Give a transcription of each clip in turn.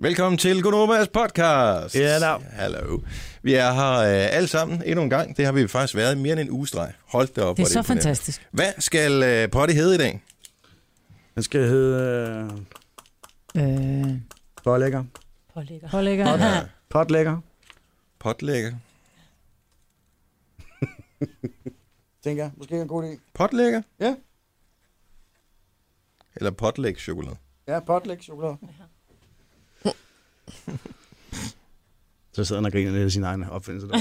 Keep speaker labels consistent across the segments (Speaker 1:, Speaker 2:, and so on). Speaker 1: Velkommen til Gunovas podcast.
Speaker 2: Ja, da.
Speaker 1: Hallo. Vi er her øh, alle sammen endnu en gang. Det har vi faktisk været i mere end en uge streg. Hold da op.
Speaker 3: Det
Speaker 1: hvor
Speaker 3: er så
Speaker 1: imponerende.
Speaker 3: fantastisk.
Speaker 1: Hvad skal øh, potty hedde i dag?
Speaker 2: Den skal hedde øh,
Speaker 3: Øh,
Speaker 2: Pålægger.
Speaker 3: pålægger. Pålægger.
Speaker 2: Potlægger,
Speaker 1: Potlægger.
Speaker 2: tænker jeg. Måske en god idé.
Speaker 1: Potlægger?
Speaker 2: Ja.
Speaker 1: Eller potlægchokolade.
Speaker 2: Ja, potlæg chokolade. Så sidder han og griner lidt af sin egen opfindelse. Der.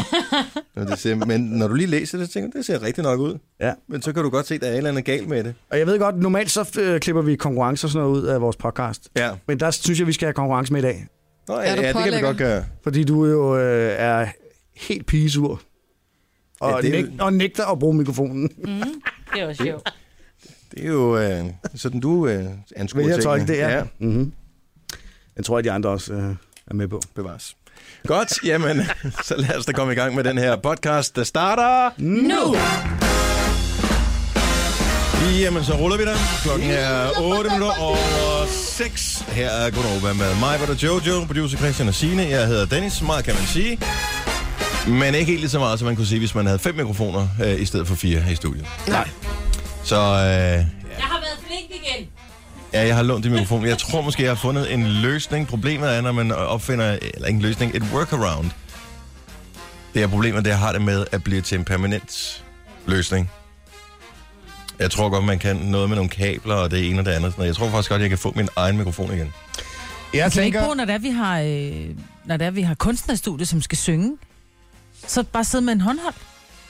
Speaker 1: Når det ser, men når du lige læser det, så tænker du, det ser rigtig nok ud.
Speaker 2: Ja.
Speaker 1: Men så kan du godt se, at der er et eller andet galt med det.
Speaker 2: Og jeg ved godt, normalt så øh, klipper vi konkurrencer og sådan noget ud af vores podcast.
Speaker 1: Ja.
Speaker 2: Men der synes jeg, vi skal have konkurrence med i dag.
Speaker 1: Nå, ja,
Speaker 4: Er
Speaker 1: ja
Speaker 4: du
Speaker 1: det kan vi
Speaker 4: pålægger?
Speaker 1: godt gøre.
Speaker 2: Fordi du jo øh, er helt pigesur. Og,
Speaker 1: Ja,
Speaker 2: ja,
Speaker 1: det er
Speaker 2: det...
Speaker 1: jo-
Speaker 2: næg- og nægter at bruge mikrofonen.
Speaker 3: Det er også sjovt.
Speaker 1: Det er jo øh, sådan, du øh, anskuer
Speaker 2: Men jeg tror ikke,
Speaker 1: tingene.
Speaker 2: det er.
Speaker 1: Ja,
Speaker 2: Mm-hmm. Jeg tror, at de andre også øh, er med på.
Speaker 1: bevares. Godt, jamen, så lad os da komme i gang med den her podcast, der starter...
Speaker 4: Nu!
Speaker 1: Jamen, så ruller vi der. Klokken er 8 minutter over 6. Her er Gunova med mig, hvor der Jojo, producer Christian og Signe. Jeg hedder Dennis, meget kan man sige. Men ikke helt lige så meget, som man kunne sige, hvis man havde fem mikrofoner øh, i stedet for fire her i studiet. Nej. Så øh,
Speaker 5: Jeg har været flink igen.
Speaker 1: Ja, jeg har lånt din mikrofon. Jeg tror måske, jeg har fundet en løsning. Problemet er, når man opfinder, eller ikke en løsning, et workaround. Det er problemet, det jeg har det med, at blive til en permanent løsning. Jeg tror godt, man kan noget med nogle kabler og det ene og det andet. Sådan noget. Jeg tror faktisk godt, jeg kan få min egen mikrofon igen.
Speaker 2: Jeg
Speaker 3: Kan vi ikke bruge, når det er, vi har, øh, når det er, vi har kunstnerstudie, som skal synge? Så bare sidde med en håndhold.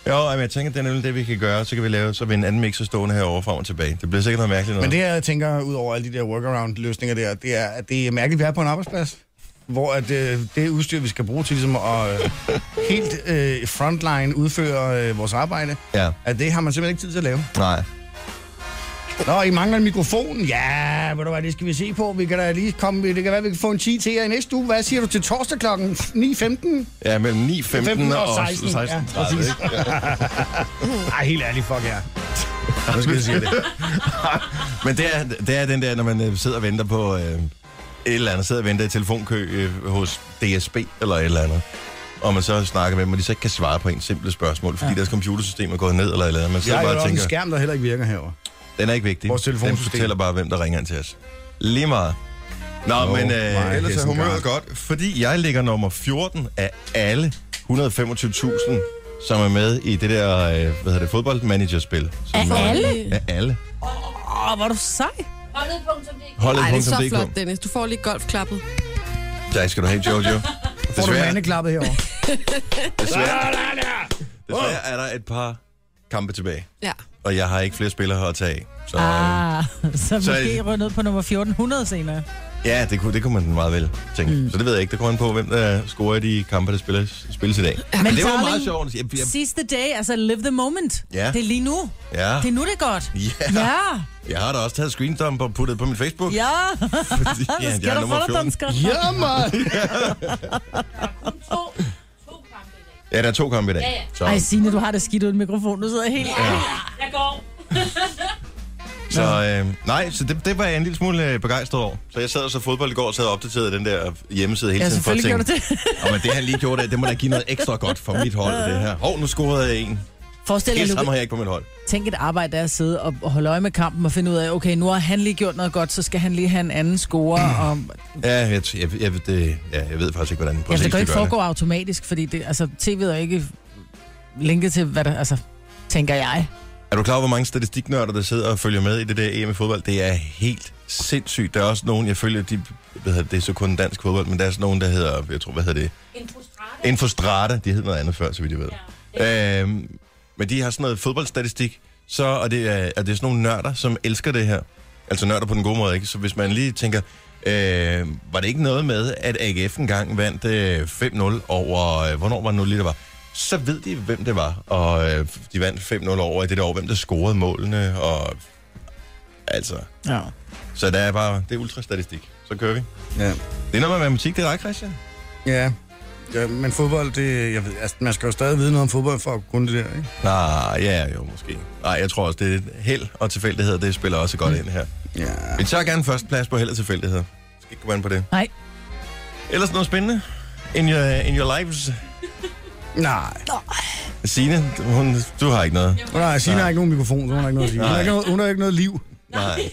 Speaker 1: Jo, men jeg tænker, det er nemlig det, vi kan gøre. Så kan vi lave, så vil en anden mixer stående herovre frem og tilbage. Det bliver sikkert noget mærkeligt noget.
Speaker 6: Men det, jeg tænker ud over alle de der workaround-løsninger der, det er, at det er mærkeligt, at vi er på en arbejdsplads, hvor at, øh, det udstyr, vi skal bruge til ligesom at øh, helt øh, frontline udføre øh, vores arbejde,
Speaker 1: Ja,
Speaker 6: at det har man simpelthen ikke tid til at lave.
Speaker 1: nej.
Speaker 6: Nå, I mangler en mikrofon? Ja, ved du hvad, det skal vi se på. Vi kan da lige komme, det kan være, vi kan få en 10 til jer i næste uge. Hvad siger du til torsdag kl. 9.15?
Speaker 1: Ja, mellem 9, 15,
Speaker 6: 15 og
Speaker 1: og 16.
Speaker 6: 16,
Speaker 1: 16
Speaker 6: ja, præcis. Nej, helt ærligt, fuck jer.
Speaker 1: Nu skal jeg sige det. Men det er, det er den der, når man øh, sidder og venter på øh, et eller andet, sidder og venter i telefonkø øh, hos DSB eller et eller andet, og man så snakker med dem, og de så ikke kan svare på en simple spørgsmål, fordi ja. deres computersystem er gået ned eller et eller andet. Man
Speaker 6: Jeg
Speaker 1: sidder
Speaker 6: har
Speaker 1: bare
Speaker 6: jo
Speaker 1: og
Speaker 6: også en
Speaker 1: tænker,
Speaker 6: skærm, der heller ikke virker herovre.
Speaker 1: den er ikke vigtig.
Speaker 6: Vores
Speaker 1: den
Speaker 6: telefonsystem.
Speaker 1: fortæller bare, hvem der ringer ind til os. Lige meget. Nå,
Speaker 6: Oh
Speaker 1: oh men
Speaker 6: my
Speaker 1: øh, ellers er
Speaker 6: hessen
Speaker 1: humøret
Speaker 6: god.
Speaker 1: godt, fordi jeg ligger nummer 14 af alle 125.000, som er med i det der, øh, hvad hedder det, fodboldmanagerspil. som
Speaker 3: Af
Speaker 1: er-
Speaker 3: alle?
Speaker 1: Af alle.
Speaker 3: Åh, hvor er du sej.
Speaker 5: Holdet.dk.
Speaker 1: Holdet
Speaker 4: Ej, det er så
Speaker 1: punktum DK.
Speaker 4: flot, Dennis. Du får lige golfklappet.
Speaker 1: Tak skal du have, Jojo.
Speaker 6: Får du
Speaker 1: Desværre,
Speaker 6: mandeklappet herovre?
Speaker 1: desværre, desværre er der et par kampe tilbage,
Speaker 4: Ja.
Speaker 1: og jeg har ikke flere spillere at tage af. Så ah.
Speaker 3: Ah, så
Speaker 1: Så-
Speaker 3: måske ryger ned på nummer 1400 senere.
Speaker 1: ja, det kunne, det kunne man meget vel tænke. Mm. Så det ved jeg ikke. Det kommer an på, hvem der scorer i de kampe, der spilles, spilles i dag. Men, det var meget
Speaker 3: darling,
Speaker 1: sjovt. Jeg, jeg,
Speaker 3: Sidste dag, altså live the moment.
Speaker 1: Ja.
Speaker 3: Det er lige nu.
Speaker 1: ja,
Speaker 3: Det er nu, det er godt.
Speaker 1: ja,
Speaker 3: Ja,
Speaker 1: jeg har da også taget screendump og puttet på min Facebook.
Speaker 3: ja.
Speaker 1: fordi, ja
Speaker 3: Skal du få dig, dansker?
Speaker 6: Ja, man.
Speaker 5: To, to kampe i dag.
Speaker 1: Ja, der er to kampe i dag.
Speaker 5: Ja, ja.
Speaker 1: Så,
Speaker 3: Ej, Signe, du har det skidt uden mikrofon. Du sidder helt... Ja.
Speaker 5: Jeg går.
Speaker 1: Så øh, nej, så det, det var jeg en lille smule øh, begejstret over. Så jeg sad og så fodbold i går og sad og opdaterede den der hjemmeside hele
Speaker 3: Ja,
Speaker 1: tiden for at
Speaker 3: selvfølgelig
Speaker 1: tænke,
Speaker 3: gjorde du det.
Speaker 1: Og men det han lige gjorde, det, det må da give noget ekstra godt for mit hold, det her. Hov, nu scorede jeg en.
Speaker 3: Forestil dig,
Speaker 1: Helt sammen
Speaker 3: Lukas.
Speaker 1: har jeg ikke på mit hold.
Speaker 3: Tænk et arbejde, der er at sidde og og holde øje med kampen og finde ud af, okay, nu har han lige gjort noget godt, så skal han lige have en anden score. Og...
Speaker 1: Ja, jeg, t- jeg, jeg, det, ja, jeg ved faktisk ikke, hvordan
Speaker 3: Ja,
Speaker 1: præcis
Speaker 3: altså, det kan
Speaker 1: de
Speaker 3: ikke
Speaker 1: gør det.
Speaker 3: foregå automatisk, fordi det, altså, tv'et er ikke linket til, hvad der... Altså, tænker jeg.
Speaker 1: Er du klar over, hvor mange statistiknørder, der sidder og følger med i det der EM i fodbold? Det er helt sindssygt. Der er også nogen, jeg følger, de, hvad hedder det, det er så kun dansk fodbold, men der er også nogen, der hedder, jeg tror, hvad hedder det?
Speaker 5: En frustrate.
Speaker 1: Infostrate, de hed noget andet før, så vidt jeg ved. Ja. Øhm, men de har sådan noget fodboldstatistik, så, og det er, og det er sådan nogle nørder, som elsker det her. Altså nørder på den gode måde, ikke? Så hvis man lige tænker, øh, var det ikke noget med, at AGF engang vandt øh, 5-0 over, øh, hvornår var det nu lige, det var? Så ved de, hvem det var, og øh, de vandt 5-0 over i det der år, hvem der scorede målene, og altså...
Speaker 3: Ja.
Speaker 1: Så der er bare, det er ultrastatistik. Så kører vi.
Speaker 6: Ja.
Speaker 1: Det er noget med matematik, det er dig, Christian.
Speaker 6: Ja. ja, men fodbold, det, jeg ved, altså, man skal jo stadig vide noget om fodbold for at kunne det der, ikke?
Speaker 1: Nej, ja, jo, måske. Nej, jeg tror også, det er held og tilfældighed, det spiller også godt ind her.
Speaker 6: Ja.
Speaker 1: Vi tager gerne førsteplads på held og tilfældighed. Skal ikke gå an på det.
Speaker 3: Nej.
Speaker 1: Ellers noget spændende? In your, in your lives?
Speaker 6: Nej.
Speaker 1: Signe, hun, du har ikke noget.
Speaker 6: Nej, Signe har ikke nogen mikrofon, så hun har ikke noget at sige. Hun har
Speaker 1: Nej.
Speaker 6: ikke noget, hun har ikke noget liv.
Speaker 1: Nej.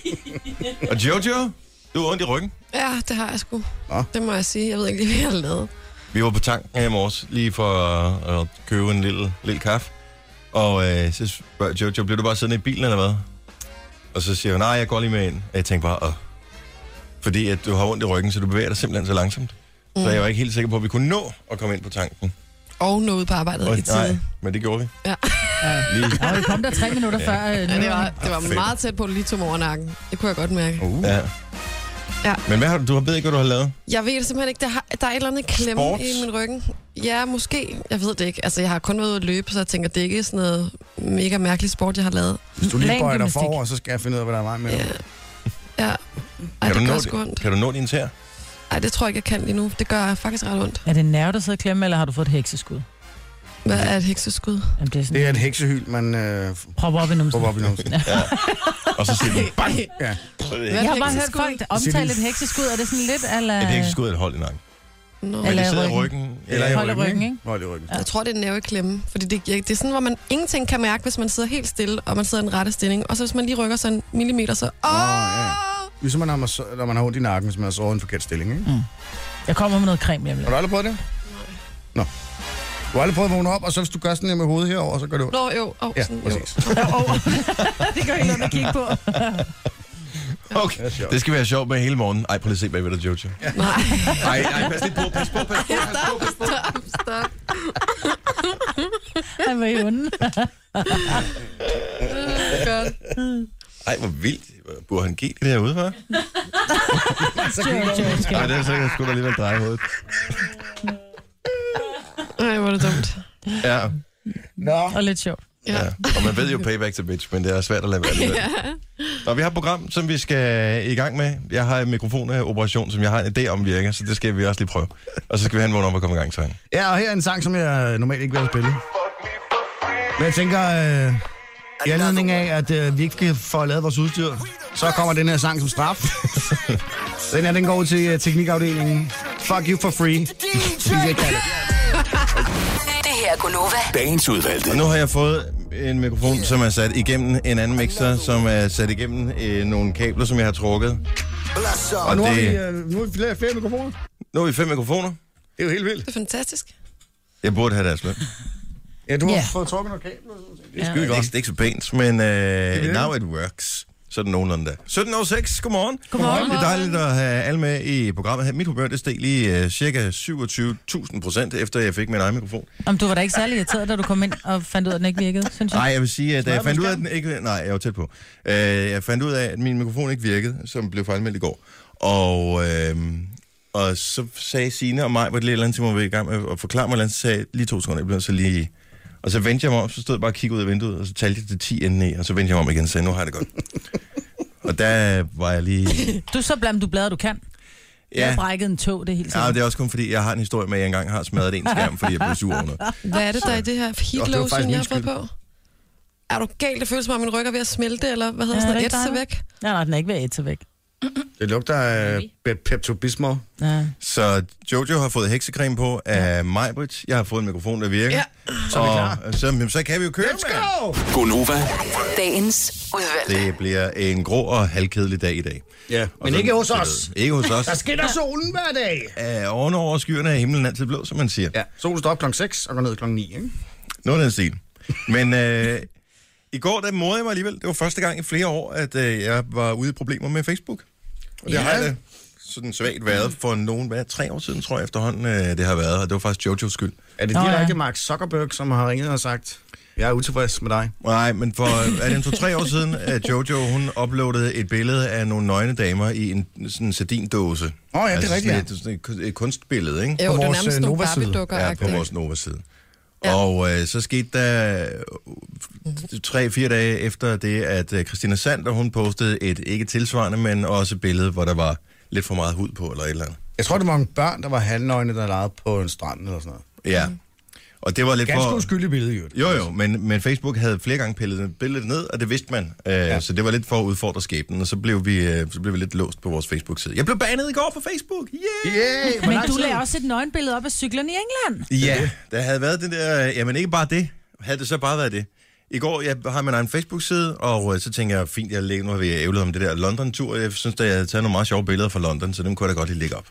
Speaker 1: Og Jojo, du har ondt i ryggen.
Speaker 4: Ja, det har jeg sgu.
Speaker 6: Nå.
Speaker 4: Det må jeg sige. Jeg ved ikke lige, hvad jeg har lavet.
Speaker 1: Vi var på tanken her i morges, lige for at, at købe en lille, lille kaffe. Og øh, så spørger Jojo, blev du bare siddende i bilen eller hvad? Og så siger hun, nej, jeg går lige med ind. Og jeg tænkte bare, Åh. fordi at du har ondt i ryggen, så du bevæger dig simpelthen så langsomt. Mm. Så jeg var ikke helt sikker på, at vi kunne nå at komme ind på tanken.
Speaker 4: Mm. Og noget på arbejdet i tide.
Speaker 1: nej, men det gjorde vi.
Speaker 4: Ja.
Speaker 1: Lige.
Speaker 3: Og vi kom der tre minutter ja. før. Øh,
Speaker 4: Ja, det
Speaker 3: nyhederne.
Speaker 4: var, det var
Speaker 1: Ah, Fedt.
Speaker 4: meget tæt på, at det lige tog mig over nakken. Det kunne jeg godt mærke.
Speaker 6: Uh.
Speaker 1: Ja.
Speaker 4: Ja.
Speaker 1: Men hvad har du, du ved ikke, hvad du har lavet?
Speaker 4: Jeg ved det simpelthen ikke. Der, har, der er et eller andet klemme
Speaker 1: Sport?
Speaker 4: i min ryggen. Ja, måske. Jeg ved det ikke. Altså, jeg har kun været ude at løbe, så jeg tænker, det er ikke sådan noget mega mærkelig sport, jeg har lavet.
Speaker 6: Hvis du lige
Speaker 3: Plan
Speaker 6: bøjer dig
Speaker 3: gymnastik.
Speaker 6: forover, så skal jeg finde ud af, hvad der er vej med.
Speaker 4: Ja. ja.
Speaker 1: Kan
Speaker 4: Ej, det
Speaker 1: du
Speaker 4: gør
Speaker 1: nå
Speaker 4: sgu ondt.
Speaker 1: Kan du nå din tær?
Speaker 4: Ej, det tror jeg ikke, jeg kan lige nu. Det gør faktisk ret ondt.
Speaker 3: Er det en nerve, der sidder og klemme, eller har du fået et hekseskud?
Speaker 4: Hvad
Speaker 1: Mm.
Speaker 4: er et hekseskud?
Speaker 3: Jamen, det er sådan,
Speaker 6: Det er et heksehyl, man øh,
Speaker 3: prop op i numsen.
Speaker 6: prøver op i numsen.
Speaker 1: Og så siger du,
Speaker 4: Bang!
Speaker 6: Ja.
Speaker 1: så er det
Speaker 4: Hvad?
Speaker 1: ikke.
Speaker 3: Jeg har bare hørt
Speaker 4: Hekseskud?
Speaker 3: folk omtale et hekseskud, og det er sådan lidt eller...
Speaker 1: Et hekseskud er et hold i nakken.
Speaker 4: Nå.
Speaker 1: Men
Speaker 3: Eller
Speaker 1: det sidder i
Speaker 3: ryggen.
Speaker 1: ryggen.
Speaker 6: Eller i
Speaker 3: Hold i ryggen,
Speaker 6: ryggen,
Speaker 3: ikke?
Speaker 6: ikke? Hold i ryggen.
Speaker 4: Jeg tror, det er en nerveklemme, fordi det, jeg, det er sådan, hvor man ingenting kan mærke, hvis man sidder helt stille, og man sidder i den rette stilling. Og så hvis man lige rykker sig en millimeter, så... Åh!
Speaker 6: ja. Ligesom man har, mas- når man har ondt i nakken, hvis man har sovet i en forkert stilling, ikke?
Speaker 3: Jeg kommer med noget creme hjemme.
Speaker 6: Har du aldrig prøvet det? Nå. Du har aldrig prøvet at vågne op, og så hvis du gør sådan her med hovedet herover, så gør det ondt.
Speaker 4: Nå, jo. Oh,
Speaker 6: Ja,
Speaker 4: sådan, jo.
Speaker 6: præcis.
Speaker 3: det gør ikke noget at kigge på.
Speaker 1: Okay. Det skal være sjovt med hele morgen. Ej, prøv lige at se bagved dig, Jojo.
Speaker 4: Nej,
Speaker 1: Ej, ej, pas lidt på, pas på, pas på. Pas på, pas på.
Speaker 4: stop, stop.
Speaker 3: Han var i hunden.
Speaker 4: Øh, Godt.
Speaker 1: Ej, hvor vildt. Hvor Burde han give det derude, hva'? Nej, det er sikkert, skulle da alligevel dreje hovedet.
Speaker 4: Nej, hvor er det dumt.
Speaker 1: Ja,
Speaker 6: Nå.
Speaker 3: Og lidt sjovt.
Speaker 4: Ja.
Speaker 1: ja. Og man ved jo payback to bitch, men det er svært at lade være alligevel. Og vi har et program, som vi skal i gang med. Jeg har en mikrofonoperation, som jeg har en idé om virker, så det skal vi også lige prøve. Og så skal vi have en vågen op og komme i gang til
Speaker 6: Ja, og her er en sang, som jeg normalt ikke vil spille. Men jeg tænker, øh, i anledning af, at øh, vi ikke kan få lavet vores udstyr, så kommer den her sang som straf. den her, den går ud til øh, teknikafdelingen. Fuck you for free. DJ Khaled.
Speaker 7: Det her er Gunova.
Speaker 8: Dagens udvalgte.
Speaker 1: Og nu har jeg fået en mikrofon, som er sat igennem en anden mixer, som er sat igennem øh, nogle kabler, som jeg har trukket.
Speaker 6: Og nu har
Speaker 1: det-
Speaker 6: vi, øh, nu har vi flere, flere mikrofoner.
Speaker 1: Nu har vi fem mikrofoner.
Speaker 6: Det er jo helt vildt.
Speaker 4: Det er fantastisk.
Speaker 1: Jeg burde have deres løn.
Speaker 6: Ja, du har
Speaker 3: Ja.
Speaker 6: fået trukket noget kabel. og sådan noget.
Speaker 1: Det er ikke, det er ikke så pænt, men uh,
Speaker 6: det.
Speaker 1: now it works. Sådan nogenlunde da. 17.06, godmorgen.
Speaker 3: Godmorgen.
Speaker 1: Det er dejligt at have alle med i programmet her. Mit humør, det steg lige uh, cirka 27.000 procent, efter jeg fik min egen mikrofon.
Speaker 3: Om du var da ikke særlig irriteret, da du kom ind og fandt ud af, at den ikke virkede, synes jeg.
Speaker 1: Nej, jeg vil sige, at da jeg
Speaker 6: Smør
Speaker 1: fandt
Speaker 6: på
Speaker 1: ud af, at den ikke... Nej, jeg var tæt på. Øh, jeg fandt ud af, at min mikrofon ikke virkede, som blev fejlmeldt i går. Og, øh, og så sagde Signe og mig, hvor det lidt eller andet, til mig, var i gang med at forklare mig, eller andet, så sagde jeg, lige to sekunder, jeg blev så lige... Og så vendte jeg mig om, så stod jeg bare og kiggede ud af vinduet, og så talte jeg til 10 inden i, og så vendte jeg mig om igen og sagde, nu har jeg det godt. og der var jeg lige...
Speaker 3: Du så blandt du blader, du kan. Jeg har
Speaker 1: Ja,
Speaker 3: brækket en tog, det er helt
Speaker 1: ja
Speaker 3: sikkert.
Speaker 1: det er også kun fordi, jeg har en historie med, at jeg engang har smadret en skærm, fordi jeg blev sur under.
Speaker 4: Hvad er det, der er i det her heat
Speaker 6: det var faktisk
Speaker 4: lotion, jeg har
Speaker 6: min
Speaker 4: fået på? Er du galt? Det føles som om, min ryg er ved at smelte, eller hvad hedder
Speaker 3: Ja,
Speaker 4: sådan
Speaker 3: er det
Speaker 4: noget?
Speaker 3: ikke
Speaker 4: Ætse
Speaker 3: dejligt?
Speaker 4: væk?
Speaker 3: Nej, nej, den er ikke ved at ætse væk.
Speaker 6: Det lugter af øh, Pepto-Bismol.
Speaker 3: Ja.
Speaker 1: Så Jojo har fået heksecreme på af Majbrit. Jeg har fået en mikrofon, der virker.
Speaker 4: Ja.
Speaker 1: Så, er vi klar. Og, så, jamen, så kan vi jo køre, mand.
Speaker 8: Gonova.
Speaker 7: Dagens udvalgte.
Speaker 1: Det bliver en grå og halvkedelig dag i dag.
Speaker 6: Ja,
Speaker 1: Og
Speaker 6: men
Speaker 1: så-
Speaker 6: ikke hos
Speaker 1: så-
Speaker 6: os.
Speaker 1: Ikke hos os.
Speaker 6: Der skinner solen hver dag.
Speaker 1: Æh, oven over skyerne er himlen altid blå, som man siger.
Speaker 6: Ja, solen står op klokken 6 og går ned klokken 9, ikke?
Speaker 1: Noget af den stil. Men øh, i går, der modede jeg mig alligevel. Det var første gang i flere år, at øh, jeg var ude i problemer med Facebook. Og det ja. har jeg da sådan svagt været for nogen, hvad, tre år siden, tror jeg efterhånden, øh, det har været. Og det var faktisk Jojos skyld.
Speaker 6: Er det
Speaker 3: Nå,
Speaker 6: direkte
Speaker 3: ja.
Speaker 6: Mark Zuckerberg, som har ringet og sagt, jeg er utilfreds med dig?
Speaker 1: Nej, men for er det en to-tre år siden, at Jojo hun uploadede et billede af nogle nøgne damer i en sådan en sardindåse. Altså,
Speaker 6: Åh, ja, det er rigtigt,
Speaker 1: Sådan et, sådan et kun- et kunstbillede, ikke?
Speaker 4: Jo,
Speaker 6: På
Speaker 4: det er
Speaker 6: vores,
Speaker 4: nærmest
Speaker 6: øh,
Speaker 4: nogle
Speaker 6: Nova-side.
Speaker 4: Barbie-dukker.
Speaker 1: Ja, på vores Nova-side. Ja. Og øh, så skete der øh, tre-fire dage efter det, at øh, Christina Sander, hun postede et ikke tilsvarende, men også et billede, hvor der var lidt for meget hud på, eller et eller andet.
Speaker 6: Jeg tror, det var nogle børn, der var halvnøgne, der legede på en strand eller sådan noget.
Speaker 1: Ja. Mm. Og det var lidt
Speaker 6: Ganske
Speaker 1: for...
Speaker 6: uskyldig billede, jo.
Speaker 1: Jo, jo, men, men Facebook havde flere gange pillet billedet ned, og det vidste man. Øh, ja. Så det var lidt for at udfordre skæbnen, og så blev, vi, øh, så blev vi lidt låst på vores Facebook-side. Jeg blev banet i går på Facebook! Yeah!
Speaker 6: Yeah,
Speaker 3: Men du lagde også et nøgenbillede op af cyklerne i England.
Speaker 1: Ja, der havde været den der... øh, Jamen ikke bare det. Havde det så bare været det. I går jeg har min egen Facebook-side, og øh, så tænker jeg, fint, jeg lægger nu, har vi ævlet om det der London-tur. Jeg synes, at jeg havde taget nogle meget sjove billeder fra London, så dem kunne jeg da godt lige lægge op.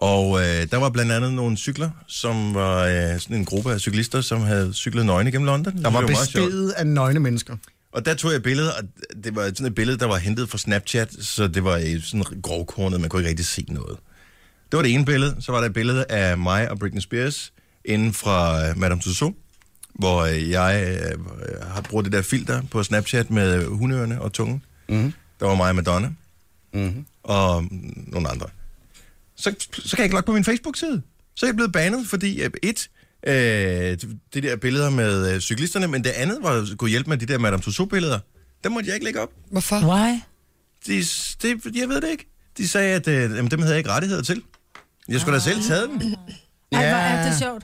Speaker 1: Og øh, der var blandt andet nogle cykler, som var øh, sådan en gruppe af cyklister, som havde cyklet nøgne gennem London.
Speaker 6: Der
Speaker 1: Det
Speaker 6: var
Speaker 1: meget sjovt.
Speaker 6: bestedet af nøgne mennesker.
Speaker 1: Og der tog jeg billedet, og det var sådan et billede, der var hentet fra Snapchat, så det var øh, sådan grovkornet, man kunne ikke rigtig se noget. Det var det ene billede. Så var der et billede af mig og Britney Spears inden fra øh, Madame Tussauds, hvor øh, jeg øh, har brugt det der filter på Snapchat med hundeørene og tungen. Mm. Der var mig og Madonna. Mm. Og mm, nogle andre. Så, så kan jeg ikke logge på min Facebook-side. Så er jeg blevet banet, fordi øh, et, øh, det der billeder med øh, cyklisterne, men det andet var kunne hjælpe med de der Madame Tussauds-billeder. Dem måtte jeg ikke lægge op
Speaker 4: Hvorfor?
Speaker 3: Why?
Speaker 1: de, det, jeg ved det ikke. De sagde, at øh, jamen, dem havde jeg ikke rettigheder til. Jeg skulle da selv taget dem.
Speaker 3: Ej, hvor
Speaker 6: Ja.
Speaker 3: er det sjovt.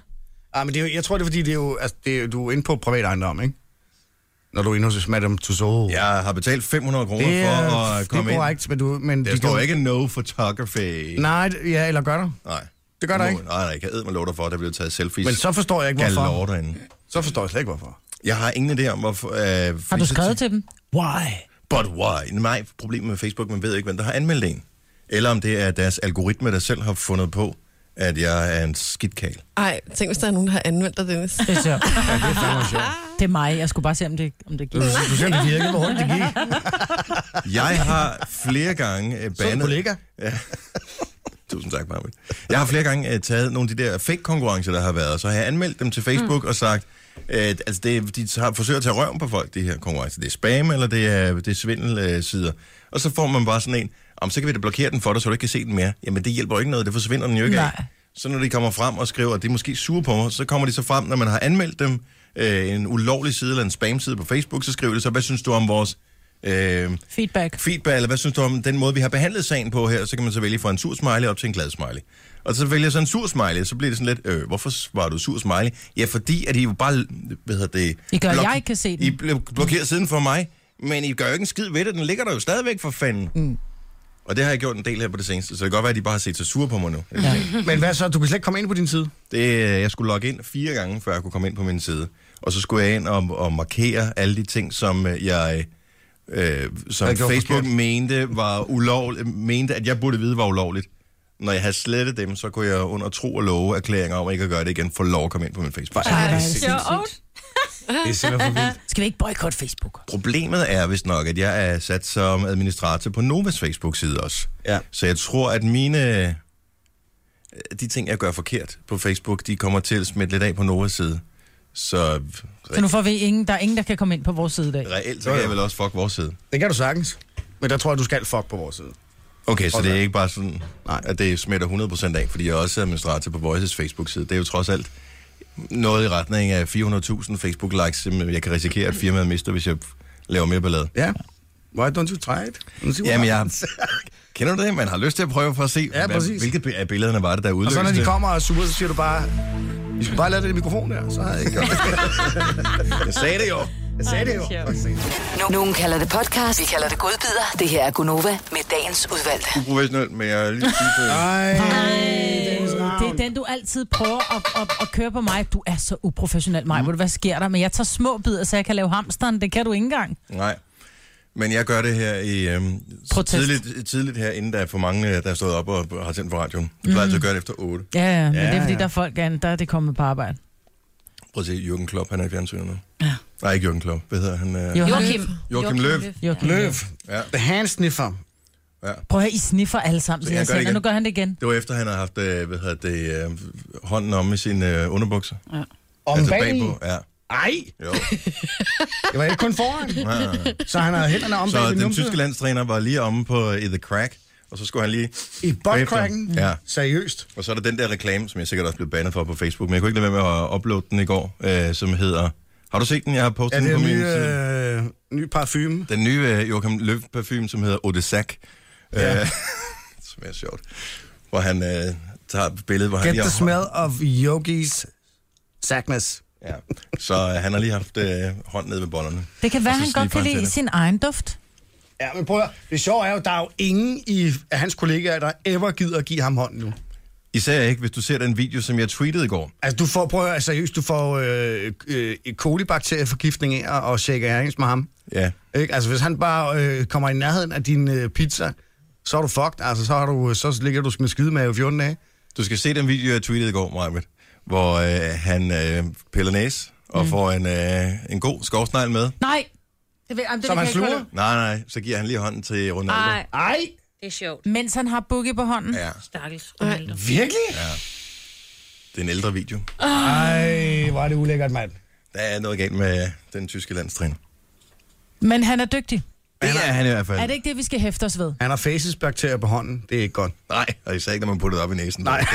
Speaker 6: Ah, men det er, jo- jeg tror, det er fordi, det er jo, altså, det er, du er inde på privat ejendom, ikke? Når du er inde hos Madame Tussauds.
Speaker 1: Jeg har betalt 500 kroner
Speaker 6: det er,
Speaker 1: for at komme
Speaker 6: det er
Speaker 1: ind.
Speaker 6: korrekt, men du... Men
Speaker 1: Der
Speaker 6: de
Speaker 1: står
Speaker 6: kan-
Speaker 1: ikke no photography.
Speaker 6: Nej, det- ja, eller gør der?
Speaker 1: Nej.
Speaker 6: Det gør der
Speaker 1: Må-
Speaker 6: ikke.
Speaker 1: Nej, nej, jeg kan mig lov dig for, at der blev taget selfies.
Speaker 6: Men så forstår jeg ikke, hvorfor.
Speaker 1: Galore derinde.
Speaker 6: Så forstår jeg slet ikke, hvorfor.
Speaker 1: Jeg har ingen idé om, hvorfor... Øh,
Speaker 3: Har du skrevet til dem? Why?
Speaker 1: But why? Nej, problemet med Facebook, man ved ikke, hvem der har anmeldt en. Eller om det er deres algoritme, der selv har fundet på, at jeg er en skidkal.
Speaker 4: Ej, tænk, hvis der er nogen, der har anvendt dig, Dennis.
Speaker 3: Det er sjovt.
Speaker 6: Det er fandme sjovt.
Speaker 3: Det er mig. Jeg skulle bare se, om det, om det gik.
Speaker 6: Du, du ser, om det virkede, hvor hurtigt det gik.
Speaker 1: Jeg har flere gange øh,
Speaker 6: Så er du
Speaker 1: bandet...
Speaker 6: kollega.
Speaker 1: Tusind tak, Marvind. Jeg har flere gange uh, taget nogle af de der fake-konkurrencer, der har været, så har jeg anmeldt dem til Facebook mm. og sagt, uh, altså det, de har, forsøger at tage røven på folk, de her konkurrencer. Det er spam, eller det er, det er svindelsider. Og så får man bare sådan en, om så kan vi da blokere den for dig, så du ikke kan se den mere. Jamen det hjælper jo ikke noget, det forsvinder den jo ikke af.
Speaker 3: Nej.
Speaker 1: Så når de kommer frem og skriver, at de er måske sure på mig, så kommer de så frem, når man har anmeldt dem øh, en ulovlig side eller en spam-side på Facebook, så skriver de så, hvad synes du om vores... Øh,
Speaker 3: Feedback.
Speaker 1: feedback, eller hvad synes du om den måde, vi har behandlet sagen på her? Så kan man så vælge fra en sur smiley op til en glad smiley. Og så vælger jeg så en sur smiley, så bliver det sådan lidt, øh, hvorfor var du sur smiley? Ja, fordi at I jo bare, hvad hedder det...
Speaker 3: I gør, jeg ikke kan se den.
Speaker 1: I blev blokeret siden for mig, men I gør jo ikke en skid ved det, den ligger der jo stadigvæk for fanden. Mm. Og det har jeg gjort en del her på det seneste, så det kan godt være, at de bare har set sig sure på mig nu. Ja.
Speaker 6: Men hvad så? Du kan slet ikke komme ind på din side.
Speaker 1: Det, øh, jeg skulle logge ind fire gange, før jeg kunne komme ind på min side. Og så skulle jeg ind og, og markere alle de ting, som øh, jeg... Øh, som
Speaker 6: Jeg gjorde
Speaker 1: Facebook
Speaker 6: forkert.
Speaker 1: mente, var ulovligt, øh, mente, at jeg burde vide var ulovligt. Når jeg havde slettet dem, så kunne jeg under tro og love erklæringer om ikke at gøre det igen, få lov at komme ind på min Facebook.
Speaker 3: Ej, det er
Speaker 5: sjovt.
Speaker 3: sindssygt.
Speaker 6: Det er simpelthen for vildt.
Speaker 3: Skal vi ikke boykotte Facebook?
Speaker 1: Problemet er vist nok, at jeg er sat som administrator på Novas Facebook-side også.
Speaker 6: Ja.
Speaker 1: Så jeg tror, at mine... øh, De ting, jeg gør forkert på Facebook, de kommer til at smitte lidt af på Novas side. Så
Speaker 3: Så nu får vi ingen, der er ingen, der kan komme ind på vores side i dag.
Speaker 1: Reelt, så kan jeg vel også fuck vores side.
Speaker 6: Det kan du sagtens. Men der tror jeg, du skal fuck på vores side.
Speaker 1: Okay, så
Speaker 6: Okay.
Speaker 1: det er ikke bare sådan,
Speaker 6: Nej.
Speaker 1: at det smitter 100% af, fordi jeg er også administrator på Voices Facebook-side. Det er jo trods alt noget i retning af 400.000 Facebook-likes, som jeg kan risikere, at firmaet mister, hvis jeg laver mere ballade.
Speaker 6: Ja. Why don't you try it? Let's see what
Speaker 1: Jamen, jeg-
Speaker 6: happens.
Speaker 1: Kender du det? Man har lyst til at prøve for at se,
Speaker 6: Ja, præcis.
Speaker 1: hvilke bi- af billederne var det, der
Speaker 6: Og
Speaker 1: udløste.
Speaker 6: så når de kommer og er sure, så siger du bare, vi skal bare lade det mikrofon der, så har jeg ikke gjort det.
Speaker 1: Jeg sagde det jo.
Speaker 6: Jeg sagde det jo.
Speaker 7: Nu- Nogen kalder det podcast, vi kalder det godbider. Det her er Gunova med dagens udvalgte.
Speaker 1: Uprofessionelt, men jeg er lige
Speaker 6: Ej,
Speaker 3: Øh, Det er den, du altid prøver at, at, at køre på mig. Du er så uprofessionel, mig. Mm. Hvad sker der? Men jeg tager små bidder, så jeg kan lave hamsteren. Det kan du ikke engang.
Speaker 1: Nej. Men jeg gør det her i øhm,
Speaker 3: Protest.
Speaker 1: tidligt, tidligt her, inden der er for mange, øh, der er stået op og og har tændt for radioen. Jeg plejer altid at gøre det efter 8.
Speaker 3: Ja, ja, men
Speaker 6: Ja,
Speaker 3: det er fordi,
Speaker 6: ja.
Speaker 3: der er folk an, der er det kommet på arbejde.
Speaker 1: Prøv at se, Jürgen Klopp, han er i fjernsynet nu. Ja. Nej, ikke Jürgen Klopp. Hvad hedder han? Øh,
Speaker 3: Jo,
Speaker 5: Joachim.
Speaker 1: Joachim Løv.
Speaker 3: Joachim Løv.
Speaker 1: Ja.
Speaker 6: The hand sniffer.
Speaker 3: Prøv at høre, I sniffer alle sammen.
Speaker 1: Så
Speaker 3: Så
Speaker 1: jeg
Speaker 3: jeg
Speaker 1: gør det
Speaker 3: siger,
Speaker 1: igen.
Speaker 3: nu gør han det igen.
Speaker 1: Det var efter, han har haft øh, hvad hedder det, øh, hånden om i sine øh, underbukser. Altså
Speaker 6: Om bagi.
Speaker 1: Ja.
Speaker 6: Ej,
Speaker 1: Jo.
Speaker 6: det var ikke kun foran.
Speaker 1: Ja, ja.
Speaker 6: Så han havde hænderne om bag
Speaker 1: Så
Speaker 6: i
Speaker 1: den
Speaker 6: numse.
Speaker 1: tyske landstræner var lige omme på øh, i The Crack, og så skulle han lige...
Speaker 6: I buttcracken.
Speaker 1: Ja.
Speaker 6: Seriøst.
Speaker 1: Og så er der den der reklame, som jeg sikkert også blev bandet for på Facebook, men jeg kunne ikke lade være med at uploade den i går, øh, som hedder... Har du set den? Jeg har
Speaker 6: Ja,
Speaker 1: postet
Speaker 6: det
Speaker 1: den
Speaker 6: er
Speaker 1: på
Speaker 6: en
Speaker 1: min
Speaker 6: ny,
Speaker 1: side.
Speaker 6: øh, ny parfume.
Speaker 1: Den nye øh, Joachim Løv parfume, som hedder Odesac. Ja.
Speaker 6: Ja.
Speaker 1: Øh, som er sjovt. Hvor han øh, tager et billede, hvor han...
Speaker 6: Get
Speaker 1: lige
Speaker 6: the
Speaker 1: har-
Speaker 6: smell of yogis Sackness.
Speaker 1: Ja. Så øh, han har lige haft øh, hånd ned ved bollerne.
Speaker 3: Det kan være,
Speaker 1: Og så
Speaker 3: han
Speaker 1: snige
Speaker 3: godt kan lide
Speaker 1: parentelle.
Speaker 3: sin egen duft.
Speaker 6: Ja, men prøv at, høre. Det sjove er jo, der er jo ingen i af hans kollegaer, der ever gider at give ham hånden nu.
Speaker 1: Især ikke, hvis du ser den video, som jeg tweetede i går.
Speaker 6: Altså, du får, prøv at høre, seriøst, du får øh, øh, E. coli-bakterieforgiftning af og shake ærings med ham.
Speaker 1: Ja.
Speaker 6: Ikke? Altså, hvis han bare øh, kommer i nærheden af din øh, pizza, så er du fucked. Altså, så, har du, så ligger du med skidemave i 14 dage.
Speaker 1: Du skal se den video, jeg tweetede i går, Marvitt, hvor øh, han øh, piller næse og mm. får en, øh, en god skovsnegl med.
Speaker 3: Nej! Det vil, jamen, det
Speaker 6: Som
Speaker 3: vil
Speaker 6: han
Speaker 3: jeg ikke
Speaker 6: sluger?
Speaker 1: Nej, nej, så giver han lige hånden til Ronaldo.
Speaker 8: Ej,
Speaker 6: Ej,
Speaker 8: det er sjovt.
Speaker 3: holde ud. Mens han har boogie på hånden.
Speaker 1: Ja,
Speaker 8: Stakkels Ronaldo.
Speaker 6: virkelig?
Speaker 1: det er en ældre video.
Speaker 6: Ej, hvor er det ulækkert, mand.
Speaker 1: Der er noget galt med øh, den tyske landstræner.
Speaker 3: Men han er dygtig.
Speaker 1: Det er han i hvert fald.
Speaker 3: Er det ikke det, vi skal hæfte os ved?
Speaker 6: Han har facesbakterier på hånden. Det er ikke godt.
Speaker 1: Nej, og især ikke, når man putter det op i næsen.
Speaker 6: Nej.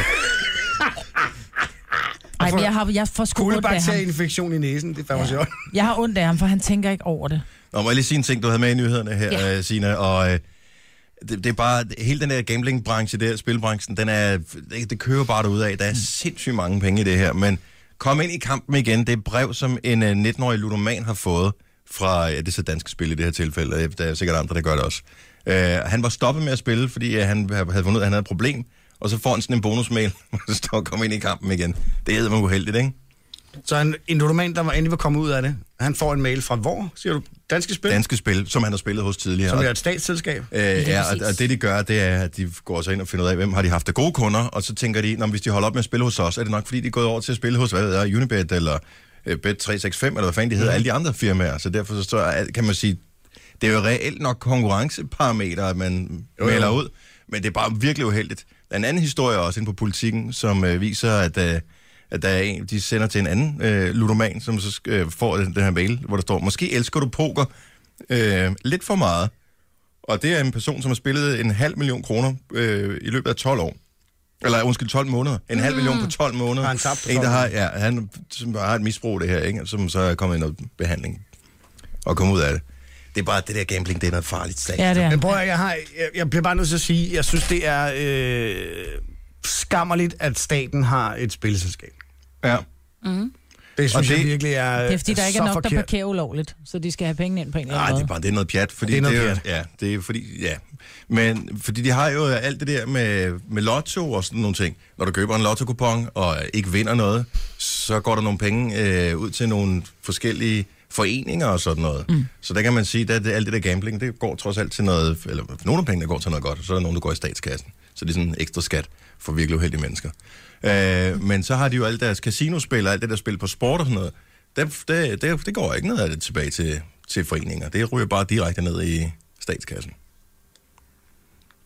Speaker 3: Nej, men jeg har, jeg får sgu ondt af ham.
Speaker 6: Kolibakterieinfektion i næsen, det er fandme sjovt.
Speaker 3: Jeg har ondt af ham, for han tænker ikke over det.
Speaker 1: Nå, må jeg lige sige en ting, du havde med i nyhederne her,
Speaker 3: Ja.
Speaker 1: ja. Sina, og øh, det, det er bare, hele den der gamblingbranche der, spilbranchen, den er, det, det kører bare derudad. Der er sindssygt mange penge i det her, men kom ind i kampen igen. Det er et brev, som en øh, 19-årig ludoman har fået fra, ja, det er så danske spil i det her tilfælde, og der er sikkert andre, der gør det også. Øh, han var stoppet med at spille, fordi øh, han havde fundet ud af, at han havde et problem, og så får han sådan en bonusmail, hvor der står, kom ind i kampen igen. Det er man uheldigt, ikke?
Speaker 6: Så en, en ludoman, der var endelig var kommet ud af det, han får en mail fra hvor, siger du? Danske Spil,
Speaker 1: Danske spil, som han har spillet hos tidligere.
Speaker 6: Mm. som
Speaker 1: og
Speaker 6: er et statsselskab.
Speaker 1: Øh, ja, og, og det de gør, det er, at de går så ind og finder ud af, hvem har de haft af gode kunder, og så tænker de, "Nå, men hvis de holder op med at spille hos os, er det nok fordi, de er gået over til at spille hos, hvad ved jeg, Unibet eller øh, Bet365, eller hvad fanden de hedder, alle de andre firmaer. Så derfor så, står- at- kan man sige, det er jo reelt nok konkurrenceparametre, at man jo, melder ud, men det er bare virkelig uheldigt. Der er en anden historie også inde på politikken, som øh, viser, at, øh, at der er en, de sender til en anden øh, ludoman, som så øh, får den, den her mail, hvor der står, måske elsker du poker øh, lidt for meget, og det er en person, som har spillet en halv million kroner øh, i løbet af 12 år. Eller undskyld, 12 måneder. En halv million på 12 måneder.
Speaker 6: Mm. Har han tabt på
Speaker 1: en, der
Speaker 6: 12
Speaker 1: har, ja, han som har et misbrug af det her, ikke? som så er kommet i noget behandling og kommet ud af det. Det er bare, det der gambling, det er noget farligt sag.
Speaker 3: Ja, det er.
Speaker 6: Men prøv at, høre, jeg, har, jeg, jeg bliver bare nødt til at sige, jeg synes, det er øh, skammerligt, at staten har et spilselskab.
Speaker 1: ja.
Speaker 6: Det synes
Speaker 1: Og
Speaker 6: det,
Speaker 1: det-
Speaker 6: jeg virkelig er øh,
Speaker 3: Det er fordi, der ikke
Speaker 6: så
Speaker 3: er nok, der
Speaker 6: forkert.
Speaker 3: parkerer ulovligt, så de skal have pengene ind på en eller
Speaker 1: Øh, Nej,
Speaker 3: anden
Speaker 1: det er
Speaker 3: måde.
Speaker 1: bare det er noget pjat. Fordi
Speaker 6: Det er noget
Speaker 1: jo- Ja, det er fordi, ja. Men fordi de har jo alt det der med, med lotto og sådan nogle ting. Når du køber en lottokupon og ikke vinder noget, så går der nogle penge øh, ud til nogle forskellige foreninger og sådan noget. Mm. Så der kan man sige, at det, alt det der gambling, det går trods alt til noget, eller nogle af pengene går til noget godt, og så er der nogen, der går i statskassen. Så det er sådan en ekstra skat for virkelig uheldige mennesker. Øh, men så har de jo alt deres casinospil og alt det der spil på sport og sådan noget. Det, det, det, det går ikke noget af det tilbage til, til foreninger. Det ryger bare direkte ned i statskassen.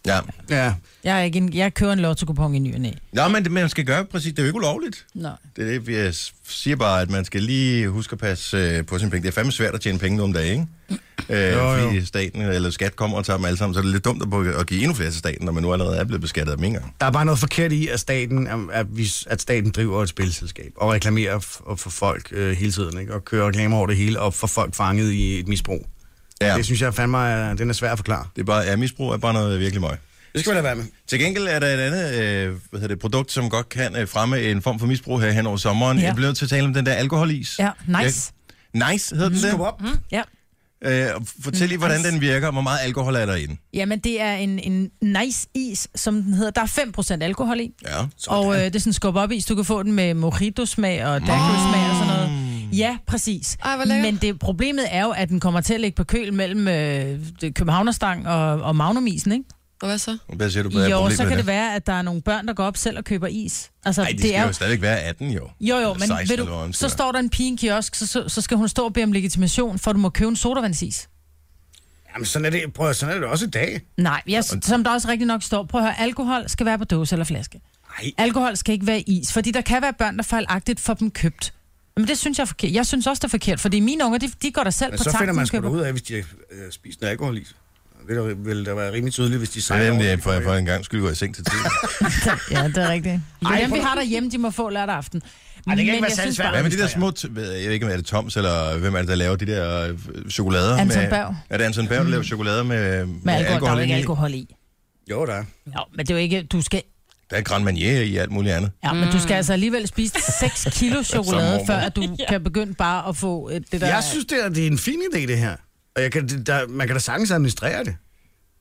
Speaker 1: Ja.
Speaker 6: Ja.
Speaker 3: Jeg, er ikke en, jeg kører en lotto-kupon i ny og næ.
Speaker 1: Nå, men det, man skal gøre præcis. Det er jo ikke ulovligt.
Speaker 3: Nej.
Speaker 1: Det er det, vi øh, siger bare, at man skal lige huske at passe øh, på sine penge. Det er fandme svært at tjene penge nu om dagen, ikke? Øh,
Speaker 6: Jo, jo.
Speaker 1: fordi staten eller skat kommer og tager dem alle sammen, så er det lidt dumt at bu- at give endnu flere til staten, når man nu allerede er blevet beskattet af dem en gang.
Speaker 6: Der er bare noget forkert i, at staten, at, at, vi, at staten driver et spilselskab og reklamerer f- og for folk øh, hele tiden, ikke? og kører reklamer over det hele, og får folk fanget i et misbrug. Ja.
Speaker 1: Ja,
Speaker 6: Det synes jeg fandme, er, den er svær at forklare.
Speaker 1: det er bare, ja, misbrug er bare noget virkelig møg.
Speaker 6: Det skal vi da være med.
Speaker 1: Til gengæld er der et andet øh, hvad hedder det, produkt, som godt kan øh, fremme en form for misbrug her hen over sommeren.
Speaker 3: Ja.
Speaker 1: Ja. Jeg bliver nødt til at tale om den der alkoholis.
Speaker 3: Ja, nice. Mm-hmm.
Speaker 1: Jeg, nice hedder den der.
Speaker 6: op.
Speaker 3: Ja.
Speaker 1: Øh, og fortæl
Speaker 3: Mm,
Speaker 1: lige, hvordan den virker, og hvor meget alkohol er der i den.
Speaker 3: Jamen, det er en, en nice is, som den hedder. Der er 5% alkohol i.
Speaker 1: Ja.
Speaker 3: Og øh, det er sådan en skub op is. Du kan få den med mojito-smag
Speaker 1: Mm.
Speaker 3: og daiquiri-smag og sådan noget. Ja, præcis.
Speaker 4: Ej, hvor lækkert.
Speaker 3: Men det, problemet er jo, at den kommer til at ligge på køl mellem øh, det- Københavnerstang og, og Magnumisen, ikke?
Speaker 4: Og hvad så?
Speaker 1: Hvad siger du på
Speaker 3: Jo, så kan det være, at der er nogle børn, der går op selv og køber is. Altså,
Speaker 1: Nej, de
Speaker 3: det
Speaker 1: skal
Speaker 3: er
Speaker 1: jo stadigvæk være 18, jo.
Speaker 3: Jo, jo,
Speaker 1: Eller
Speaker 3: men
Speaker 1: 16,
Speaker 3: ved
Speaker 1: eller
Speaker 3: du,
Speaker 1: hvad man
Speaker 3: så
Speaker 1: skal
Speaker 3: står der en pige i en kiosk, så, så, så skal hun stå og bede om legitimation, for at du må købe en sodavandsis.
Speaker 6: Jamen, sådan er det, prøv, at- sådan er det også i dag.
Speaker 3: Nej, jeg, som der også rigtig nok står, prøv at høre, alkohol skal være på dåse eller flaske.
Speaker 6: Nej.
Speaker 3: Alkohol skal ikke være i is, fordi der kan være børn, der fejlagtigt får dem købt. Men det synes jeg er forkert. Jeg synes også, det er forkert, fordi mine unger, de, de går der selv
Speaker 6: Men
Speaker 3: på
Speaker 6: så
Speaker 3: tanken.
Speaker 6: finder man sgu da
Speaker 3: køber-
Speaker 6: ud af, hvis de øh, spiser noget alkohol i. Det der, vil da være rimelig tydeligt, hvis de
Speaker 1: Jeg
Speaker 6: sejler
Speaker 1: ved, om det
Speaker 6: over
Speaker 1: er
Speaker 6: det.
Speaker 1: for, for en gang skulle gå i seng til tiden.
Speaker 3: Ja, det er rigtigt. Det
Speaker 6: Ej,
Speaker 3: er dem, vi
Speaker 6: prøv-
Speaker 3: har derhjemme, de må få lørdag aften.
Speaker 6: Ej, det kan ikke
Speaker 3: Men
Speaker 6: være
Speaker 3: jeg
Speaker 6: særlig
Speaker 3: synes
Speaker 6: svært.
Speaker 3: bare-
Speaker 1: Hvad med de der små, t- ved jeg jeg ved ikke, om er det Toms, eller hvem er det, der laver de der øh, chokolader?
Speaker 3: Anton
Speaker 1: med,
Speaker 3: Berg.
Speaker 1: Er det Anton Berg, der laver chokolader med,
Speaker 3: Med alkohol, der er jo
Speaker 1: i?
Speaker 3: ikke alkohol i.
Speaker 6: Jo, der er.
Speaker 3: Jo, men det er jo ikke, du skal
Speaker 1: der er Grand Marnier i og alt muligt andet.
Speaker 3: Ja, men du
Speaker 6: Mm.
Speaker 3: skal altså alligevel spise 6 kilo chokolade,
Speaker 1: mormor.
Speaker 3: før at du kan begynde bare at få øh, det der...
Speaker 6: Altså, Jeg synes, det er, det er en fin idé, det her. Og jeg kan, det- der, man kan da sagtens administrere det.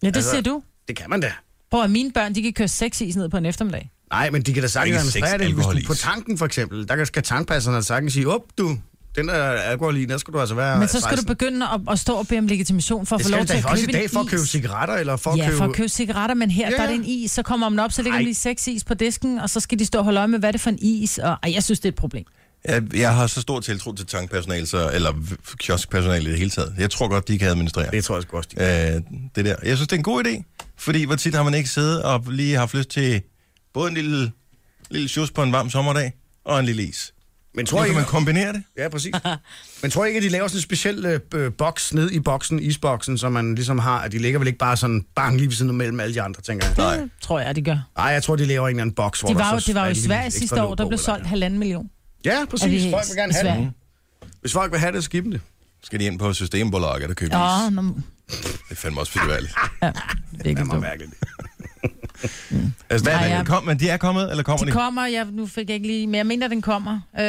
Speaker 3: ja, det
Speaker 6: altså-
Speaker 3: siger du.
Speaker 6: Det kan man da.
Speaker 3: Prøv at mine børn, de kan køre 6 is ned på en eftermiddag.
Speaker 6: Nej, men de kan da sagtens
Speaker 1: Ikke
Speaker 6: administrere
Speaker 1: seks
Speaker 6: det. Hvis
Speaker 1: alkoholis.
Speaker 6: du på tanken for eksempel, der kan- skal tankpasserne sagtens sige, op du, den der alkohol i, der skal du altså være
Speaker 3: Men så skal du begynde at, at stå og bede om legitimation for at
Speaker 6: det
Speaker 3: få
Speaker 6: skal
Speaker 3: lov
Speaker 6: du
Speaker 3: til
Speaker 6: da
Speaker 3: at købe
Speaker 6: også i dag for at
Speaker 3: en
Speaker 6: købe
Speaker 3: is.
Speaker 6: cigaretter, eller for at
Speaker 3: ja,
Speaker 6: købe...
Speaker 3: for at købe cigaretter, men her,
Speaker 6: Ja,
Speaker 3: ja. der er
Speaker 6: ja.
Speaker 3: det en is, så kommer man op, så ligger
Speaker 6: Ej.
Speaker 3: der lige seks is på disken, og så skal de stå og holde øje med, hvad er det for en is, og ej, jeg synes, det er et problem.
Speaker 1: Jeg, jeg har så stor tiltro til tankpersonale, så, eller v- kioskpersonale i det hele taget. Jeg tror godt, de kan administrere
Speaker 6: Det tror jeg sgu også, de
Speaker 1: øh, det der. Jeg synes, det er en god idé, fordi hvor tit har man ikke siddet og lige haft lyst til både en lille, lille sjus på en varm sommerdag og en lille is.
Speaker 6: Men
Speaker 1: Tror nu
Speaker 6: tror I
Speaker 1: kan
Speaker 6: ikke,
Speaker 1: man kombinere det.
Speaker 6: ja, præcis. Men tror I ikke, at de laver sådan en speciel øh, øh, boks ned i boksen, isboksen, som man ligesom har, at de ligger vel ikke bare sådan bang lige ved siden af mellem alle de andre, tænker jeg.
Speaker 1: Nej.
Speaker 3: Tror jeg, de gør.
Speaker 6: Nej, jeg tror, de laver en eller anden boks, hvor
Speaker 3: De
Speaker 6: der
Speaker 3: var jo,
Speaker 6: så
Speaker 3: det var jo i
Speaker 6: alle de
Speaker 3: Sverige
Speaker 6: ekstra
Speaker 3: sidste år,
Speaker 6: låg
Speaker 3: der
Speaker 6: på,
Speaker 3: blev
Speaker 6: eller-
Speaker 3: solgt halvanden million.
Speaker 6: Ja,
Speaker 3: Er det
Speaker 6: præcis. Folk vil gerne
Speaker 3: i
Speaker 6: have det.
Speaker 3: Sverige?
Speaker 6: Hvis folk vil have det, så giv dem det.
Speaker 1: Skal de ind på Systembolaget og købe
Speaker 3: Ja,
Speaker 1: is?
Speaker 3: nå,
Speaker 1: Det er fandme også festivalet.
Speaker 3: virkelig dumt.
Speaker 6: mærkeligt.
Speaker 1: Altså, hvad, hvad,
Speaker 3: Nej, jeg-
Speaker 1: kom, men de er kommet, eller kommer de?
Speaker 3: De kommer, jeg, nu fik jeg ikke lige, men jeg mener, den kommer. Øh,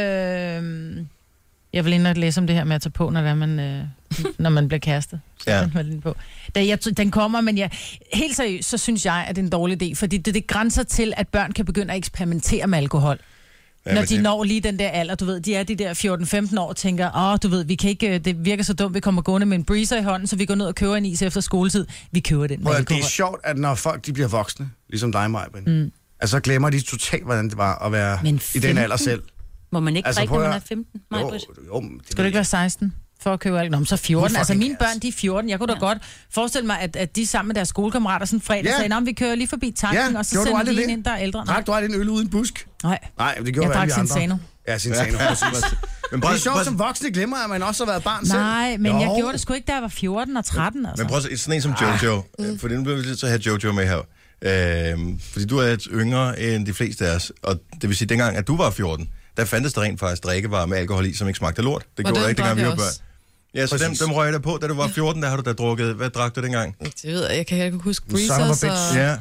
Speaker 3: jeg vil ind og læse om det her med at tage på, når, det er, man, øh, når man bliver kæreste.
Speaker 1: Ja.
Speaker 3: Den, var jeg lige på. Da jeg, den kommer, men jeg, helt seriøst, så synes jeg, at det er en dårlig idé, fordi det, det grænser til, at børn kan begynde at eksperimentere med alkohol. Ja, når
Speaker 1: men
Speaker 3: de
Speaker 1: det-
Speaker 3: når lige den der alder, du ved, de er de der 14-15 år og tænker, åh, oh, du ved, vi kan ikke, øh, det virker så dumt, vi kommer gående med en breezer i hånden, så vi går ned og køber en is efter skoletid. Vi køber den med
Speaker 6: Prøv, at- det
Speaker 3: alkohol.
Speaker 6: er sjovt, at når folk de bliver voksne, ligesom dig, Maja, mm. altså så glemmer de totalt, hvordan det var at være
Speaker 8: Men
Speaker 6: i den
Speaker 8: 15?
Speaker 6: alder selv.
Speaker 8: Må man ikke
Speaker 6: Altså,
Speaker 8: altså, drikke,
Speaker 6: prøv
Speaker 8: når
Speaker 6: at-
Speaker 8: man er 15?
Speaker 6: Jo,
Speaker 8: Nej, Britt.
Speaker 6: jo, men det
Speaker 3: Skal du ikke være 16 for at købe alkohol? Nå, men så 14.
Speaker 6: Who
Speaker 3: Altså,
Speaker 6: fucking
Speaker 3: mine
Speaker 6: cares?
Speaker 3: børn, de er 14. Jeg kunne da godt forestille mig, at, at de sammen med deres skolekammerater sådan fredag
Speaker 6: Ja.
Speaker 3: yeah. sagde, "Nå, men vi kører lige forbi tanken,
Speaker 6: Ja,
Speaker 3: og så
Speaker 6: gjorde du
Speaker 3: sender
Speaker 6: aldrig
Speaker 3: vi en
Speaker 6: det?
Speaker 3: ind, der er ældre. Nej,
Speaker 6: Drak du aldrig en øl uden busk?
Speaker 3: nej.
Speaker 6: Nej, men det gjorde
Speaker 3: Jeg
Speaker 6: alle
Speaker 3: drak
Speaker 6: vi andre.
Speaker 3: Sensano.
Speaker 6: Ja, Sensano. præcis.
Speaker 1: Men
Speaker 6: Det
Speaker 1: prøv,
Speaker 6: er sjovt,
Speaker 1: prøv,
Speaker 6: som voksne glemmer, at man også har været barn selv.
Speaker 3: nej men jeg gjorde det sgu ikke, da jeg var 14 og 13. Altså.
Speaker 1: men prøv at se, sådan en som Jojo, ah. for nu bliver vi nødt til at have Jojo med her. Øhm, fordi du er et yngre end de fleste af os, og det vil sige, dengang, at du var 14, der fandtes der rent faktisk drikkevarer med alkohol i, som ikke smagte af lort. Det gjorde
Speaker 4: Hvordan
Speaker 1: der ikke, dengang vi
Speaker 4: drak
Speaker 1: var
Speaker 4: jeg
Speaker 1: børn.
Speaker 4: også?
Speaker 1: Ja, så dem,
Speaker 6: Præcis.
Speaker 1: dem røg jeg da på, da du var 14, der har du da drukket. Hvad drak du dengang?
Speaker 4: Det ved jeg, jeg kan heller ikke huske
Speaker 6: Son of a
Speaker 4: breezers og,
Speaker 6: bitch.
Speaker 1: Ja.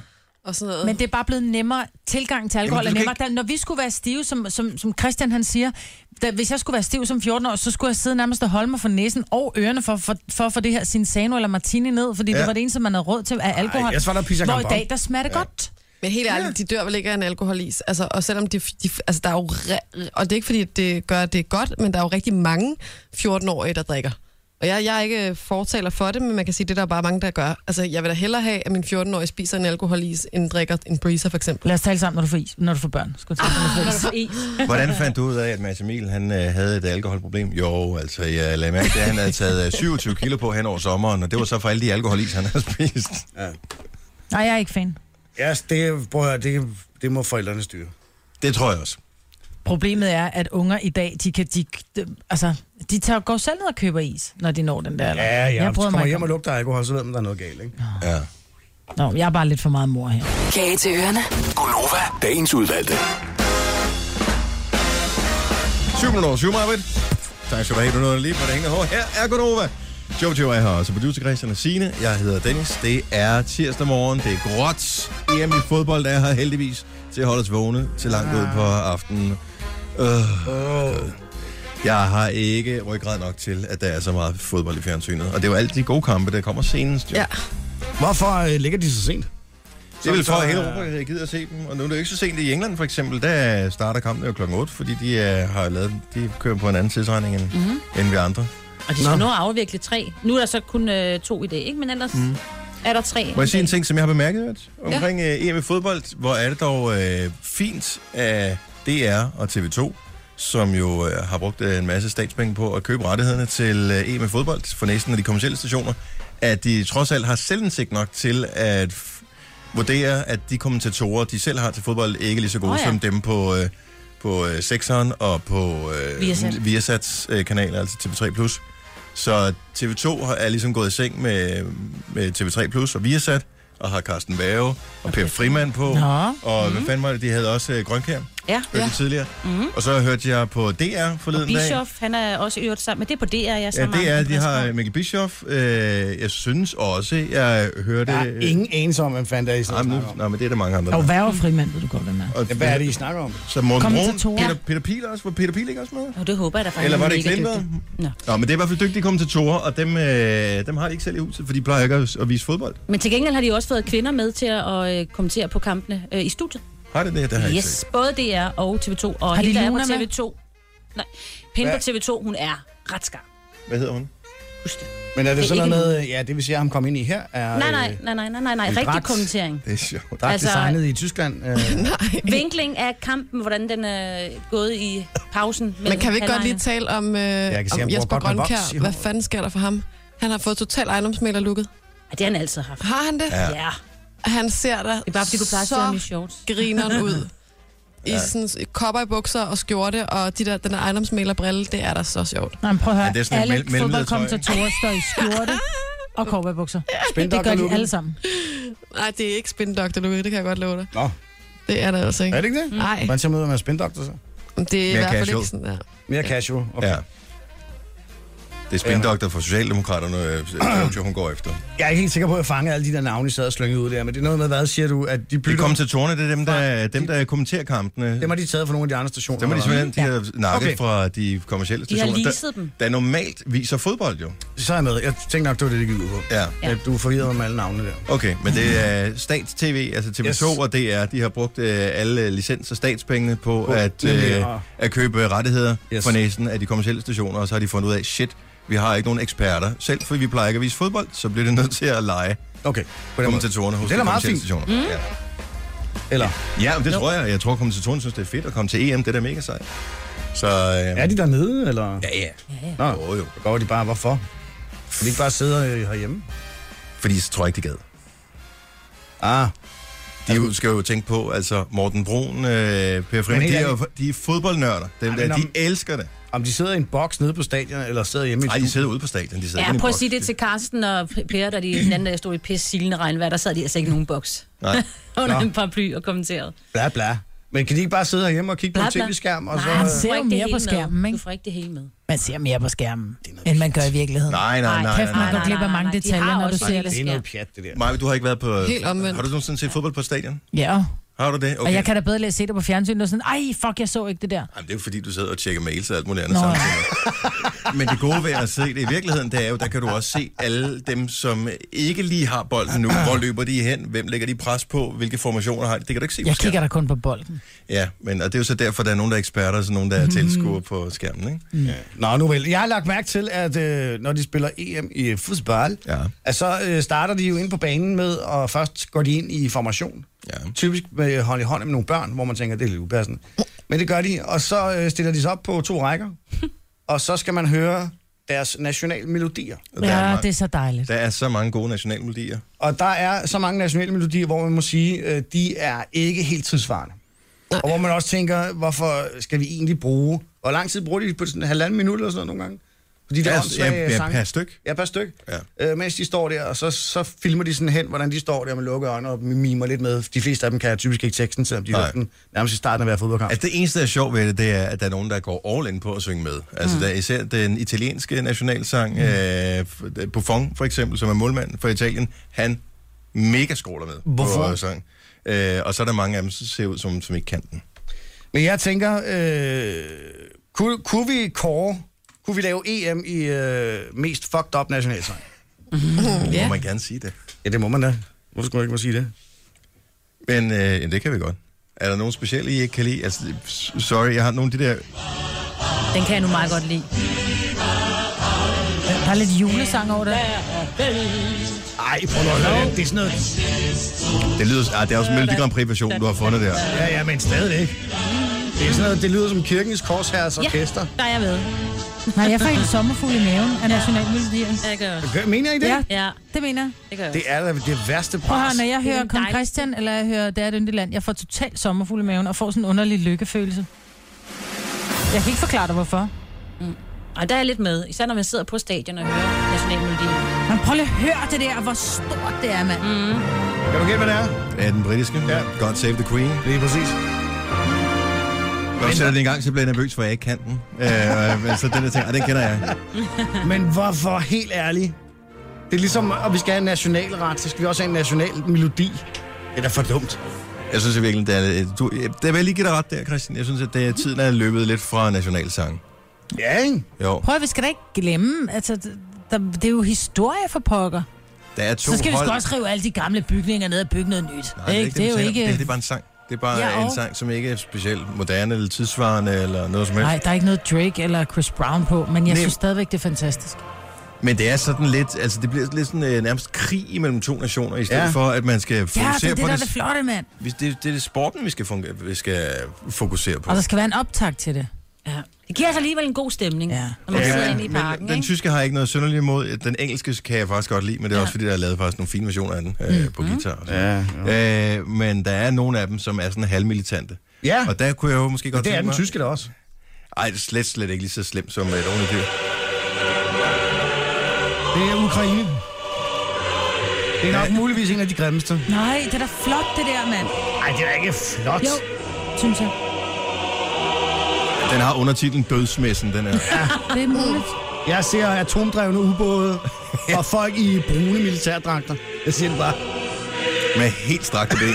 Speaker 4: og sådan noget.
Speaker 3: Men det er bare blevet nemmere. Tilgang til alkohol
Speaker 1: Jamen, du
Speaker 3: Jamen, er
Speaker 1: skal
Speaker 3: nemmere. Ikke... Når vi skulle være stive, som, som, som Christian han siger, da, hvis jeg skulle være stiv som 14 år, så skulle jeg sidde nærmest og holde mig for næsen og ørerne for, for, for at få det her Sinsano eller Martini ned, fordi ja.
Speaker 1: Ja.
Speaker 3: det var det eneste, man havde råd til af alkohol.
Speaker 6: jeg svarer pizza
Speaker 3: Hvor i
Speaker 6: carbon.
Speaker 3: dag, der smager det ja. godt.
Speaker 4: Men helt ærligt, de dør vel ikke af en alkoholis. Altså, og selvom de, de, altså, der er jo re- og det er ikke fordi, det gør det godt, men der er jo rigtig mange 14-årige, der drikker. Og jeg, jeg er ikke øh, fortaler for det, men man kan sige, det er der bare mange, der gør. Altså, jeg vil da hellere have, at min 14-årige spiser en alkoholis, end drikker en breezer, for eksempel.
Speaker 3: Lad os tale sammen, når du får, is, når du får børn. Skulle jeg til at sige. Når du
Speaker 8: Altså,
Speaker 3: får is.
Speaker 1: Hvordan fandt du ud af, at Mads Emil han, øh, havde et alkoholproblem? Jo, altså, jeg lagde mærke til, at han havde taget øh, 27 kilo på hen over sommeren, og det var så for alle de alkoholis, han havde spist.
Speaker 3: Nej, jeg er ikke fan.
Speaker 6: Ja, det, prøv at, høre, det, det må forældrene styre.
Speaker 1: Det tror jeg også.
Speaker 3: Problemet er, at unger i dag, de kan... De, de, altså, de tager, går selv ned og køber is, når de når den der. alder.
Speaker 6: Ja, ja.
Speaker 3: jeg
Speaker 6: Hvis du
Speaker 3: bryder
Speaker 6: kommer
Speaker 3: mig
Speaker 6: hjem
Speaker 3: hjem
Speaker 6: og lugter alkohol, så ved man, der er noget galt, ikke?
Speaker 1: Ja.
Speaker 3: Nå, jeg er bare lidt for meget mor her.
Speaker 7: Kage til ørerne.
Speaker 9: Gunova, dagens udvalgte.
Speaker 1: 7 minutter over 7, Marvind. Tak skal du have, du nåede lige på det hængende hår. Her er Gunova. Jojo er her også. Producer Christian og Signe. Jeg hedder Dennis. Det er tirsdag morgen. Det er gråt. EM i fodbold er her heldigvis til at holde os vågne til langt ud på aftenen.
Speaker 6: Oh.
Speaker 1: Jeg har ikke ryggrad nok til, at der er så meget fodbold i fjernsynet. Og det er jo altid de gode kampe, der kommer senest. Jo.
Speaker 4: Ja.
Speaker 6: Hvorfor øh, ligger de så sent?
Speaker 1: Det er vel for,
Speaker 6: Så-
Speaker 1: at hele Europa havde givet at se dem. Og nu er det jo ikke så sent i England, for eksempel. Der starter kampen jo klokken 8, fordi de, øh, har lavet, de kører på en anden tidsregning end, mm-hmm. end vi andre.
Speaker 8: Og de Altså, skal nå at afvikle tre. Nu er der så kun øh, to i dag, ikke? Men ellers mm. er der tre.
Speaker 1: Må jeg sige en ting, som jeg har bemærket Ørts, omkring ja. EM i fodbold? Hvor er det dog øh, fint af DR og TV2, som jo øh, har brugt øh, en masse statspenge på at købe rettighederne til øh, EM i fodbold for næsten af de kommersielle stationer, at de trods alt har selvindsigt nok til at f- vurdere, at de kommentatorer, de selv har til fodbold, ikke er lige så gode oh,
Speaker 8: Åh,
Speaker 1: ja.
Speaker 8: ja.
Speaker 1: som dem på... Øh, på øh, Sexeren og på øh,
Speaker 8: Viasat.
Speaker 1: Viasats øh, kanal, altså TV3+. Så TV2 har- er ligesom gået i seng med, med TV3 Plus og Viasat, og har Carsten Vave og Per Frimand på.
Speaker 3: Nå.
Speaker 6: Mhm.
Speaker 1: Og hvad fanden var det, de havde også øh, Grønkær?
Speaker 8: Ja.
Speaker 1: hørte ja. tidligere. Mm-hmm. Og så hørte jeg på DR forleden dag.
Speaker 8: Bischof, han er også i øvrigt sammen. Men det er på DR, jeg er
Speaker 1: Ja,
Speaker 8: sammen
Speaker 1: det er,
Speaker 8: med
Speaker 1: de
Speaker 8: Andreas
Speaker 1: har
Speaker 8: Koch.
Speaker 1: Mikkel Bischoff. Øh, jeg synes også, jeg hørte...
Speaker 6: Der er ingen anelse om, hvem fanden der er, I
Speaker 1: Nej,
Speaker 6: snakker
Speaker 1: men, nu,
Speaker 6: om.
Speaker 1: nej, men det er der mange andre.
Speaker 3: Og
Speaker 1: der.
Speaker 3: værgefri mand, ved du godt, hvem er.
Speaker 1: Og,
Speaker 6: Ja, Hvad er det, I snakker om?
Speaker 1: Så Morten
Speaker 3: Kom til
Speaker 1: Brun,
Speaker 3: Tore.
Speaker 1: Peter, Peter Pil også. Var Peter Pil ikke også med?
Speaker 8: Nå, det håber jeg da faktisk.
Speaker 1: Eller var det
Speaker 8: Han er
Speaker 1: ikke
Speaker 8: mega
Speaker 1: Lindberg?
Speaker 8: dygtig. Nå.
Speaker 1: Nå, men det er i hvert fald dygtige kommentatorer, og dem, øh, dem har de ikke selv i huset, for de plejer ikke at, at vise fodbold.
Speaker 8: Men til gengæld har de jo også fået kvinder med til at øh, kommentere på kampene øh, i studiet.
Speaker 1: Har det det? Det har jeg ikke
Speaker 8: Yes,
Speaker 1: set.
Speaker 8: både DR og TV2. Og
Speaker 3: Har de
Speaker 8: hende, der er
Speaker 3: Luna
Speaker 8: på
Speaker 3: med?
Speaker 8: TV2. Nej, hende
Speaker 6: Hvad?
Speaker 8: på TV2, hun er ret skarp.
Speaker 1: Hvad hedder hun?
Speaker 8: Husk det.
Speaker 6: Men er det
Speaker 8: Det er
Speaker 6: sådan
Speaker 8: ikke
Speaker 6: noget med, ja, det vil sige, at ham kom ind i her, er
Speaker 8: Nej,
Speaker 6: øh,
Speaker 8: nej, nej, nej, nej, nej, nej.
Speaker 6: Idræt.
Speaker 8: Rigtig kommentering.
Speaker 1: Det er sjovt.
Speaker 6: dragt
Speaker 8: altså-
Speaker 6: designet i Tyskland? Øh,
Speaker 8: Vinkling af kampen, hvordan den er gået i pausen.
Speaker 4: Men kan vi ikke godt lige
Speaker 8: tage...
Speaker 4: tale om, øh,
Speaker 6: kan se,
Speaker 4: om
Speaker 6: han bruger
Speaker 4: Jesper
Speaker 6: godt med voks i
Speaker 4: Grønkær?
Speaker 6: håret.
Speaker 4: Hvad fanden sker der for ham? Han har fået total ejendomsmæler lukket.
Speaker 8: Ja, det har han altid haft.
Speaker 4: Har han det?
Speaker 1: Ja.
Speaker 8: Ja. ja.
Speaker 4: Han ser dig
Speaker 8: Det er bare, fordi du plejer at se ham i
Speaker 4: så
Speaker 8: shorts.
Speaker 4: grineren ud. I sådan i kopper i bukser og skjorte, og de der, den der ejendomsmælerbrille, det er da så sjovt.
Speaker 3: Nej, men prøv at høre.
Speaker 1: Ja, det er sådan et
Speaker 3: alle
Speaker 1: mel- mellemledertøj, ikke?
Speaker 3: fodboldkommentatorer står i skjorte og cowboybukser.
Speaker 6: Spændt
Speaker 3: Det
Speaker 6: op
Speaker 3: gør
Speaker 6: og
Speaker 3: de
Speaker 6: lukket.
Speaker 3: alle sammen.
Speaker 4: Nej, det er ikke spindoktor, Louis, det kan jeg godt love dig.
Speaker 6: Nå,
Speaker 4: Det er det altså ikke.
Speaker 6: er det ikke det?
Speaker 3: Mm.
Speaker 4: Nej,
Speaker 6: Hvordan ser man ud med spindoktor så?
Speaker 4: det er i
Speaker 1: Mere
Speaker 4: hvert fald
Speaker 1: casual.
Speaker 4: ikke sådan der.
Speaker 6: Mere casual. Okay.
Speaker 1: Ja. Det er spindoktor for Socialdemokraterne, øh, øh, jo, hun går efter.
Speaker 6: Jeg er ikke helt sikker på, at jeg fangede alle de der navne, I sad og slyngede ud der, men det er noget med, hvad siger du, at de
Speaker 1: De
Speaker 6: bytter...
Speaker 1: kommer til tårne, det er dem, der, dem, der kommenterer kampene.
Speaker 6: Dem har de taget fra nogle af de andre stationer.
Speaker 1: Dem har de
Speaker 6: eller hvad?
Speaker 1: simpelthen de har nakket
Speaker 6: Okay.
Speaker 1: okay. fra de kommersielle
Speaker 8: De har
Speaker 1: stationer.
Speaker 8: leaset dem.
Speaker 1: Der, der normalt viser fodbold jo.
Speaker 6: Så er jeg med. Jeg tænkte nok, det var det, det gik ud på.
Speaker 1: Ja.
Speaker 6: At du er forvirret med alle navnene der.
Speaker 1: Okay, men det er stats-TV, altså TV2 yes.
Speaker 6: Yes.
Speaker 1: og DR, de har brugt øh, alle licens- og statspengene på
Speaker 6: På
Speaker 1: at,
Speaker 6: nemlig
Speaker 1: øh,
Speaker 6: at-
Speaker 1: at købe rettigheder yes.
Speaker 6: Yes.
Speaker 1: for næsen af de kommersielle stationer, og så har de fundet ud af, shit, vi har ikke nogen eksperter. Selv fordi vi plejer ikke at vise fodbold, så bliver det nødt til at lege
Speaker 6: Okay. På den måde.
Speaker 1: kommentatorerne hos
Speaker 6: Det er da
Speaker 1: de
Speaker 6: meget
Speaker 1: kommercielle stationer.
Speaker 6: fint.
Speaker 1: Mm. Ja.
Speaker 6: Eller
Speaker 1: Ja, men det tror jeg. Jeg tror, kommentatorerne synes, det er fedt at komme til EM. Det er da mega sejt. Så, øh,
Speaker 6: er de dernede, eller? Ja.
Speaker 1: ja.
Speaker 6: Nå,
Speaker 1: Jo, jo.
Speaker 6: går de bare. Hvorfor? Kan de ikke bare sidde øh, herhjemme?
Speaker 1: Fordi så tror jeg ikke, de gad.
Speaker 6: Ah,
Speaker 1: De jo, skal jo tænke på, altså Morten Brun, øh, Per Frind,
Speaker 6: Men
Speaker 1: de
Speaker 6: helt
Speaker 1: er, jo,
Speaker 6: ærligt.
Speaker 1: de er fodboldnørder. Dem
Speaker 6: Ej,
Speaker 1: der,
Speaker 6: men
Speaker 1: de
Speaker 6: om-
Speaker 1: elsker det.
Speaker 6: om de sidder i en boks nede på stadion, eller sidder hjemme i
Speaker 1: Nej,
Speaker 6: et
Speaker 1: de
Speaker 6: studie.
Speaker 1: sidder ude på stadion. De sidder
Speaker 8: Ja,
Speaker 1: inde i
Speaker 8: prøv at
Speaker 1: boks.
Speaker 8: sige det til Carsten og Per, der de den anden dag stod i pisse silende regnvejr. Der sad de altså ikke i nogen boks
Speaker 1: Nej.
Speaker 8: under
Speaker 6: Nå.
Speaker 8: en paraply og kommenterede.
Speaker 6: Bla, bla. Men kan de ikke bare sidde herhjemme og kigge på
Speaker 8: Bla,
Speaker 6: en
Speaker 8: bla.
Speaker 6: tv-skærm? Og så,
Speaker 8: Nej,
Speaker 3: Han
Speaker 8: du
Speaker 6: øh,
Speaker 8: får
Speaker 3: ser jo
Speaker 8: ikke det
Speaker 3: mere
Speaker 8: hele
Speaker 3: på skærmen,
Speaker 8: med.
Speaker 3: ikke?
Speaker 8: Du får ikke det hele med.
Speaker 3: Man ser mere på skærmen, end man gør i virkeligheden.
Speaker 1: Nej, nej, nej.
Speaker 3: Kæft,
Speaker 1: nej,
Speaker 3: man
Speaker 1: nej.
Speaker 3: går glip af
Speaker 8: nej,
Speaker 3: mange
Speaker 8: nej, de
Speaker 3: detaljer,
Speaker 8: har
Speaker 3: når du
Speaker 8: også
Speaker 3: ser
Speaker 8: hele
Speaker 3: det.
Speaker 6: det er
Speaker 8: sker.
Speaker 6: noget pjat, det der.
Speaker 1: Maja, du har ikke været på...
Speaker 4: Helt omvendt.
Speaker 1: Har du nogensinde set fodbold på stadion?
Speaker 3: Ja,
Speaker 1: Har du det? Okay.
Speaker 3: og jeg kan da bedre læse se det på fjernsynet, og sådan, ej, fuck, jeg så ikke det der.
Speaker 1: Jamen, det er jo fordi, du sidder og tjekker mails og alt muligt andet
Speaker 3: Nå, ja.
Speaker 1: samtidig. Men det gode ved at se det i virkeligheden, det er jo, der kan du også se alle dem, som ikke lige har bolden nu. Hvor løber de hen? Hvem lægger de pres på? Hvilke formationer har de? Det kan du ikke se på
Speaker 3: Jeg
Speaker 1: skærmen.
Speaker 3: kigger Mhm. da kun på bolden.
Speaker 1: Ja, men og det er jo så derfor, der er nogen, der er eksperter, og så nogen, der er tilskuere på skærmen, ikke? Mm.
Speaker 6: Nå, nu vel. Jeg har lagt mærke til, at øh, når de spiller EM i fodbold,
Speaker 1: Ja.
Speaker 6: at så øh, starter de jo ind på banen med, og først går de ind i formation.
Speaker 1: Ja.
Speaker 6: Typisk med hånd i hånd med nogle børn, hvor man tænker, det er lidt upassende. Men det gør de, og så øh, stiller de sig op på to rækker, og så skal man høre deres nationale melodier.
Speaker 1: Og der,
Speaker 3: Ja,
Speaker 1: er
Speaker 3: det
Speaker 1: mange,
Speaker 3: er så dejligt.
Speaker 1: der er så mange gode nationalmelodier.
Speaker 6: Og der er så mange nationale melodier, hvor man må sige, øh, de er ikke helt tidsvarende. Og hvor man også tænker, hvorfor skal vi egentlig bruge... Hvor lang tid bruger de på sådan en halvanden minut eller sådan noget nogle gange? Fordi
Speaker 1: Ja,
Speaker 6: åndssvage
Speaker 1: ja, ja,
Speaker 6: sange.
Speaker 1: per styk.
Speaker 6: Ja, per styk.
Speaker 1: Ja.
Speaker 6: Ja. Øh, mens de står der, og så, så filmer de sådan hen, hvordan de står der med lukkede øjne og mimer lidt med. De fleste af dem kan typisk ikke teksten, selvom de
Speaker 1: Nej.
Speaker 6: hørte den nærmest i starten af hver fodboldkamp.
Speaker 1: Altså det eneste, der er sjovt ved det, det er, at der er nogen, der går all in på at synge med. Altså mm. der er især den italienske nationalsang, mm. øh, Buffon for eksempel, som er målmand for Italien, han mega skråler med på
Speaker 6: Hvorfor?
Speaker 1: øh, sang. Øh, og så er der mange af dem, som ser ud, som, som ikke kan den.
Speaker 6: Men jeg tænker, øh, kunne, kunne vi kåre, kunne vi lave EM i øh, mest fucked up nationalsang?
Speaker 1: Ja.
Speaker 4: Ja.
Speaker 1: Må man gerne sige det.
Speaker 6: Ja, det må man da. Hvorfor skulle man ikke må sige det?
Speaker 1: Men øh, ja, det kan vi godt. Er der nogen specielle, I ikke kan lide? Altså, s- sorry, jeg har nogle af de der...
Speaker 8: Den kan jeg nu meget godt lide.
Speaker 3: Der er lidt julesang over det.
Speaker 6: Ej, prøv nu at høre. det. Det er sådan noget...
Speaker 1: Det, lyder, ah, det er også en Melodi Grand Prix-version, du har fundet der.
Speaker 6: Ja, ja, men stadigvæk. Det er sådan noget, det lyder som kirkens korsherres orkester.
Speaker 8: der er jeg med.
Speaker 3: Nej, jeg får helt sommerfugl i maven af nationalmelodier.
Speaker 8: Jeg gør også.
Speaker 6: Ja. Mener I det?
Speaker 3: Ja,
Speaker 8: Ja,
Speaker 3: det mener jeg.
Speaker 8: det gør jeg
Speaker 6: Det er da det værste
Speaker 3: Prøv at
Speaker 6: pres.
Speaker 3: høre, når jeg
Speaker 8: Det er
Speaker 3: hører
Speaker 8: en
Speaker 3: Kong
Speaker 8: dejlig-
Speaker 3: Christian, eller jeg hører Det er et yndigt land, jeg får totalt sommerfugl i maven og får sådan en underlig lykkefølelse. Jeg kan ikke forklare dig, hvorfor.
Speaker 8: også. Og der er jeg lidt med. Især når man sidder på stadion og hører nationalmelodien.
Speaker 3: Men prøv lige at høre det der, hvor stort det er, mand. Mm.
Speaker 6: Kan du gætte, hvad det er?
Speaker 1: Er den britiske?
Speaker 6: Ja.
Speaker 1: God Save the Queen.
Speaker 6: Lige præcis.
Speaker 1: Når du sætter den i gang, så bliver jeg nervøs, for jeg ikke kan den. Øh, øh, så den der ting, og den kender jeg.
Speaker 6: Men hvorfor, helt ærligt? Det er ligesom, at vi skal have en nationalret, så skal vi også have en national melodi. Det er da for dumt.
Speaker 1: Jeg synes at virkelig, det er... Du, det vil jeg lige give dig ret der, Christian. Jeg synes, at det, tiden er løbet lidt fra nationalsangen.
Speaker 6: Ja, ikke?
Speaker 1: Jo,
Speaker 3: Prøv at, vi skal da ikke glemme, altså, d- der, det er jo historie for pokker.
Speaker 1: der er to
Speaker 3: Så skal vi
Speaker 1: hold.
Speaker 3: sgu også rive alle de gamle bygninger ned og bygge noget nyt.
Speaker 1: Nej, det, er ikke,
Speaker 3: det er jo
Speaker 1: det, vi taler om.
Speaker 3: ikke...
Speaker 1: Det, det er bare en sang. Det er bare
Speaker 3: Ja,
Speaker 1: ja, en
Speaker 3: og-
Speaker 1: sang, som ikke er specielt moderne eller tidsvarende eller noget som helst.
Speaker 3: Nej, der er ikke noget Drake eller Chris Brown på, men jeg
Speaker 1: Nej.
Speaker 3: synes stadigvæk, det er fantastisk.
Speaker 1: Men det er sådan lidt, altså det bliver lidt sådan øh, nærmest krig mellem to nationer, i stedet ja.
Speaker 6: Ja.
Speaker 1: for at man skal
Speaker 3: Ja,
Speaker 1: fokusere
Speaker 3: det er det,
Speaker 1: på
Speaker 3: der er det flotte, mand.
Speaker 1: det, det, det er sporten, vi skal, fungere, vi skal fokusere på.
Speaker 3: Og der skal være en optag til det.
Speaker 8: Ja. Det giver altså alligevel en god stemning,
Speaker 3: Ja.
Speaker 8: når man ja, sidder inde i parken,
Speaker 1: den
Speaker 8: ikke?
Speaker 1: tyske har jeg ikke noget synderligt imod. Den engelske kan jeg faktisk godt lide, men det er ja. også fordi, der er lavet faktisk nogle fine versioner af den øh,
Speaker 3: Mm.
Speaker 1: på guitar. Og sådan.
Speaker 6: Ja,
Speaker 1: Ja. Øh, men der er nogle af dem, som er sådan halvmilitante.
Speaker 6: Ja,
Speaker 1: Og der kunne jeg jo måske godt
Speaker 6: det er
Speaker 1: tænke
Speaker 6: den
Speaker 1: mig...
Speaker 6: tyske der også.
Speaker 1: Ej, det er slet, slet ikke lige så slemt som øh, et ordentligt dyr.
Speaker 6: Det er Ukraine. Det er nok muligvis en af de grimmeste.
Speaker 3: Nej, det er da flot, det der, mand.
Speaker 6: Nej, det er da ikke flot.
Speaker 3: Jo, synes jeg.
Speaker 1: Den har undertitlen Dødsmessen, den her.
Speaker 3: Det er muligt.
Speaker 6: Jeg ser atomdrevne ubåde og folk i brune militærdragter. Jeg siger det bare.
Speaker 1: Med helt strakte ben.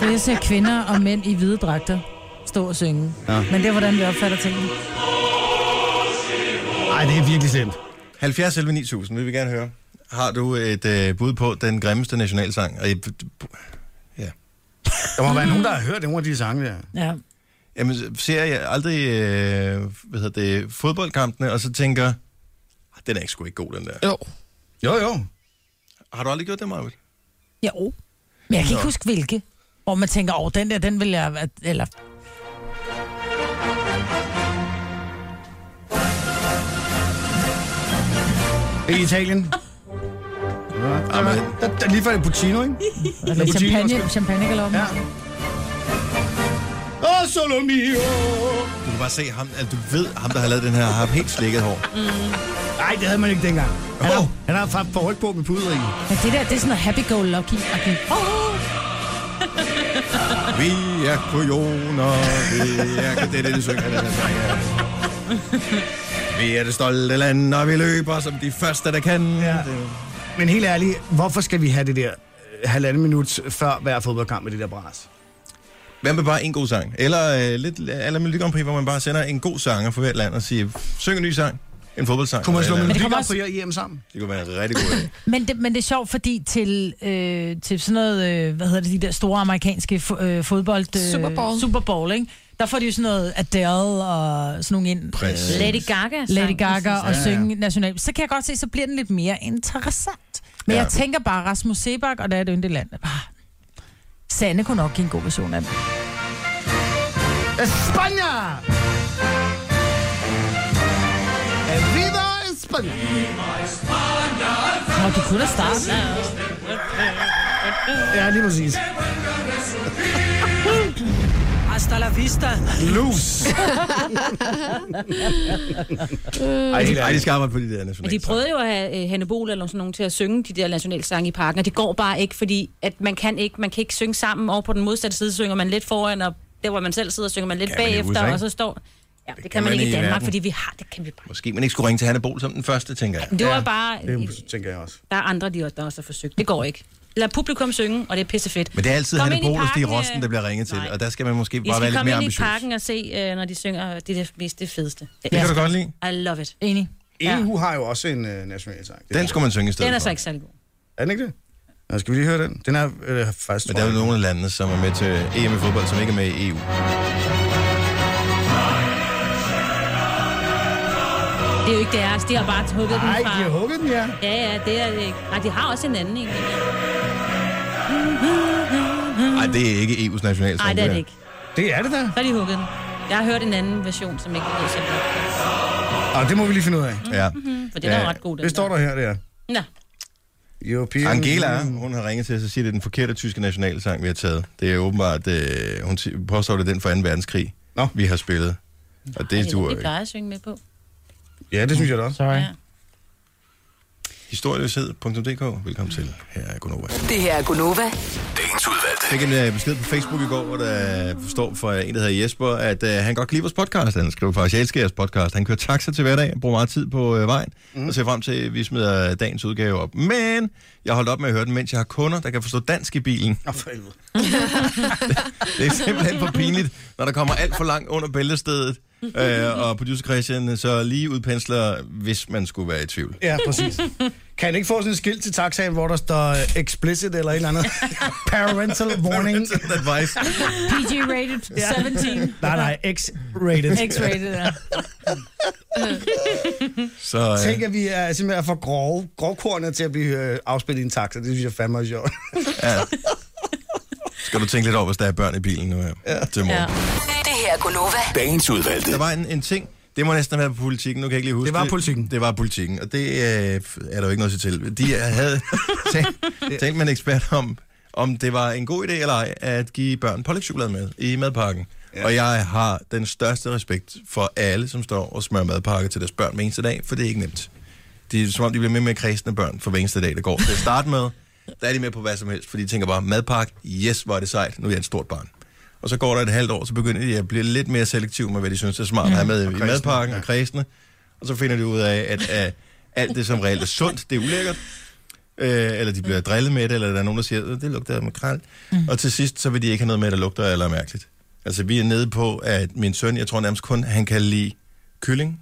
Speaker 3: Det jeg ser kvinder og mænd i hvide dragter stå og synge. Ja. Men det er, hvordan vi opfatter tingene.
Speaker 6: Nej, det er virkelig slemt.
Speaker 1: 70 11 9000, vil vi gerne høre. Har du et øh, bud på den grimmeste nationalsang? Og, jeg- ja.
Speaker 6: Der må være nogen, der har hørt nogle af de sange der.
Speaker 3: Ja.
Speaker 1: Jamen, ser jeg aldrig øh, hvad hedder det, fodboldkampene, og så tænker, "Ah, den er ikke sgu ikke god, den der.
Speaker 4: Jo.
Speaker 6: Jo, jo.
Speaker 1: Har du aldrig gjort det, Marvitt?
Speaker 3: Jo. Men jeg kan ikke huske, hvilke. Hvor man tænker, åh, den der, den vil jeg... at- Eller...
Speaker 6: Det er Italien. Ja, der, var, der, der lige før det er Puccino, ikke?
Speaker 3: eller
Speaker 6: Lamborghini
Speaker 3: champagne,
Speaker 6: måske.
Speaker 3: champagne eller
Speaker 6: Ja. Åh, solo mio.
Speaker 1: Du kan bare se ham, at du ved, ham der har lavet den her, har helt slikket hår.
Speaker 6: Nej, det havde man ikke dengang. Han har,
Speaker 1: Åh.
Speaker 6: han har haft forholdt på med pudringen.
Speaker 3: Men det der, det er sådan noget happy-go-lucky. Oh,
Speaker 1: Vi er kujoner, vi er... Det er det, de synger, den her sang. ja. Vi er det stolte land, og vi løber som de første, der kan. Ja.
Speaker 6: Men helt ærligt, hvorfor skal vi have det der øh, halvanden minut før hver fodboldkamp med det der bras?
Speaker 1: Hvad med bare en god sang? Eller øh, lidt eller Melodi Grand Prix, hvor man bare sender en god sanger for hvert land og siger, syng en ny sang. En fodboldsang.
Speaker 6: Kunne man slå
Speaker 1: Eller-
Speaker 6: Melodi
Speaker 3: kommer
Speaker 6: Grand
Speaker 3: også-
Speaker 6: Prix og EM sammen?
Speaker 1: Det kunne være en rigtig god idé.
Speaker 3: Men det, men det er sjovt, fordi til, øh, til sådan noget, øh, hvad hedder det, de der store amerikanske fo- øh, fodbold... Øh,
Speaker 4: Super Bowl.
Speaker 3: Super Bowl, ikke? Der får de jo sådan noget Adele og sådan nogle ind. øh,
Speaker 1: Præcis.
Speaker 8: Lady Gaga. sang,
Speaker 3: Lady Gaga og
Speaker 8: præcis.
Speaker 3: synge nationalt. Så kan jeg godt se, så bliver den lidt mere interessant. Men
Speaker 1: Ja.
Speaker 3: ja. jeg tænker bare, Rasmus Sebak og der er et yndigt land. Ah, Sande kunne nok give en god version af den.
Speaker 6: España! Viva España!
Speaker 3: Nå, du kunne da starte.
Speaker 6: Ja, lige præcis.
Speaker 3: Hasta la vista.
Speaker 6: Loose!
Speaker 1: Ej, de- Ej, de skal arbejde på de der
Speaker 8: Men de
Speaker 1: nationale
Speaker 8: prøvede jo at have øh, Hanne Bol eller sådan nogen til at synge de der nationalsange i parken, og det går bare ikke, fordi at man kan ikke, man kan ikke synge sammen over på den modsatte side, synger man lidt foran, og der hvor man selv sidder, synger man lidt
Speaker 1: Kan man i
Speaker 8: bagefter,
Speaker 1: USA?
Speaker 8: og så står... Ja, det, det kan man, ikke i Danmark,
Speaker 1: verden.
Speaker 8: fordi vi har, det kan vi bare.
Speaker 1: Måske man ikke skulle ringe til Hanne Bol som den første, tænker jeg.
Speaker 8: Men det var bare...
Speaker 6: Det tænker jeg også.
Speaker 8: Der er andre, de også, der også har forsøgt. Det går ikke. Lad publikum synge, og det er pissefedt.
Speaker 1: Men det er altid
Speaker 8: Kom
Speaker 1: Hanne
Speaker 8: ind i
Speaker 1: Bol og Stig
Speaker 8: parken,
Speaker 1: Rosten, der bliver ringet til,
Speaker 8: nej.
Speaker 1: og der skal man måske
Speaker 8: I
Speaker 1: bare være
Speaker 8: skal
Speaker 1: lidt
Speaker 8: komme
Speaker 1: mere
Speaker 8: ind i
Speaker 1: ambitiøs.
Speaker 8: parken og se, øh, når de synger. Det er det mest det fedeste.
Speaker 1: Det kan du godt lide.
Speaker 8: I love it.
Speaker 3: Enig.
Speaker 8: Ja.
Speaker 6: EU E har jo også en øh, nationalsang. Det
Speaker 1: Den skulle man synge i stedet
Speaker 8: Den er
Speaker 1: for.
Speaker 8: så ikke særlig god.
Speaker 6: Er den ikke det? Nå, skal vi lige høre den? Den er øh, faktisk...
Speaker 1: Men der er jo nogle af landene, som er med til EM i fodbold, som ikke er med i E EU.
Speaker 8: Mhm. Det er jo ikke deres, de har bare hugget
Speaker 6: Nej,
Speaker 8: den fra.
Speaker 6: de har hugget den, ja.
Speaker 8: Ja, ja, det er det ikke. Nej, de har også en anden, ikke?
Speaker 1: Nej, det er ikke EU's nationalsang.
Speaker 8: Nej, det er det
Speaker 1: der.
Speaker 8: ikke.
Speaker 6: Det er det da.
Speaker 8: Så er de hugget den. Jeg har hørt en anden version, som ikke er så god.
Speaker 6: Og Ah, det må vi lige finde ud af.
Speaker 1: Ja.
Speaker 8: For den er jo
Speaker 1: Ja,
Speaker 8: ret god, den
Speaker 6: Det står der her, det er.
Speaker 8: Nå,
Speaker 6: European
Speaker 1: Angela,
Speaker 6: Union.
Speaker 1: hun har ringet til os og siger, at det er den forkerte tyske nationalsang, vi har taget. Det er åbenbart, øh, hun ti- påstår, det er den fra 2. verdenskrig,
Speaker 6: Nå.
Speaker 1: vi har spillet. Og det øh,
Speaker 8: det
Speaker 1: duer
Speaker 8: vi
Speaker 1: ikke.
Speaker 8: plejer at synge med på.
Speaker 6: Ja, det synes jeg da også.
Speaker 3: Sorry.
Speaker 8: Ja.
Speaker 1: historieløshed.dk. Velkommen til. Her er Gunova.
Speaker 7: Det her er Gunova.
Speaker 9: Dagens udvalgte.
Speaker 1: Jeg fik en øh, besked på Facebook i går, hvor der står for en, der hedder Jesper, at øh, han godt kan lide vores podcast. Han skriver faktisk, jeg elsker jeres podcast. Han kører taxa til hverdag, bruger meget tid på øh, vejen, mm. og ser frem til, at vi smider dagens udgave op. Men jeg holdt op med at høre den, mens jeg har kunder, der kan forstå dansk i bilen.
Speaker 6: Nå, for helvede.
Speaker 1: Det er simpelthen for pinligt, når der kommer alt for langt under bæltestedet. Øh, og producer Christian så lige udpensler, hvis man skulle være i tvivl.
Speaker 6: Ja, præcis. Kan jeg ikke få sådan et skilt til taxaen, hvor der står øh, explicit eller et eller andet? Parental warning.
Speaker 1: Advice.
Speaker 3: PG-rated 17.
Speaker 6: Nej, nej, X-rated.
Speaker 3: X-rated, ja.
Speaker 1: Så, øh,
Speaker 6: Tænk, at vi er simpelthen for grove, grovkornet til at blive øh, afspillet i en taxa. Det synes jeg fandme er sjovt.
Speaker 1: skal du tænke lidt over, hvis der er børn i bilen nu her ja. til morgen.
Speaker 8: Ja.
Speaker 1: Ja.
Speaker 7: Det her er Gunova.
Speaker 9: Dagens udvalgte.
Speaker 1: Der var en, en ting, det må næsten være på politikken, nu kan jeg ikke lige huske
Speaker 6: Det var Politiken.
Speaker 1: Det var politikken, og det øh, er der jo ikke noget til til. De havde talt, talt med en ekspert om, om det var en god idé eller ej, at give børn pålægtschokolade med i madpakken. Ja. Og jeg har den største respekt for alle, som står og smører madpakker til deres børn hver eneste dag, for det er ikke nemt. Det er som om, de bliver mere med kredsende børn for hver eneste dag, der går. Til at starte med, der er de med på hvad som helst, fordi de tænker bare, madpakke, yes, hvor er det sejt, nu er jeg et stort barn. Og så går der et halvt år, så begynder de at blive lidt mere selektive med, hvad de synes er smart at have med i madpakken og kredsende. Og så finder de ud af, at uh, alt det, som reelt er sundt, det er ulækkert. Øh, eller de bliver drillet med det, eller der er nogen, der siger, "Øh, det lugter af makrel. Mm. Og til sidst, så vil de ikke have noget med, der lugter eller er mærkeligt. Altså, vi er nede på, at min søn, jeg tror nærmest kun, han kan lide kylling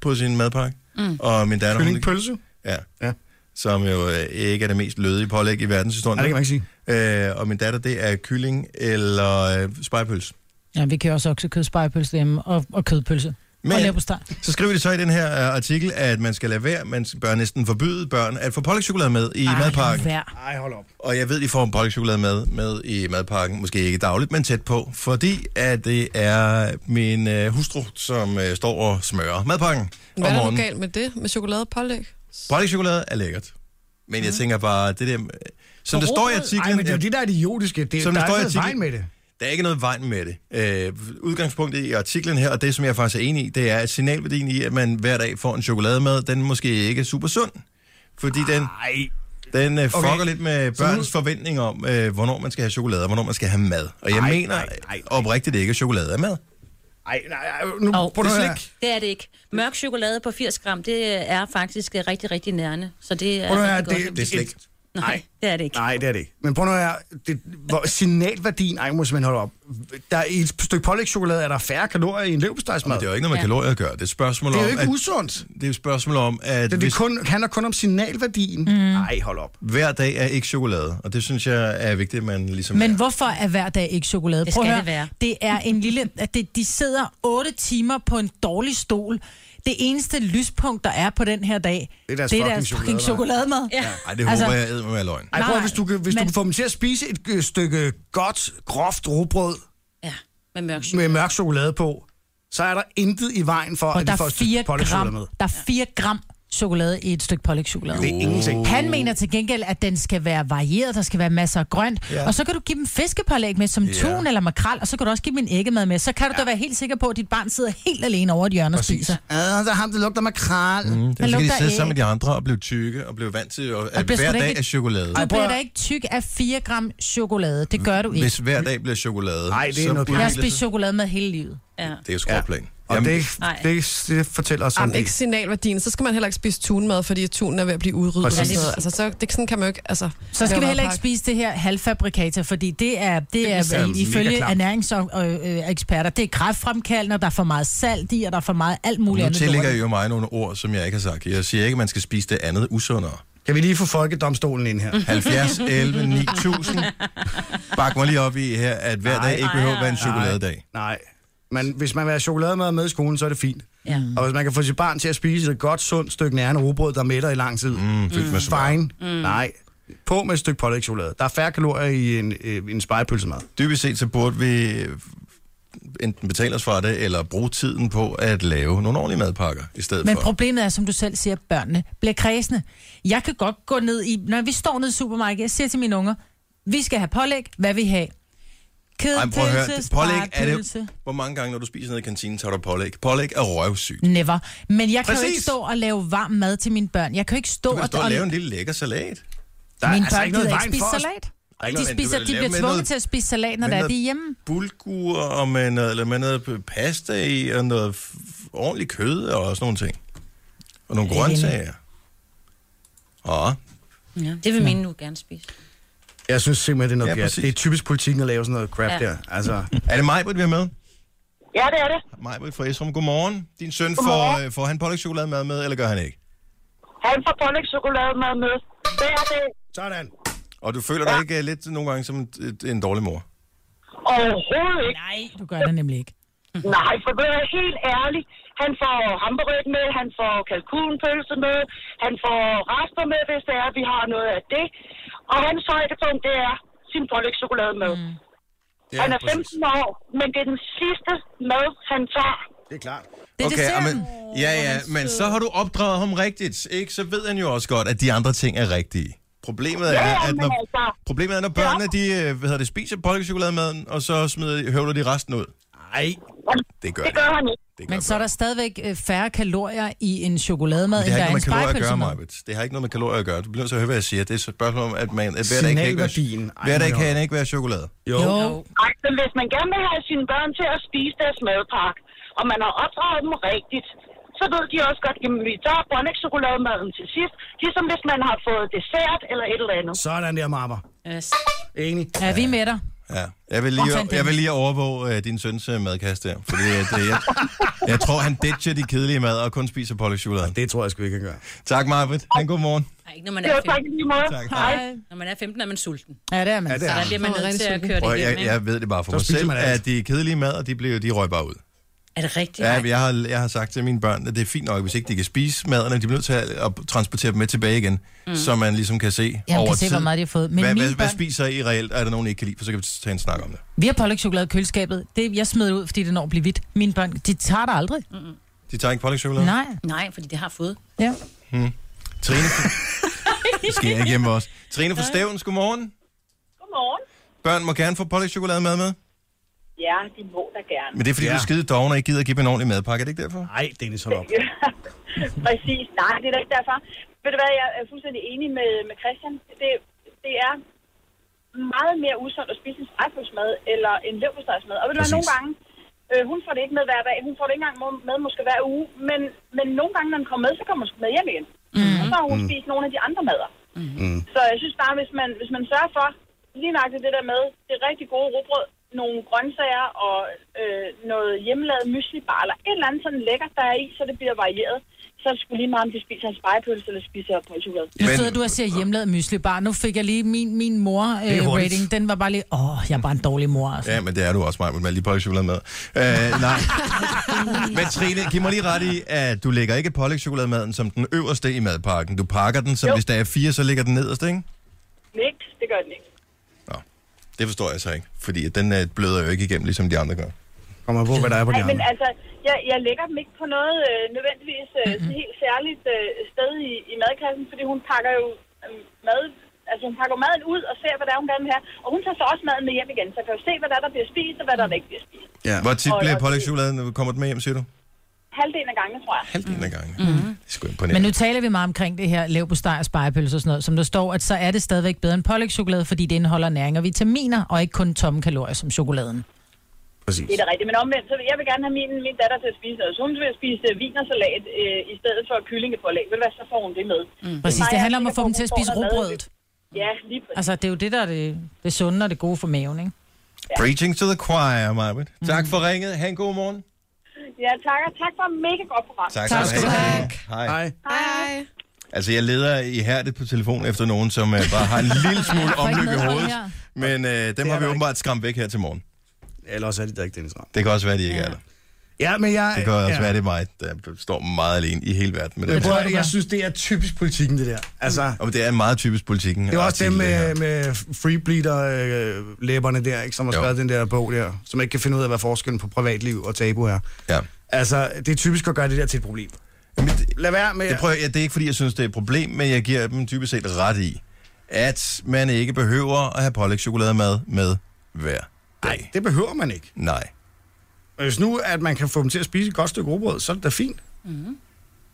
Speaker 1: på sin madpakke. Mm. Og min datter... hun-
Speaker 6: Kyllingpølse?
Speaker 1: Ja.
Speaker 6: Ja.
Speaker 1: ja. Som jo øh, ikke er det mest lødige pålæg i verdenshistorien.
Speaker 6: Nej, det kan man ikke sige.
Speaker 1: Øh, og min datter, det er kylling eller øh, spejpøls.
Speaker 3: ja. vi kan også oksekød, spejepølse derhjemme og, og kødpølse. Men... Og
Speaker 1: Men
Speaker 3: leverpostej.
Speaker 1: så skriver de så i den her øh, artikel, at man skal lade være, man bør næsten forbyde børn at få pålægtschokolade med i Ej, madpakken.
Speaker 3: Vær.
Speaker 6: Nej, hold op.
Speaker 1: Og jeg ved, de får en pålægtschokolade med, med i madpakken. Måske ikke dagligt, men tæt på. Fordi at det er min øh, hustru, som øh, står og smører madpakken om
Speaker 4: Hvad er der nu
Speaker 1: morgenen.
Speaker 4: galt med det? Med chokolade og pålæg?
Speaker 1: Pålægtschokolade er lækkert. Men jeg tænker bare, det der... Som det står i artiklen...
Speaker 6: Mhm. Ej, men det er
Speaker 1: ja,
Speaker 6: jo det, der er idiotiske. Det,
Speaker 1: Som
Speaker 6: der
Speaker 1: der
Speaker 6: er
Speaker 1: står i
Speaker 6: ikke noget vejen
Speaker 1: artiklen-
Speaker 6: med det.
Speaker 1: Der er ikke noget vejen med det. Øh, udgangspunktet i artiklen her, og det som jeg faktisk er enig i, det er, at signalværdien i, at man hver dag får en chokolade med, den måske ikke er super sund. Fordi den,
Speaker 6: Nej.
Speaker 1: den øh,
Speaker 6: Okay.
Speaker 1: fucker lidt med
Speaker 6: Så nu-
Speaker 1: børns forventning om, øh, hvornår man skal have chokolade, og hvornår man skal have mad. Og jeg
Speaker 6: Ej,
Speaker 1: mener
Speaker 6: ej, ej, ej.
Speaker 1: oprigtigt ikke, at chokolade er mad.
Speaker 6: Ej, nej, ej, nu
Speaker 8: Au.
Speaker 6: prøv
Speaker 1: Det er
Speaker 6: at høre.
Speaker 1: slik.
Speaker 8: Det er det ikke. Mørk chokolade på 80 gram, det er faktisk øh, rigtig, rigtig nærende. Så det er
Speaker 6: Prøv at høre,
Speaker 8: rigtig
Speaker 6: det,
Speaker 8: godt.
Speaker 1: Det er slik.
Speaker 8: Nej, det er det ikke.
Speaker 6: Nej, det er det ikke. Men prøv nu at høre, det, hvor signalværdien, ej, må simpelthen holde op. Der er, I et stykke pålægtschokolade er der færre kalorier i en leverpostejsmad.
Speaker 1: Men det er jo ikke noget med
Speaker 8: Ja.
Speaker 1: kalorier at gøre. Det er et spørgsmål
Speaker 6: Det
Speaker 1: om,
Speaker 6: er jo
Speaker 1: at,
Speaker 6: ikke usundt.
Speaker 1: det er et spørgsmål om, at
Speaker 6: Det,
Speaker 1: hvis
Speaker 6: det kun, handler kun om signalværdien. Nej, hold op.
Speaker 1: hver dag er ikke chokolade, og det synes jeg er vigtigt, at man ligesom...
Speaker 3: Men hvorfor er hver dag ikke chokolade?
Speaker 8: Det
Speaker 3: Prøv at
Speaker 8: skal
Speaker 3: høre.
Speaker 8: det være.
Speaker 3: Det er en lille... at Det, de sidder 8 timer på en dårlig stol. Det eneste lyspunkt, der er på den her dag,
Speaker 6: Det er deres fucking
Speaker 3: fucking chokolademad. Ja.
Speaker 1: Ej, det håber
Speaker 3: Altså-
Speaker 1: altså... jeg æder med løgn.
Speaker 6: Ej, prøv, at-
Speaker 3: Nej,
Speaker 6: hvis du, kan, hvis du
Speaker 3: men-
Speaker 6: kan få dem til at spise et øh, stykke godt, groft rugbrød
Speaker 8: Ja, med mørk chokolade.
Speaker 6: med mørk chokolade på, så er der intet i vejen for,
Speaker 3: Og
Speaker 6: at de
Speaker 3: der er,
Speaker 6: får
Speaker 3: 4
Speaker 6: et pålægschokolade
Speaker 3: gram,
Speaker 6: med.
Speaker 3: der er 4 gram chokolade i et stykke pålægtschokolade.
Speaker 6: Det er ingenting.
Speaker 3: Han mener til gengæld, at den skal være varieret, der skal være masser af grønt, ja. og så kan du give dem fiskepålæg med som tun eller makrel, og så kan du også give dem en æggemad med. Så kan du ja. da være helt sikker på, at dit barn sidder helt alene over et hjørne og spiser.
Speaker 6: Ah, der er ham, der lugter makral. Mm.
Speaker 1: Det er, fordi, de
Speaker 3: lugter
Speaker 1: sidder
Speaker 3: æg.
Speaker 1: sammen med de andre og blev tykke og blev vant til, at, at
Speaker 3: bliver sgu
Speaker 1: hver
Speaker 3: da
Speaker 1: dag
Speaker 3: ikke-
Speaker 1: er chokolade.
Speaker 3: Du
Speaker 6: prøv
Speaker 3: bliver
Speaker 6: at-
Speaker 3: da ikke tyk af 4 gram chokolade. Det gør du ikke.
Speaker 1: Mm, Hvis hver dag bliver chokolade,
Speaker 6: Ej, det er
Speaker 1: så
Speaker 6: noget
Speaker 1: udvikler
Speaker 3: Jeg har
Speaker 1: det
Speaker 3: spist
Speaker 1: sig-
Speaker 3: chokolade med hele livet.
Speaker 8: Ja.
Speaker 1: Det er jo skråplan.
Speaker 6: Og
Speaker 1: Jamen,
Speaker 6: det,
Speaker 8: Nej.
Speaker 6: det, det fortæller os om
Speaker 4: Jamen,
Speaker 6: det.
Speaker 4: ikke signalværdien. Så skal man heller ikke spise tunmad, fordi tunen er ved at blive udryddet.
Speaker 6: Præcis.
Speaker 4: og sådan noget. Altså, så, det, sådan kan man jo ikke... Altså,
Speaker 3: Så skal
Speaker 4: lave
Speaker 3: vi heller ikke
Speaker 4: madpakke.
Speaker 3: spise det her halvfabrikater, fordi det er, det er,
Speaker 6: er mega
Speaker 3: ifølge
Speaker 6: klamt.
Speaker 3: ernæringseksperter, øh, det er kræftfremkaldende, og der er for meget salt i, og der er for meget alt muligt
Speaker 1: nu
Speaker 3: andet. lort.
Speaker 1: tillægger jeg jo mig nogle ord, som jeg ikke har sagt. Jeg siger ikke, at man skal spise det andet usundere.
Speaker 6: Kan vi lige få folkedomstolen ind her?
Speaker 1: Mm. 70, 11, 9000. Bak mig lige op i her, at hver dag ikke behøver at være en chokoladedag.
Speaker 6: Nej. Men hvis man vil have chokolademad med i skolen, så er det fint.
Speaker 8: Ja.
Speaker 6: Og hvis man kan få sit barn til at spise et godt, sundt stykke nærende rugbrød, der mætter i lang tid. Mm,
Speaker 1: fyldt med smør.
Speaker 6: Fine. Mm. Nej. På med et stykke pålægtschokolade. Der er færre kalorier i en, øh, en spejepølsemad.
Speaker 1: Dybest set så burde vi øh, enten betale os fra det, eller bruge tiden på at lave nogle ordentlige madpakker i stedet
Speaker 3: Men
Speaker 1: for.
Speaker 3: problemet er, som du selv siger, at børnene bliver kredsende. Jeg kan godt gå ned i... Når vi står nede i supermarkedet, jeg siger til mine unger, vi skal have pålæg, hvad vi have.
Speaker 1: Ej, prøv at høre.
Speaker 3: Kødpølse,
Speaker 1: Pålæg er det...
Speaker 3: sparepølse.
Speaker 1: Hvor mange gange, når du spiser noget i kantinen, tager du pålæg? Pålæg er røvsygt.
Speaker 3: Never. Men jeg kan jo
Speaker 1: Præcis.
Speaker 3: ikke stå og lave varm mad til mine børn. Jeg kan jo ikke stå
Speaker 1: Du kan
Speaker 3: og...
Speaker 1: stå og lave en lille lækker salat.
Speaker 6: Der er
Speaker 3: Mine
Speaker 6: altså
Speaker 3: børn
Speaker 6: ikke noget
Speaker 3: gider
Speaker 6: i vejen
Speaker 3: ikke spise
Speaker 6: for os.
Speaker 3: salat.
Speaker 1: Ej,
Speaker 3: De,
Speaker 1: men du
Speaker 3: spiser,
Speaker 1: kan
Speaker 3: de
Speaker 1: lave
Speaker 3: bliver
Speaker 1: med
Speaker 3: tvunget
Speaker 1: noget-
Speaker 3: til at spise salat, når
Speaker 1: med
Speaker 3: der er
Speaker 1: noget
Speaker 3: de er hjemme.
Speaker 1: bulgur og med noget, eller med noget pasta i, og noget f- f- ordentligt kød og sådan nogle ting. Og nogle
Speaker 3: Jeg er enig.
Speaker 1: grøntsager. Ja,
Speaker 8: Ja, det vil mine nu gerne spise.
Speaker 6: Jeg synes simpelthen, det er noget
Speaker 1: Ja,
Speaker 6: ja, pjat.
Speaker 1: præcis.
Speaker 6: Det er typisk politikken at lave sådan noget crap ja.
Speaker 8: Ja.
Speaker 6: der. Altså,
Speaker 1: er det Majbrit, vi har med?
Speaker 5: Ja, det er det.
Speaker 1: Majbrit fra Esrum, godmorgen. Din søn, får, øh, får han pålægtschokolademad med, eller gør han ikke?
Speaker 5: Han får pålægschokolade med med. Det er det
Speaker 6: sådan.
Speaker 1: Og du føler dig ikke øh, lidt nogle gange som en, et- en dårlig mor?
Speaker 5: overhovedet ikke.
Speaker 3: Nej, du gør det nemlig ikke.
Speaker 5: Nej, for at være helt ærlig, han får hamburgeret med, han får kalkunpølse med, han får rester med, hvis det er, vi har noget af det. Og hans højdepunkt, det er sin pålægschokolade med. Mm.
Speaker 1: Ja,
Speaker 5: Han er 15 år, men det er den sidste mad, han tager.
Speaker 6: Det er klart.
Speaker 3: Det er
Speaker 1: Okay,
Speaker 3: desserten.
Speaker 1: men, ja, ja, men så har du opdraget ham rigtigt, ikke? Så ved han jo også godt, at de andre ting er rigtige. Problemet er,
Speaker 5: Ja, ja,
Speaker 1: at
Speaker 5: men
Speaker 1: når,
Speaker 5: altså-
Speaker 1: problemet er, når børnene de, øh, hvad hedder det, spiser pålægtschokoladen, og så smider, høvler de resten ud.
Speaker 6: Ej,
Speaker 1: Det gør,
Speaker 5: Det
Speaker 1: det
Speaker 5: gør han ikke.
Speaker 1: Det gør
Speaker 3: Men så er der stadigvæk øh, færre kalorier i en chokolademad,
Speaker 1: det
Speaker 3: end
Speaker 1: har
Speaker 3: der er
Speaker 1: ikke
Speaker 3: en
Speaker 1: noget med kalorier at
Speaker 3: spejpølse
Speaker 1: gøre,
Speaker 3: med.
Speaker 1: Marbet. Det har ikke noget med kalorier at gøre. Du bliver nødt til at høre, hvad jeg siger. Det er et spørgsmål om, at, man, at hver dag kan ikke være,
Speaker 6: Signalværdien. Ej,
Speaker 1: hver dag
Speaker 6: må
Speaker 1: kan
Speaker 6: jeg-
Speaker 1: ikke være chokolade.
Speaker 6: jo.
Speaker 3: Jo,
Speaker 5: Nej, så hvis man gerne vil have sine børn til at spise deres madpakke, og man har opdraget dem rigtigt, så ved de også godt, at vi tager bonnet-chokolademaden til sidst, ligesom hvis man har fået dessert eller et eller andet.
Speaker 6: Sådan der, marmer.
Speaker 8: Yes.
Speaker 6: Enig.
Speaker 3: er vi med dig?
Speaker 1: Ja. Jeg vil
Speaker 3: Hvor
Speaker 1: lige,
Speaker 3: fandt den?
Speaker 1: jeg vil lige overvåge øh, din søns øh, madkast der. Fordi at, øh, jeg, jeg tror, han ditcher de kedelige mad og kun spiser pålægtschokoladen.
Speaker 6: Det tror jeg sgu ikke, han gør.
Speaker 1: Tak, Marbet. Han god morgen.
Speaker 8: Nej, ikke når man
Speaker 5: Det
Speaker 8: er
Speaker 5: var tak
Speaker 8: 15.
Speaker 5: i lige måde.
Speaker 1: Tak.
Speaker 3: Hej.
Speaker 8: Når man er 15, er man sulten.
Speaker 3: Ja, det er man.
Speaker 6: Ja, det
Speaker 8: Så
Speaker 6: er
Speaker 8: der
Speaker 6: han.
Speaker 8: bliver man
Speaker 4: Åh,
Speaker 8: nødt
Speaker 4: rigtig
Speaker 8: til at
Speaker 4: sulten.
Speaker 8: køre det
Speaker 1: Prøv,
Speaker 8: igennem,
Speaker 1: jeg,
Speaker 8: ikke?
Speaker 1: jeg ved det bare for
Speaker 6: Så
Speaker 1: mig
Speaker 6: spiser
Speaker 1: selv,
Speaker 6: man alt.
Speaker 1: at de kedelige mad, og de, blev, de røg bare ud.
Speaker 8: Er det rigtigt?
Speaker 1: Ja, jeg har, jeg har sagt til mine børn, at det er fint nok, hvis ikke de kan spise maden, at de bliver nødt til at, at transportere dem med tilbage igen, mm. så man ligesom kan se
Speaker 3: kan
Speaker 1: over
Speaker 3: se,
Speaker 1: tid,
Speaker 3: hvor meget de har fået. Men
Speaker 1: hvad,
Speaker 3: mine
Speaker 1: hvad, hvad
Speaker 3: børn-
Speaker 1: spiser I reelt, og er der nogen, I ikke kan lide, for så kan vi tage en snak om det.
Speaker 3: Vi har pålægtschokolade i køleskabet. Det, jeg smed det ud, fordi det når at blive hvidt. Mine børn, de tager det aldrig. Mm.
Speaker 1: De tager ikke pålægtschokolade?
Speaker 3: Nej.
Speaker 8: Nej, fordi det har fået.
Speaker 3: Ja.
Speaker 1: Trine, det sker ikke hjemme også. Trine fra Stævns, godmorgen.
Speaker 5: Godmorgen.
Speaker 1: Børn må gerne få pålægtschokolade med med.
Speaker 5: Ja, de må da gerne.
Speaker 1: Men det er fordi, ja.
Speaker 6: Ja.
Speaker 1: du er skide doven og ikke gider at give dem en ordentlig madpakke, er det ikke derfor?
Speaker 6: Ej, Dennis, hold op.
Speaker 5: Præcis. Nej, det er da ikke derfor. Ved du hvad, jeg er fuldstændig enig med, med Christian. Det, det er meget mere usundt at spise en spejpølsmad eller en leverpostejsmad. Og ved du hvad,
Speaker 6: Præcis.
Speaker 5: nogle gange, øh, hun får det ikke med hver dag, hun får det ikke engang må- med måske hver uge, men, men nogle gange, når den kommer med, så kommer hun sgu med hjem igen. Mm. Og så har hun mm. spist nogle af de andre mader. Mm. Så jeg synes bare, hvis man, hvis man sørger for lige nøjagtigt det der med det rigtig gode rugbrød, nogle grøntsager og øh, noget hjemmelavet myslibar, eller et eller andet sådan lækkert, der er i, så det bliver varieret. Så er det sgu lige meget, om de spiser en spejepølse eller spiser pølsechokolade.
Speaker 3: Nu
Speaker 1: Men-
Speaker 3: sidder du og siger hjemmelavet mysli bar. Nu fik jeg lige min, min
Speaker 6: Det er hurtigt.
Speaker 3: mor-rating. den var bare lige, åh, oh, jeg er bare en dårlig mor. Altså.
Speaker 1: Ja, men det er du også, Maja, med lige pålægtschokolade med. Øh, nej. men Trine, giv mig lige ret i, at du lægger ikke pålægtschokolademaden som den øverste i madpakken. Du pakker den, så jo.
Speaker 5: Jo.
Speaker 1: hvis der er fire, så ligger den nederst, ikke?
Speaker 5: Niks, det gør den ikke.
Speaker 1: Nå, det forstår jeg så ikke, fordi at den øh, bløder jo ikke igennem, ligesom de andre gør.
Speaker 6: Kommer på, hvad der er på de
Speaker 5: Nej, men
Speaker 6: andre.
Speaker 5: altså, jeg, jeg lægger dem ikke på noget øh, nødvendigvis øh, mm-hmm. helt særligt øh, sted i, i madkassen, fordi hun pakker jo øh, mad, altså hun pakker maden ud og ser, hvad der er, hun gerne vil have. Og hun tager så også maden med hjem igen, så jeg kan jo se, hvad der, er, der bliver spist, og hvad der, der ikke bliver spist.
Speaker 6: Ja.
Speaker 1: Hvor tit
Speaker 5: Og-
Speaker 1: bliver
Speaker 5: og-
Speaker 1: pålægtschokoladen, når du kommer den med hjem, siger du?
Speaker 5: Halvdelen af gangene, tror jeg.
Speaker 1: Halvdelen af gangen. Mm. Det er sgu imponerende.
Speaker 3: Men nu taler vi meget omkring det her lav på steg og spejepølse og sådan noget, som der står, at så er det stadigvæk bedre end pålægtschokolade, fordi det indeholder næring og vitaminer, og ikke kun tomme kalorier som chokoladen.
Speaker 6: Præcis.
Speaker 5: Det er da rigtigt, men omvendt, så vil- jeg vil gerne have min, min datter til at spise noget. Så hun vil spise øh, vinersalat øh, i stedet for kyllingepålæg. Ved du hvad, så får hun det med. Mm.
Speaker 3: Præcis, det handler om at få dem til at spise råbrødet.
Speaker 5: Ja, lige præcis.
Speaker 3: Altså, det er jo det, der er det, det sunde og det gode for maven, ikke?
Speaker 1: Preaching to the choir, Marvind. Tak for ringet. Ha' en god morgen.
Speaker 5: Ja, tak, og tak for et mega godt program.
Speaker 3: Tak skal du have.
Speaker 1: Hej.
Speaker 6: Hej.
Speaker 4: Hej.
Speaker 1: Altså, jeg leder ihærdigt på telefon efter nogen, som uh, bare har en lille smule
Speaker 3: får ikke
Speaker 1: omløb i
Speaker 3: medhold
Speaker 1: hovedet.
Speaker 3: her.
Speaker 1: Men uh, dem har vi
Speaker 6: der ikke.
Speaker 1: åbenbart skræmt væk her til morgen.
Speaker 6: Eller også er det der ikke Dennis Ram.
Speaker 1: Det kan også være, de ikke ja. er der.
Speaker 6: Ja, men jeg...
Speaker 1: Det kan også
Speaker 6: ja.
Speaker 1: være, det er mig, der står meget alene i hele verden med
Speaker 6: Men
Speaker 1: det.
Speaker 6: prøv
Speaker 1: her.
Speaker 6: at, jeg synes, det er typisk politikken, det der. Altså,
Speaker 1: Og det er meget typisk politikken.
Speaker 6: det var også
Speaker 1: artikel,
Speaker 6: dem øh,
Speaker 1: her.
Speaker 6: med, med freebleeder-læberne der, ikke, som har
Speaker 1: Jo.
Speaker 6: skrevet den der bog der, som ikke kan finde ud af, hvad forskellen på privatliv og tabu er.
Speaker 1: Ja.
Speaker 6: Altså, det er typisk at gøre det der til et problem.
Speaker 1: Jamen, det,
Speaker 6: Lad være med...
Speaker 1: det, prøver, jeg- ja, det er ikke, fordi jeg synes, det er et problem, men jeg giver dem typisk set ret i, at man ikke behøver at have pålægtschokolademad med hver Nej.
Speaker 6: Det behøver man ikke.
Speaker 1: Nej.
Speaker 6: Men hvis nu, at man kan få dem til at spise et godt stykke råbrød, så er det da fint. Mm.
Speaker 5: Mhm.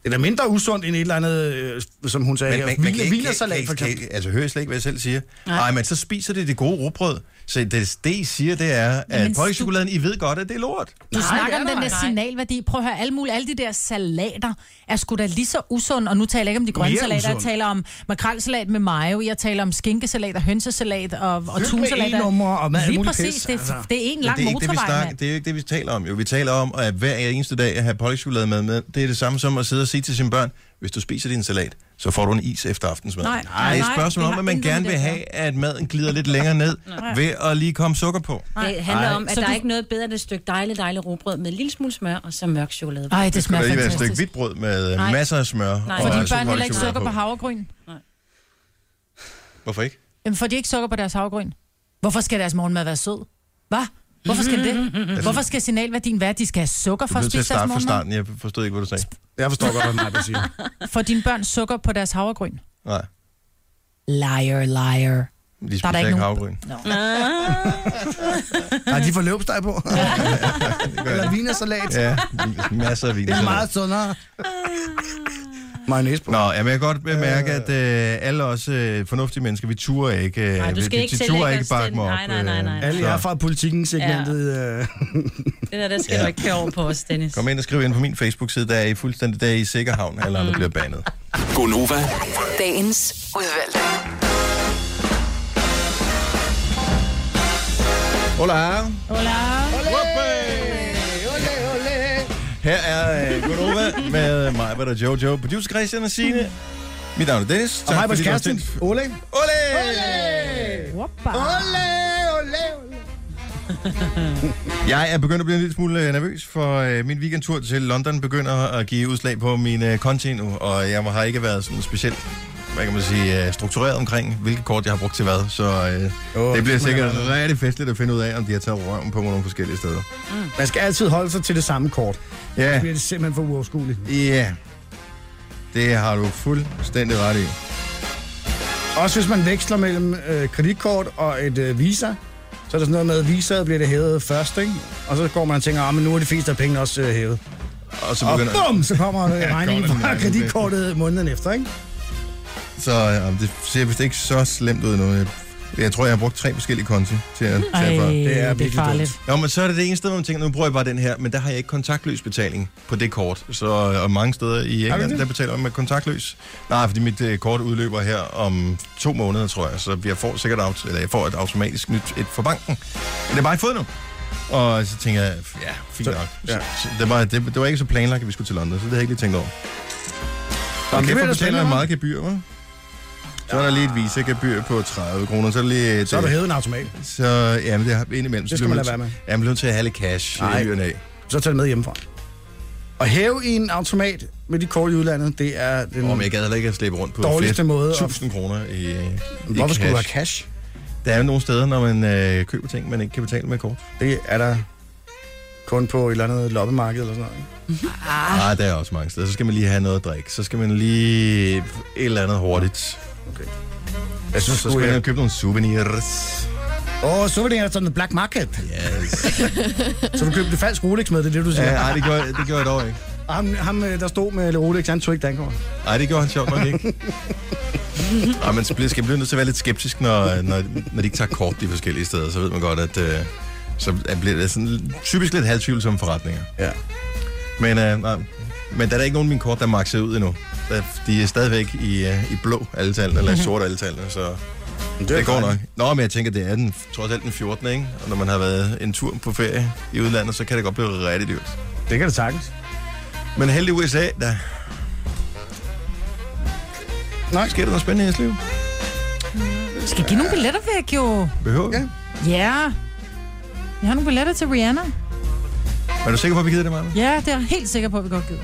Speaker 6: Det er da mindre usundt end et eller andet, øh, som hun sagde
Speaker 1: Men,
Speaker 6: her.
Speaker 3: Altså,
Speaker 1: man, man
Speaker 6: Hvile-
Speaker 1: kan ikke,
Speaker 6: hvilersalat,
Speaker 1: kan,
Speaker 6: for
Speaker 1: kan, kan,
Speaker 6: eksempel.
Speaker 1: ikke- altså, hører I slet ikke, hvad jeg selv siger? Nej, men så spiser det det gode rugbrød. Så det, det I siger, det er, at
Speaker 3: Jamen,
Speaker 1: pålægchokoladen, I ved godt, at det er lort.
Speaker 3: Du
Speaker 6: Nej,
Speaker 3: Nej,
Speaker 6: det
Speaker 3: snakker
Speaker 6: er
Speaker 3: om
Speaker 6: der
Speaker 3: den der
Speaker 8: ikke.
Speaker 3: signalværdi. Prøv at høre, alle, mulige, alle de der salater er sgu da lige så usunde. Og nu taler jeg ikke om de grønne
Speaker 6: Mere
Speaker 3: salater.
Speaker 6: usund.
Speaker 3: Jeg taler om makrelsalat med mayo. Jeg taler om skinkesalat og hønsesalat og, og
Speaker 6: med
Speaker 3: tunsalat.
Speaker 6: E-numre og alt
Speaker 3: Lige
Speaker 6: muligt
Speaker 3: præcis.
Speaker 6: pis,
Speaker 3: det, er,
Speaker 6: altså.
Speaker 3: det er en
Speaker 1: Men
Speaker 3: lang
Speaker 1: det er, ikke det, vi
Speaker 3: motorvej,
Speaker 1: snakker,
Speaker 3: mand.
Speaker 1: det er jo ikke det, vi taler om. Jo, vi taler om, at hver eneste dag at have pålægtschokolade med, med, det er det samme som at sidde og sige til sine børn, hvis du spiser din salat, så får du en is efter aftensmad.
Speaker 3: Nej,
Speaker 1: det er et
Speaker 3: nej,
Speaker 1: spørgsmål
Speaker 3: det
Speaker 1: om,
Speaker 3: har
Speaker 1: at man
Speaker 3: intet med
Speaker 1: gerne
Speaker 3: det
Speaker 1: vil
Speaker 3: at
Speaker 1: have, at maden glider lidt længere ned, ved at lige komme sukker på.
Speaker 8: Det handler om, at
Speaker 3: Så
Speaker 8: der
Speaker 3: du-
Speaker 8: er ikke noget bedre end et stykke dejligt, dejligt rugbrød med en lille smule smør og så mørk chokolade.
Speaker 3: Ej, det,
Speaker 1: Det
Speaker 3: smager
Speaker 1: kunne da lige være et stykke
Speaker 3: fantastisk.
Speaker 1: hvidt brød med øh,
Speaker 8: Nej.
Speaker 1: masser af smør. altså Nej,
Speaker 8: For
Speaker 3: Og
Speaker 8: de
Speaker 3: dine børn heller ikke sukker på havregryn.
Speaker 1: Hvorfor ikke?
Speaker 3: Jamen, får de ikke sukker på deres havregryn? Hvorfor skal deres morgenmad være sød? Hvad? Hvorfor skal
Speaker 1: Altså,
Speaker 3: det? Hvorfor skal signalværdien være, at de skal have sukker
Speaker 1: Du
Speaker 3: for at
Speaker 1: blev til at
Speaker 3: spise
Speaker 1: starte
Speaker 3: deres
Speaker 1: fra
Speaker 3: morgenmad?
Speaker 1: starten. Jeg forstod ikke, hvad du sagde.
Speaker 6: Jeg forstår godt, hvad Maja siger.
Speaker 3: Får dine børn sukker på deres havregryn?
Speaker 1: Nej,
Speaker 3: Liar, liar.
Speaker 1: de
Speaker 3: Der er
Speaker 1: spiser
Speaker 3: der ikke
Speaker 1: ikke
Speaker 3: nogen...
Speaker 1: havregryn.
Speaker 3: Nå.
Speaker 6: Nej, de får løbsteg på.
Speaker 1: Det gør jeg
Speaker 6: eller
Speaker 1: ikke.
Speaker 6: vinersalat.
Speaker 1: Ja, masser af vin.
Speaker 6: Det er meget sundere. Mayonnaise på.
Speaker 1: Nå, jamen, jeg kan godt bemærke, at øh, alle os øh, fornuftige mennesker, vi turer ikke. Øh,
Speaker 8: Nej, du skal
Speaker 1: vi,
Speaker 8: ikke
Speaker 1: vi
Speaker 8: selv
Speaker 1: turer
Speaker 8: lægge
Speaker 1: ikke
Speaker 8: os
Speaker 1: bakke
Speaker 8: den.
Speaker 1: mig op.
Speaker 8: Nej, nej, nej, nej.
Speaker 1: øh,
Speaker 6: Alle
Speaker 1: så
Speaker 6: jer fra politikken-segmentet. Øh,
Speaker 8: Det der, der skal
Speaker 1: Ja.
Speaker 8: du ikke køre over på os, Dennis.
Speaker 1: Kom ind og skriv ind på min Facebook-side, der er I fuldstændig der er I sikker havn, alle
Speaker 8: Mm.
Speaker 1: andre bliver banet.
Speaker 9: Gonova.
Speaker 7: Dagens udvalgte.
Speaker 1: Hola!
Speaker 3: Hola.
Speaker 1: Her er øh, Godova med mig, hvad der Jojo, producer Christian og Signe. Mit navn er Dennis.
Speaker 6: og mig på
Speaker 1: fordi du har
Speaker 6: kæresten.
Speaker 1: tændt-
Speaker 6: Ole.
Speaker 1: Ole!
Speaker 3: Whoppa.
Speaker 1: Jeg er begyndt at blive en lille smule øh, nervøs, for øh, min weekendtur til London begynder at give udslag på min øh, konti nu, og jeg har ikke været sådan specielt hvad kan man sige, øh, struktureret omkring, hvilke kort jeg har brugt til hvad, så øh,
Speaker 6: Åh,
Speaker 1: oh, det bliver
Speaker 6: det
Speaker 1: sikkert
Speaker 6: smager
Speaker 1: rigtig festligt at finde ud af, om de har taget røven på mig nogle forskellige steder.
Speaker 6: Man skal altid holde sig til det samme kort.
Speaker 1: Ja,
Speaker 6: Det bliver det simpelthen for uoverskueligt.
Speaker 1: ja. Det har du fuldstændig ret i.
Speaker 6: Også hvis man veksler mellem øh, kreditkort og et øh, visa, så er der sådan noget med, at visaet bliver det hævet først, ikke? Og så går man og tænker, at men nu er de fleste af pengene også øh, hævet.
Speaker 1: Og så
Speaker 6: Og
Speaker 1: begynder...
Speaker 6: bum, så kommer øh, regningen
Speaker 1: kommer den
Speaker 6: fra
Speaker 1: regning.
Speaker 6: kreditkortet måneden efter, ikke?
Speaker 1: Så øh, det ser vist ikke så slemt ud nu. Jeg, jeg tror, jeg har brugt tre forskellige konti til at
Speaker 3: Ej,
Speaker 1: tage
Speaker 8: Øh,
Speaker 1: fra.
Speaker 3: det er, det er
Speaker 6: virkelig
Speaker 3: farligt.
Speaker 1: Nå, men så er det det ene sted, hvor man tænker, nu bruger jeg bare den her, men der har jeg ikke kontaktløs betaling på det kort. Så øh, og mange steder i England,
Speaker 6: det?
Speaker 1: der betaler man med kontaktløs. Nej, fordi mit øh, kort udløber her om to måneder, tror jeg, så jeg får sikkert aut- eller jeg får et automatisk nyt et fra banken. Men det er bare ikke fået nu. Og så tænker jeg, ja, fint
Speaker 6: Så-
Speaker 1: nok.
Speaker 6: ja.
Speaker 1: Ja. Så, det, var, det, det, var ikke så planlagt, at vi skulle til London, så det havde jeg ikke lige tænkt over.
Speaker 6: Nå,
Speaker 1: Og kæft,
Speaker 6: men det
Speaker 1: hvor
Speaker 6: bliver da
Speaker 1: betaler jeg
Speaker 6: spændende,
Speaker 1: meget gebyr, hva'? Så er der lige et visagebyr på 30 kroner, så er der lige et, øh,
Speaker 6: Så er der hævet en automat.
Speaker 1: så, ja, men det har indimellem.
Speaker 6: Det skal man lade være med.
Speaker 1: Ja, man bliver nødt til at have lidt cash
Speaker 6: Nej.
Speaker 1: i ny og næ.
Speaker 6: Så tag det med hjemmefra. Og hæve i en automat med de kort i udlandet, det er den...
Speaker 1: Om jeg gad heller ikke at slæbe rundt på
Speaker 6: Dårligste
Speaker 1: flere
Speaker 6: måde at-
Speaker 1: 1000 kroner i, i
Speaker 6: Hvorfor skulle du have
Speaker 1: cash.
Speaker 6: cash?
Speaker 1: Der er jo nogle steder, når man øh, køber ting, man ikke kan betale med kort.
Speaker 6: Det er der kun på et eller andet loppemarked eller sådan noget, ikke?
Speaker 1: Ah, der er også mange steder. Så skal man lige have noget at drikke. Så skal man lige et eller andet hurtigt.
Speaker 6: Jeg synes,
Speaker 1: Så skal man købe nogle souvenirs.
Speaker 6: Åh, så var det sådan en black market.
Speaker 1: Yes.
Speaker 6: Så du købte falsk Rolex med, det er det, du siger.
Speaker 1: ja, ej, det gjorde, det gjorde jeg dog ikke.
Speaker 6: Og ham, ham, øh, der stod med Rolex, han tog ikke dankort.
Speaker 1: Nej, det gjorde han sjovt nok ikke. Ej, man bliver, skal blive nødt til at være lidt skeptisk, når, når, når de ikke tager kort de forskellige steder. Så ved man godt, at øh, så er- bliver det sådan, typisk lidt halvtvivlsomme forretninger.
Speaker 6: Ja.
Speaker 1: Men, øh, nej, men der er der ikke nogen af mine kort, der er maxet ud endnu. Der- De er stadigvæk i, øh, i blå alle tallene, eller i sort alle tallene, så det, det går nok. Nå, men jeg tænker, det er den, trods alt den 14. Ikke? Og når man har været en tur på ferie i udlandet, så kan det godt blive rigtig dyrt.
Speaker 6: Det kan det sagtens.
Speaker 1: Men heldig USA, der
Speaker 6: Nej,
Speaker 1: sker der noget spændende i jeres liv.
Speaker 3: Vi skal give nogle billetter væk, jo.
Speaker 1: Behøver
Speaker 6: Ja.
Speaker 1: ja.
Speaker 3: Ja. Jeg har nogle billetter til Rihanna.
Speaker 1: Er du sikker på, at vi gider det, Marve?
Speaker 3: Ja, det er jeg helt sikker på, at vi godt gider.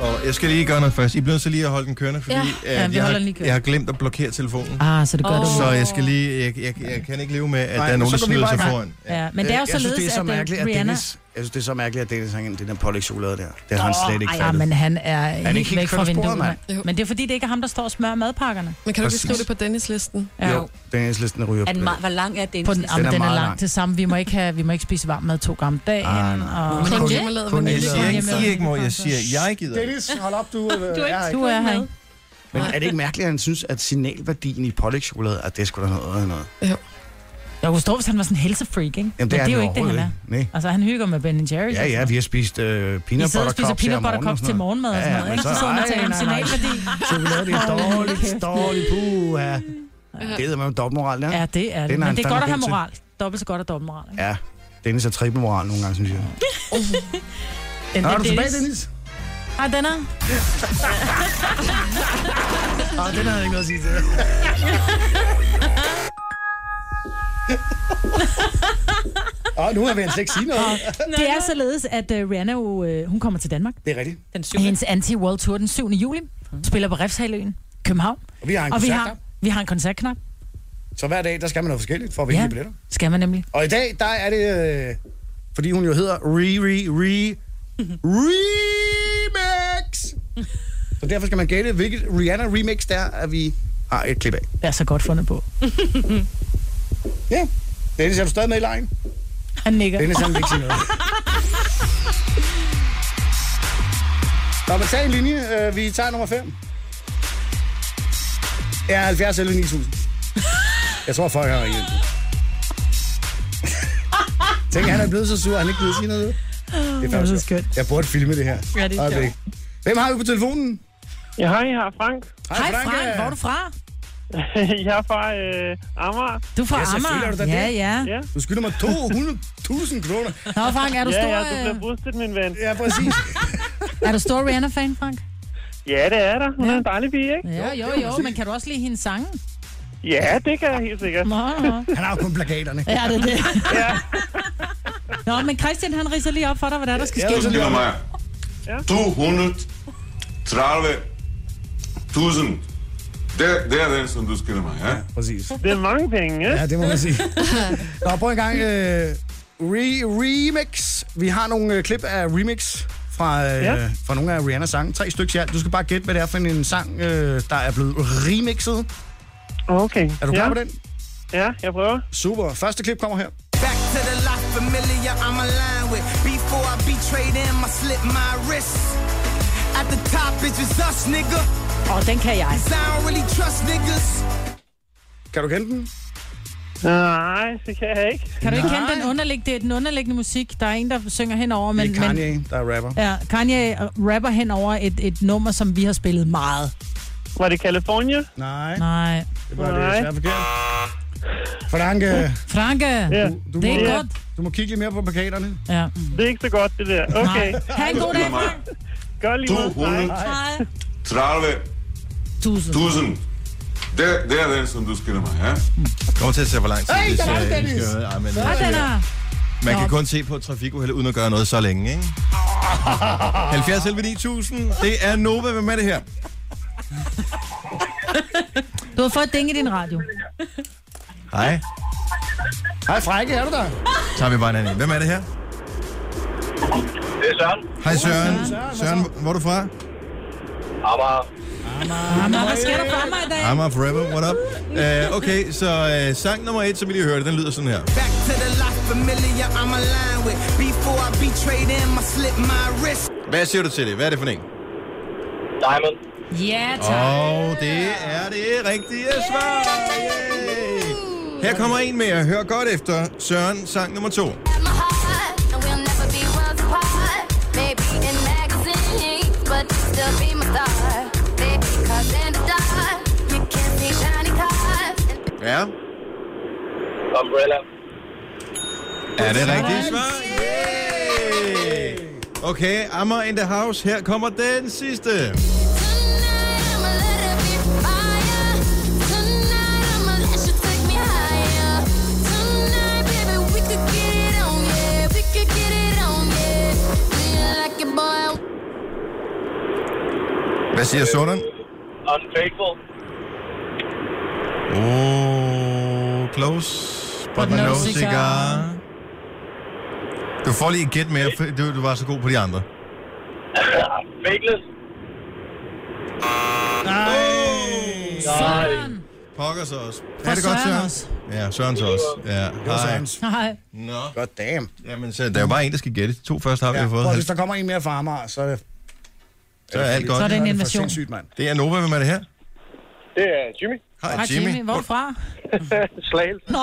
Speaker 1: Og jeg skal lige gøre noget først. I bliver nødt til lige at holde den kørende, fordi
Speaker 8: Ja.
Speaker 1: ja,
Speaker 3: Ja,
Speaker 1: at
Speaker 3: vi
Speaker 1: jeg,
Speaker 3: holder den lige
Speaker 1: har,
Speaker 3: kørende.
Speaker 1: jeg har glemt at blokere telefonen.
Speaker 3: Ah, så det gør
Speaker 8: Åh.
Speaker 3: du.
Speaker 1: Så jeg skal lige... Jeg, jeg, jeg kan ikke leve med, at
Speaker 6: Nej,
Speaker 1: Nej, der er nogen,
Speaker 6: så
Speaker 1: der
Speaker 6: går vi
Speaker 1: snyder
Speaker 6: bare
Speaker 1: sig
Speaker 6: i gang.
Speaker 1: foran.
Speaker 3: Ja, men det er jo
Speaker 6: jeg synes,
Speaker 3: således,
Speaker 6: det er så
Speaker 3: at, øh,
Speaker 6: mærkeligt, at
Speaker 3: Rihanna...
Speaker 6: Dennis Jeg synes, det er så mærkeligt, at Dennis han den der pålægtschokolade der. Det har han slet ikke
Speaker 3: ej, ja,
Speaker 6: fattet.
Speaker 3: men han er, er helt,
Speaker 6: ikke helt
Speaker 3: væk fra
Speaker 6: kørt af sporet,
Speaker 3: vinduet.
Speaker 6: mand?
Speaker 3: mand. Men det er fordi, det ikke er ham, der står og smører madpakkerne.
Speaker 4: Men kan du ikke
Speaker 6: Præcis.
Speaker 4: skrive det på Dennis-listen?
Speaker 3: Ja.
Speaker 6: Jo, Dennis listen ryger
Speaker 8: Er
Speaker 6: på
Speaker 8: den meget, hvor lang er den?
Speaker 3: På den, den, er, den er
Speaker 6: meget
Speaker 3: lang
Speaker 6: lang.
Speaker 3: til sammen. Vi må ikke, have, vi må ikke spise varm mad to gange om dagen.
Speaker 6: Ej,
Speaker 3: nej. Og...
Speaker 4: Kun
Speaker 6: kun-
Speaker 4: hjemmelavet
Speaker 6: kun
Speaker 1: Jeg
Speaker 4: vanilje.
Speaker 1: siger ikke,
Speaker 3: Hjemmelavet.
Speaker 1: siger ikke mor, jeg siger, jeg gider. ikke.
Speaker 6: Dennis, hold op, du, øh,
Speaker 8: Du er ikke,
Speaker 3: Du er her, ikke?
Speaker 6: Men er det ikke mærkeligt, at han synes, at signalværdien i pålægtschokolade, at det er sgu da noget af noget?
Speaker 3: Jeg kunne stå, hvis han var sådan en helsefreak, ikke?
Speaker 6: Jamen,
Speaker 3: Men det er
Speaker 6: han
Speaker 3: jo ikke det, han er.
Speaker 6: overhovedet ikke.
Speaker 3: Altså, han hygger med Ben Jerry's.
Speaker 6: Nej. Ja, ja, vi har spist øh,
Speaker 3: Vi
Speaker 6: peanut
Speaker 3: sidder og
Speaker 6: butter
Speaker 3: spiser
Speaker 6: cups her
Speaker 3: peanut
Speaker 6: om
Speaker 3: butter
Speaker 6: morgenen.
Speaker 3: cups til morgenmad og sådan noget, ikke? Så sidder man og taler om signalværdi.
Speaker 6: Chokolade, det er dårligt, dårligt, puh, ja. Det hedder man jo dobbeltmoral, der.
Speaker 3: Ja, det er
Speaker 6: Den
Speaker 3: det.
Speaker 6: er
Speaker 3: Men
Speaker 6: han
Speaker 3: det er
Speaker 6: fandme
Speaker 3: godt at
Speaker 6: god
Speaker 3: have
Speaker 6: til.
Speaker 3: moral. Dobbelt så godt at dobbelt moral, ikke?
Speaker 6: Ja, Dennis er trippelmoral nogle gange, synes jeg.
Speaker 3: Den
Speaker 6: Nå,
Speaker 3: der
Speaker 6: er du tilbage,
Speaker 3: Dennis-
Speaker 6: Dennis?
Speaker 3: Ej, den er.
Speaker 6: Ah, den havde jeg ikke noget at sige til. Og nu har vi altså ikke sige noget.
Speaker 3: Det er således, at øh, Rihanna jo, øh, hun kommer til Danmark.
Speaker 6: Det er rigtigt.
Speaker 8: Den
Speaker 3: Okay.
Speaker 8: syvende.
Speaker 3: Hendes anti-world tour den 7. juli. Spiller på Refshaløen, København.
Speaker 6: Og vi har en
Speaker 3: Og vi
Speaker 6: koncert
Speaker 3: har, vi har en koncertknap.
Speaker 6: Så hver dag, der skal man noget forskelligt for at vinde ja. billetter.
Speaker 3: skal man nemlig.
Speaker 6: Og i dag, der er det, øh, fordi hun jo hedder Riri Re, Remix. Så derfor skal man gætte, hvilket Rihanna Remix der er, at vi har et klip af.
Speaker 3: Det er så godt fundet på.
Speaker 6: Ja, Dennis, er du stadig med i lejen?
Speaker 3: Han nikker.
Speaker 6: Dennis, han vil ikke sige noget. Nå, men tag en linje. Øh, Vi tager nummer 5. Ja, 70 eller 9000. Jeg tror, folk har ringet. Tænk, han er blevet så sur, at han ikke gider sige noget. Det er
Speaker 3: så
Speaker 6: faktisk
Speaker 3: skønt.
Speaker 6: skødt. Jeg burde filme det her. Ja,
Speaker 3: det er
Speaker 6: Hvem har vi på telefonen?
Speaker 10: Ja, hej, jeg er Frank.
Speaker 3: Hej
Speaker 6: øh,
Speaker 3: Frank, hvor er du fra?
Speaker 10: jeg er fra øh, Amager.
Speaker 3: Du er fra
Speaker 6: Ja, selvfølgelig er
Speaker 3: Amager.
Speaker 6: du da
Speaker 3: ja,
Speaker 6: det.
Speaker 3: ja.
Speaker 10: Ja.
Speaker 6: Du skylder mig 200.000 kroner.
Speaker 3: Nå, Frank, er du
Speaker 10: Ja,
Speaker 3: stor,
Speaker 10: ja, du bliver
Speaker 3: øh,
Speaker 10: boostet, min ven.
Speaker 6: Ja, præcis.
Speaker 3: er du stor Rihanna-fan, Frank?
Speaker 10: Ja, det er der. Hun er en dejlig pige, ikke?
Speaker 3: Ja, jo, jo, men kan du også lide hendes sange?
Speaker 10: Ja, det kan jeg helt sikkert.
Speaker 3: Nå, nå.
Speaker 6: Han har jo kun plakaterne.
Speaker 3: Ja, det er det.
Speaker 10: Ja.
Speaker 3: Nå, men Christian, han riser lige op for dig, hvad der, er, der skal
Speaker 6: Ja,
Speaker 3: ske.
Speaker 6: det er
Speaker 9: Giv
Speaker 6: sådan,
Speaker 9: mig mig.
Speaker 10: Ja.
Speaker 9: 230.000. Det, det er den, som du skylder mig, ja?
Speaker 6: Præcis.
Speaker 10: Det er mange penge, ikke?
Speaker 6: Ja, det må man sige. Nå, prøv en gang. Øh, re remix. Vi har nogle øh, klip af remix fra, øh, ja.
Speaker 10: Ja.
Speaker 6: fra nogle af Rihannas sange. Tre stykker i alt. Du skal bare gætte, hvad det er for en sang, øh, der er blevet remixet.
Speaker 10: Okay.
Speaker 6: Er du klar
Speaker 10: ja.
Speaker 6: på den?
Speaker 10: Ja, jeg prøver.
Speaker 6: Super. Første klip kommer her.
Speaker 11: Back to the life familiar I'm aligned with. Before I betrayed him, I slipped my wrists. At the top, it was us, nigga.
Speaker 3: Åh, den kan jeg.
Speaker 11: 'Cause I don't really trust niggas.
Speaker 6: Kan du kende den?
Speaker 10: Nej, det kan jeg ikke.
Speaker 3: Kan du ikke kende den underliggende, det er den underliggende musik? Der er en, der synger henover, men...
Speaker 6: Men, det er Kanye, der er rapper.
Speaker 3: Men, ja, Kanye øh, rapper henover et, et nummer, som vi har spillet meget.
Speaker 10: Var det California?
Speaker 6: Nej,
Speaker 3: Nej.
Speaker 6: det var det
Speaker 10: Nej.
Speaker 6: desværre forkert. Franke,
Speaker 3: Franke,
Speaker 10: Ja.
Speaker 6: du
Speaker 3: det er
Speaker 6: må,
Speaker 3: godt.
Speaker 6: du må kigge lidt mere på plakaterne.
Speaker 3: Ja.
Speaker 10: Det er ikke så godt, det der. Okay.
Speaker 3: Nej. Ha' en god dag, Frank.
Speaker 10: Gør lige noget. Nej.
Speaker 9: 230.000.
Speaker 3: Tusind.
Speaker 9: Det, det er den, som du skylder mig, ja?
Speaker 1: Kommer til at se, hvor lang tid
Speaker 6: Hey,
Speaker 1: det
Speaker 6: der var det,
Speaker 1: øh, vi
Speaker 6: Dennis.
Speaker 1: skal- Ej, men,
Speaker 3: Og den er...
Speaker 1: Man kan kun se på et trafikuheld uden at gøre noget så længe, ikke? 70 11 9000, det er Nova. Hvem er det her?
Speaker 3: Du har fået et ding i din radio.
Speaker 1: Hej.
Speaker 6: Hej Franke, er du der?
Speaker 1: Så har vi bare en anden. Hvem er det her?
Speaker 10: Det er Søren.
Speaker 1: Hej Søren. Søren, hvor er du fra?
Speaker 10: Amager.
Speaker 3: Nå, hvad sker der for mig i dag?
Speaker 1: Amager Forever, what up? Uh, okay, så uh, sang nummer et, som vi lige hørte, den lyder sådan her.
Speaker 11: Back to the life familiar I'm aligned with. Before I betrayed him, I slipped my wrists.
Speaker 1: Hvad siger du til det? Hvad er det for en?
Speaker 10: Diamond.
Speaker 8: Ja, tak.
Speaker 1: Og det er det rigtige svar. Yay! Her kommer en mere. Hør godt efter. Søren, sang nummer to. Ja.
Speaker 10: Umbrella.
Speaker 1: Er det rigtige svar? Yay! Okay, Ammer in the house. Her kommer den sidste. Hvad siger Søren?
Speaker 10: Unfaithful.
Speaker 1: Oh, close, but,
Speaker 3: But no
Speaker 1: no
Speaker 3: cigar.
Speaker 1: cigar. Du får lige et gæt mere, for du, du var så god på de andre.
Speaker 10: Fakeless.
Speaker 1: Nej!
Speaker 10: Nej.
Speaker 1: Pokker så også.
Speaker 10: For
Speaker 1: er det godt,
Speaker 10: Søren
Speaker 1: Søren?
Speaker 10: også.
Speaker 1: Ja, Søren så også. Ja,
Speaker 6: Det var Sørens.
Speaker 3: Nej.
Speaker 1: Nå.
Speaker 6: God damn.
Speaker 1: Jamen, så der er jo bare en, der skal gætte. De to første har vi
Speaker 6: Ja,
Speaker 1: jo
Speaker 6: prøv,
Speaker 1: fået.
Speaker 6: hvis der kommer en mere fra Amager, så er det...
Speaker 1: Så er alt godt.
Speaker 6: Så er det en
Speaker 1: for
Speaker 6: invasion.
Speaker 1: sindssygt, mand. Det er Nova, hvem er det her?
Speaker 10: Det er Jimmy.
Speaker 1: Hej, Hej, Jimmy. Jimmy. Hvor er du
Speaker 3: fra?
Speaker 10: Slagelse.
Speaker 3: Nå!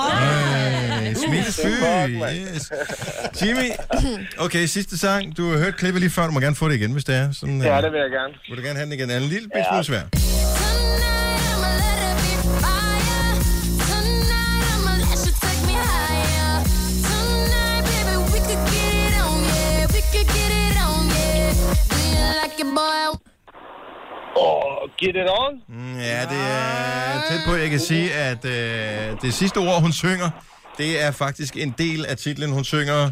Speaker 1: Øh, Smidt Fyn. Yes. Jimmy, okay, sidste sang. Du har hørt klippet lige før. Du må gerne få det igen, hvis det er. Sådan,
Speaker 10: Ja,
Speaker 1: øh,
Speaker 10: det vil jeg gerne.
Speaker 1: Vil du gerne have den igen? Er den en lille ja. smule svær?
Speaker 10: Åh, get it on.
Speaker 1: Mm, Ja, det er tæt på. Jeg kan sige, at øh, det sidste ord, hun synger, det er faktisk en del af titlen, hun synger.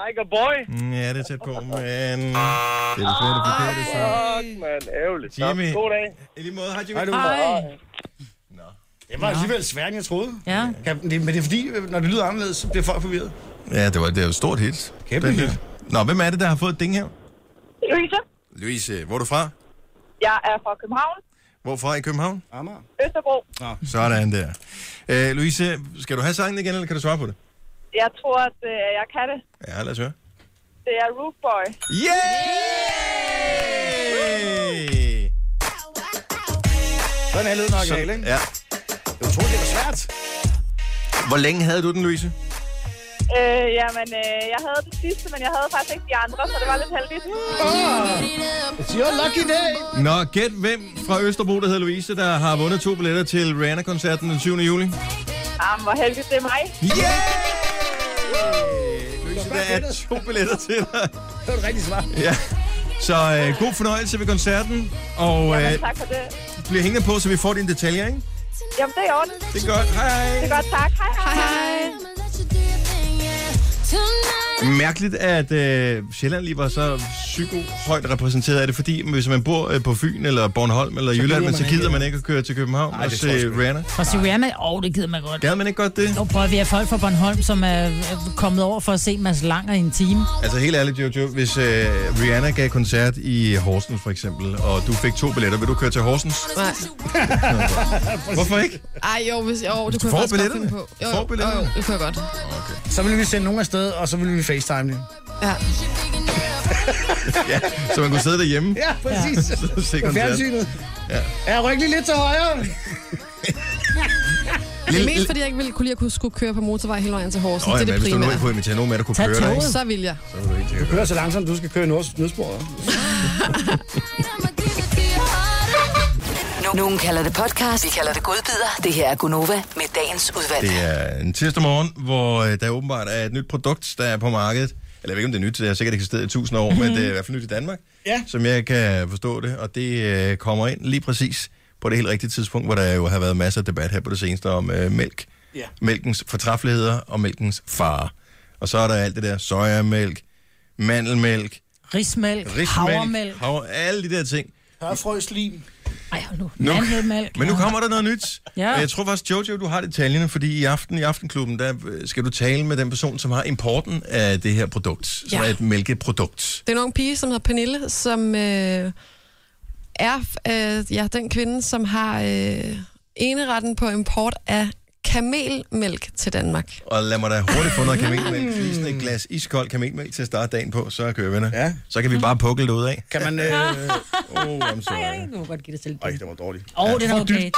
Speaker 10: like a boy.
Speaker 1: Mm, Ja, det er tæt på, men det er desværre det forkerte svar.
Speaker 10: Fuck, man. Ærgerligt. Nå,
Speaker 1: Jimmy.
Speaker 10: God dag.
Speaker 1: I lige måde. Hej,
Speaker 6: Hej, du. Det var alligevel sværere, end jeg troede.
Speaker 3: Ja.
Speaker 6: Kan, det, men det er fordi, øh, når det lyder anderledes, så bliver folk forvirret.
Speaker 1: Ja, det var, det var et stort hit.
Speaker 6: Kæmpe
Speaker 1: Den
Speaker 6: hit.
Speaker 1: her. Nå, hvem er det, der har fået ding her?
Speaker 5: Louise,
Speaker 1: Louise, hvor er du fra?
Speaker 5: jeg er fra København,
Speaker 1: Hvorfra i København?
Speaker 6: Amager.
Speaker 5: Østerbro.
Speaker 6: Nå.
Speaker 1: Sådan der. Øh, Louise, skal du have sangen igen, eller kan du svare på det?
Speaker 5: Jeg tror, at øh, jeg kan det.
Speaker 1: Ja, lad os høre.
Speaker 5: Det er Root Boy.
Speaker 1: Yeah!
Speaker 6: Sådan er lyden original,
Speaker 1: Så-
Speaker 6: ikke?
Speaker 1: Ja.
Speaker 6: Det var utroligt, det var svært.
Speaker 1: Hvor længe havde du den, Louise?
Speaker 5: Øh, jamen, øh, jeg havde det sidste, men jeg havde faktisk ikke de andre, så det var lidt heldigt.
Speaker 6: It's your lucky day.
Speaker 1: Nå, gæt hvem fra Østerbro, der hedder Louise, der har vundet to billetter til Rihanna-koncerten den 7. juli.
Speaker 5: Jamen, hvor heldigt det er mig.
Speaker 1: Yeah! Louise, der er to billetter til dig.
Speaker 6: Det var et rigtigt svar.
Speaker 1: Ja. Så øh, god fornøjelse ved koncerten, og øh,
Speaker 5: Jamen, tak for det.
Speaker 1: bliv hængende på, så vi får dine detaljer, ikke?
Speaker 5: Jamen, det er ordentligt.
Speaker 1: Det er godt. Hej.
Speaker 5: Det er godt, tak. Hej, hej. hej.
Speaker 1: Mærkeligt, at øh, Sjælland lige var så psykohøjt repræsenteret. Er det fordi, hvis man bor øh, på Fyn, eller Bornholm, eller
Speaker 3: Så
Speaker 1: Jylland,
Speaker 3: gider
Speaker 1: men så
Speaker 3: man
Speaker 1: gider
Speaker 3: ikke.
Speaker 1: man ikke at køre til København
Speaker 3: Nej,
Speaker 1: og
Speaker 3: det
Speaker 1: se
Speaker 3: tror jeg sgu ikke.
Speaker 1: Rihanna?
Speaker 3: Fra Sierra, åh, det gider man godt.
Speaker 1: Gad man ikke godt det?
Speaker 3: Nu prøver vi at folk fra Bornholm, som er øh, kommet over for at se Mads Langer i en time.
Speaker 1: Altså helt ærligt, Jojo, hvis øh, Rihanna gav koncert i Horsens for eksempel, og du fik to billetter, vil du køre til Horsens?
Speaker 4: Nej.
Speaker 1: Hvorfor ikke?
Speaker 4: Ej, jo, hvis, jo det
Speaker 1: får
Speaker 4: kunne jeg faktisk godt
Speaker 1: billetterne?
Speaker 4: finde på. Jo,
Speaker 1: Får
Speaker 4: jo,
Speaker 1: billetterne?
Speaker 4: jo, jo, det kunne jeg godt.
Speaker 6: Så ville vi sende nogen afsted, og så ville vi facetime det.
Speaker 4: Ja.
Speaker 1: ja, så man kunne sidde derhjemme.
Speaker 6: Ja, præcis.
Speaker 1: Ja. Se
Speaker 6: På
Speaker 1: koncert.
Speaker 6: fjernsynet.
Speaker 1: Ja.
Speaker 6: Ja, ryk lige lidt til højre.
Speaker 4: Det
Speaker 1: Lille-
Speaker 4: er mest, fordi jeg ikke ville kunne lide at kunne skulle køre på motorvej hele vejen til Horsens.
Speaker 1: Nå,
Speaker 4: det
Speaker 1: ja,
Speaker 4: er
Speaker 1: men
Speaker 4: det
Speaker 1: hvis du nu ikke
Speaker 4: primære.
Speaker 1: kunne invitere nogen med, der kunne
Speaker 4: Tag
Speaker 1: køre dig,
Speaker 4: toget.
Speaker 1: ikke?
Speaker 4: Så vil jeg.
Speaker 1: så ville du ikke til at
Speaker 6: Kører
Speaker 1: gøre
Speaker 6: så langsomt, du skal køre i nøds- nødsporet.
Speaker 7: Nogen kalder det podcast, vi kalder det godbider. Det her er Gunova med dagens udvalgte.
Speaker 1: Det er en tirsdag morgen, hvor øh, der åbenbart er et nyt produkt, der er på markedet. Eller jeg ved ikke, om det er nyt, det har sikkert eksisteret i tusind år, men det er i hvert fald nyt i Danmark,
Speaker 6: Ja.
Speaker 1: som jeg kan forstå det. Og det øh, kommer ind lige præcis på det helt rigtige tidspunkt, hvor der jo har været masser af debat her på det seneste om øh, mælk.
Speaker 6: Ja.
Speaker 1: Mælkens fortræffeligheder og mælkens fare. Og så er der alt det der sojamælk, mandelmælk,
Speaker 3: Rismælk,
Speaker 1: rismælk,
Speaker 3: havremælk.
Speaker 1: havre, alle de der ting.
Speaker 6: Hørfrøslim.
Speaker 3: Ej, hold nu.
Speaker 1: Nu-
Speaker 3: Mandelmælk.
Speaker 1: Men nu kommer der noget nyt.
Speaker 3: Ja.
Speaker 1: Og Jeg tror faktisk, Jojo, du har detaljerne, fordi i aften i Aftenklubben, der øh, skal du tale med den person, som har importen af det her produkt, som
Speaker 4: Ja.
Speaker 1: er et mælkeprodukt.
Speaker 4: Det er en ung pige, som hedder Pernille, som øh, er øh, ja, den kvinde, som har øh, eneretten på import af kamelmælk til Danmark.
Speaker 1: Og lad mig da hurtigt få noget
Speaker 4: Mm.
Speaker 1: kamelmælk. Lige sådan et glas iskold kamelmælk til at starte dagen på, så kører vi det.
Speaker 6: Ja.
Speaker 1: Så kan vi bare pukle det ud af.
Speaker 6: Kan man... Øh...
Speaker 1: Oh, I'm sorry.
Speaker 8: Du må godt give dig selv
Speaker 6: Ej,
Speaker 8: det.
Speaker 6: det var dårligt.
Speaker 3: Åh, oh, det er
Speaker 6: For
Speaker 3: okay.
Speaker 6: dybt.